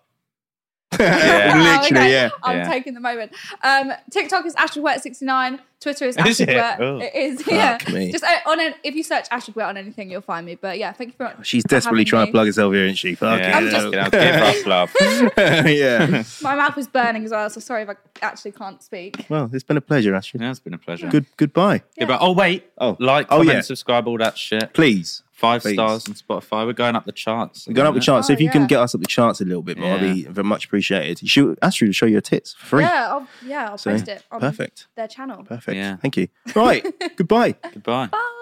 Speaker 2: Yeah.
Speaker 1: Wow,
Speaker 3: Literally,
Speaker 1: okay.
Speaker 3: yeah.
Speaker 1: I'm
Speaker 2: Yeah.
Speaker 1: taking the moment. Um, TikTok is AstridWet69. Twitter is
Speaker 2: Is it?
Speaker 1: AstridWet.
Speaker 2: Oh.
Speaker 1: it is,
Speaker 3: Fuck
Speaker 1: yeah.
Speaker 3: me.
Speaker 1: Just uh, on an, if you search AstridWet on anything, you'll find me. But yeah, thank you very much.
Speaker 3: She's
Speaker 1: for
Speaker 3: desperately
Speaker 1: having
Speaker 3: trying
Speaker 1: me.
Speaker 3: to plug herself here, isn't she? Fuck
Speaker 2: Yeah,
Speaker 3: it.
Speaker 1: just-
Speaker 2: Give us love.
Speaker 3: yeah.
Speaker 1: My mouth is burning as well, so sorry if I actually can't speak.
Speaker 3: Well, it's been a pleasure, Astrid.
Speaker 2: Yeah, it's been a pleasure.
Speaker 3: Good goodbye.
Speaker 2: Yeah, but- oh wait.
Speaker 3: Oh.
Speaker 2: like,
Speaker 3: Oh,
Speaker 2: comment,
Speaker 3: yeah.
Speaker 2: subscribe, all that shit.
Speaker 3: Please.
Speaker 2: Five
Speaker 3: Please.
Speaker 2: stars on Spotify. We're going up the charts.
Speaker 3: We're going up the charts. so
Speaker 1: Oh,
Speaker 3: if you can
Speaker 1: yeah.
Speaker 3: get us up the charts a little bit more,
Speaker 2: Yeah.
Speaker 3: that'd be very much appreciated. You should, Astrid will show you your tits for free.
Speaker 1: Yeah, I'll, yeah, I'll
Speaker 3: So,
Speaker 1: post it on
Speaker 3: perfect.
Speaker 1: their channel.
Speaker 3: Perfect.
Speaker 2: Yeah.
Speaker 3: Thank you. Right. goodbye.
Speaker 2: Goodbye.
Speaker 1: Bye.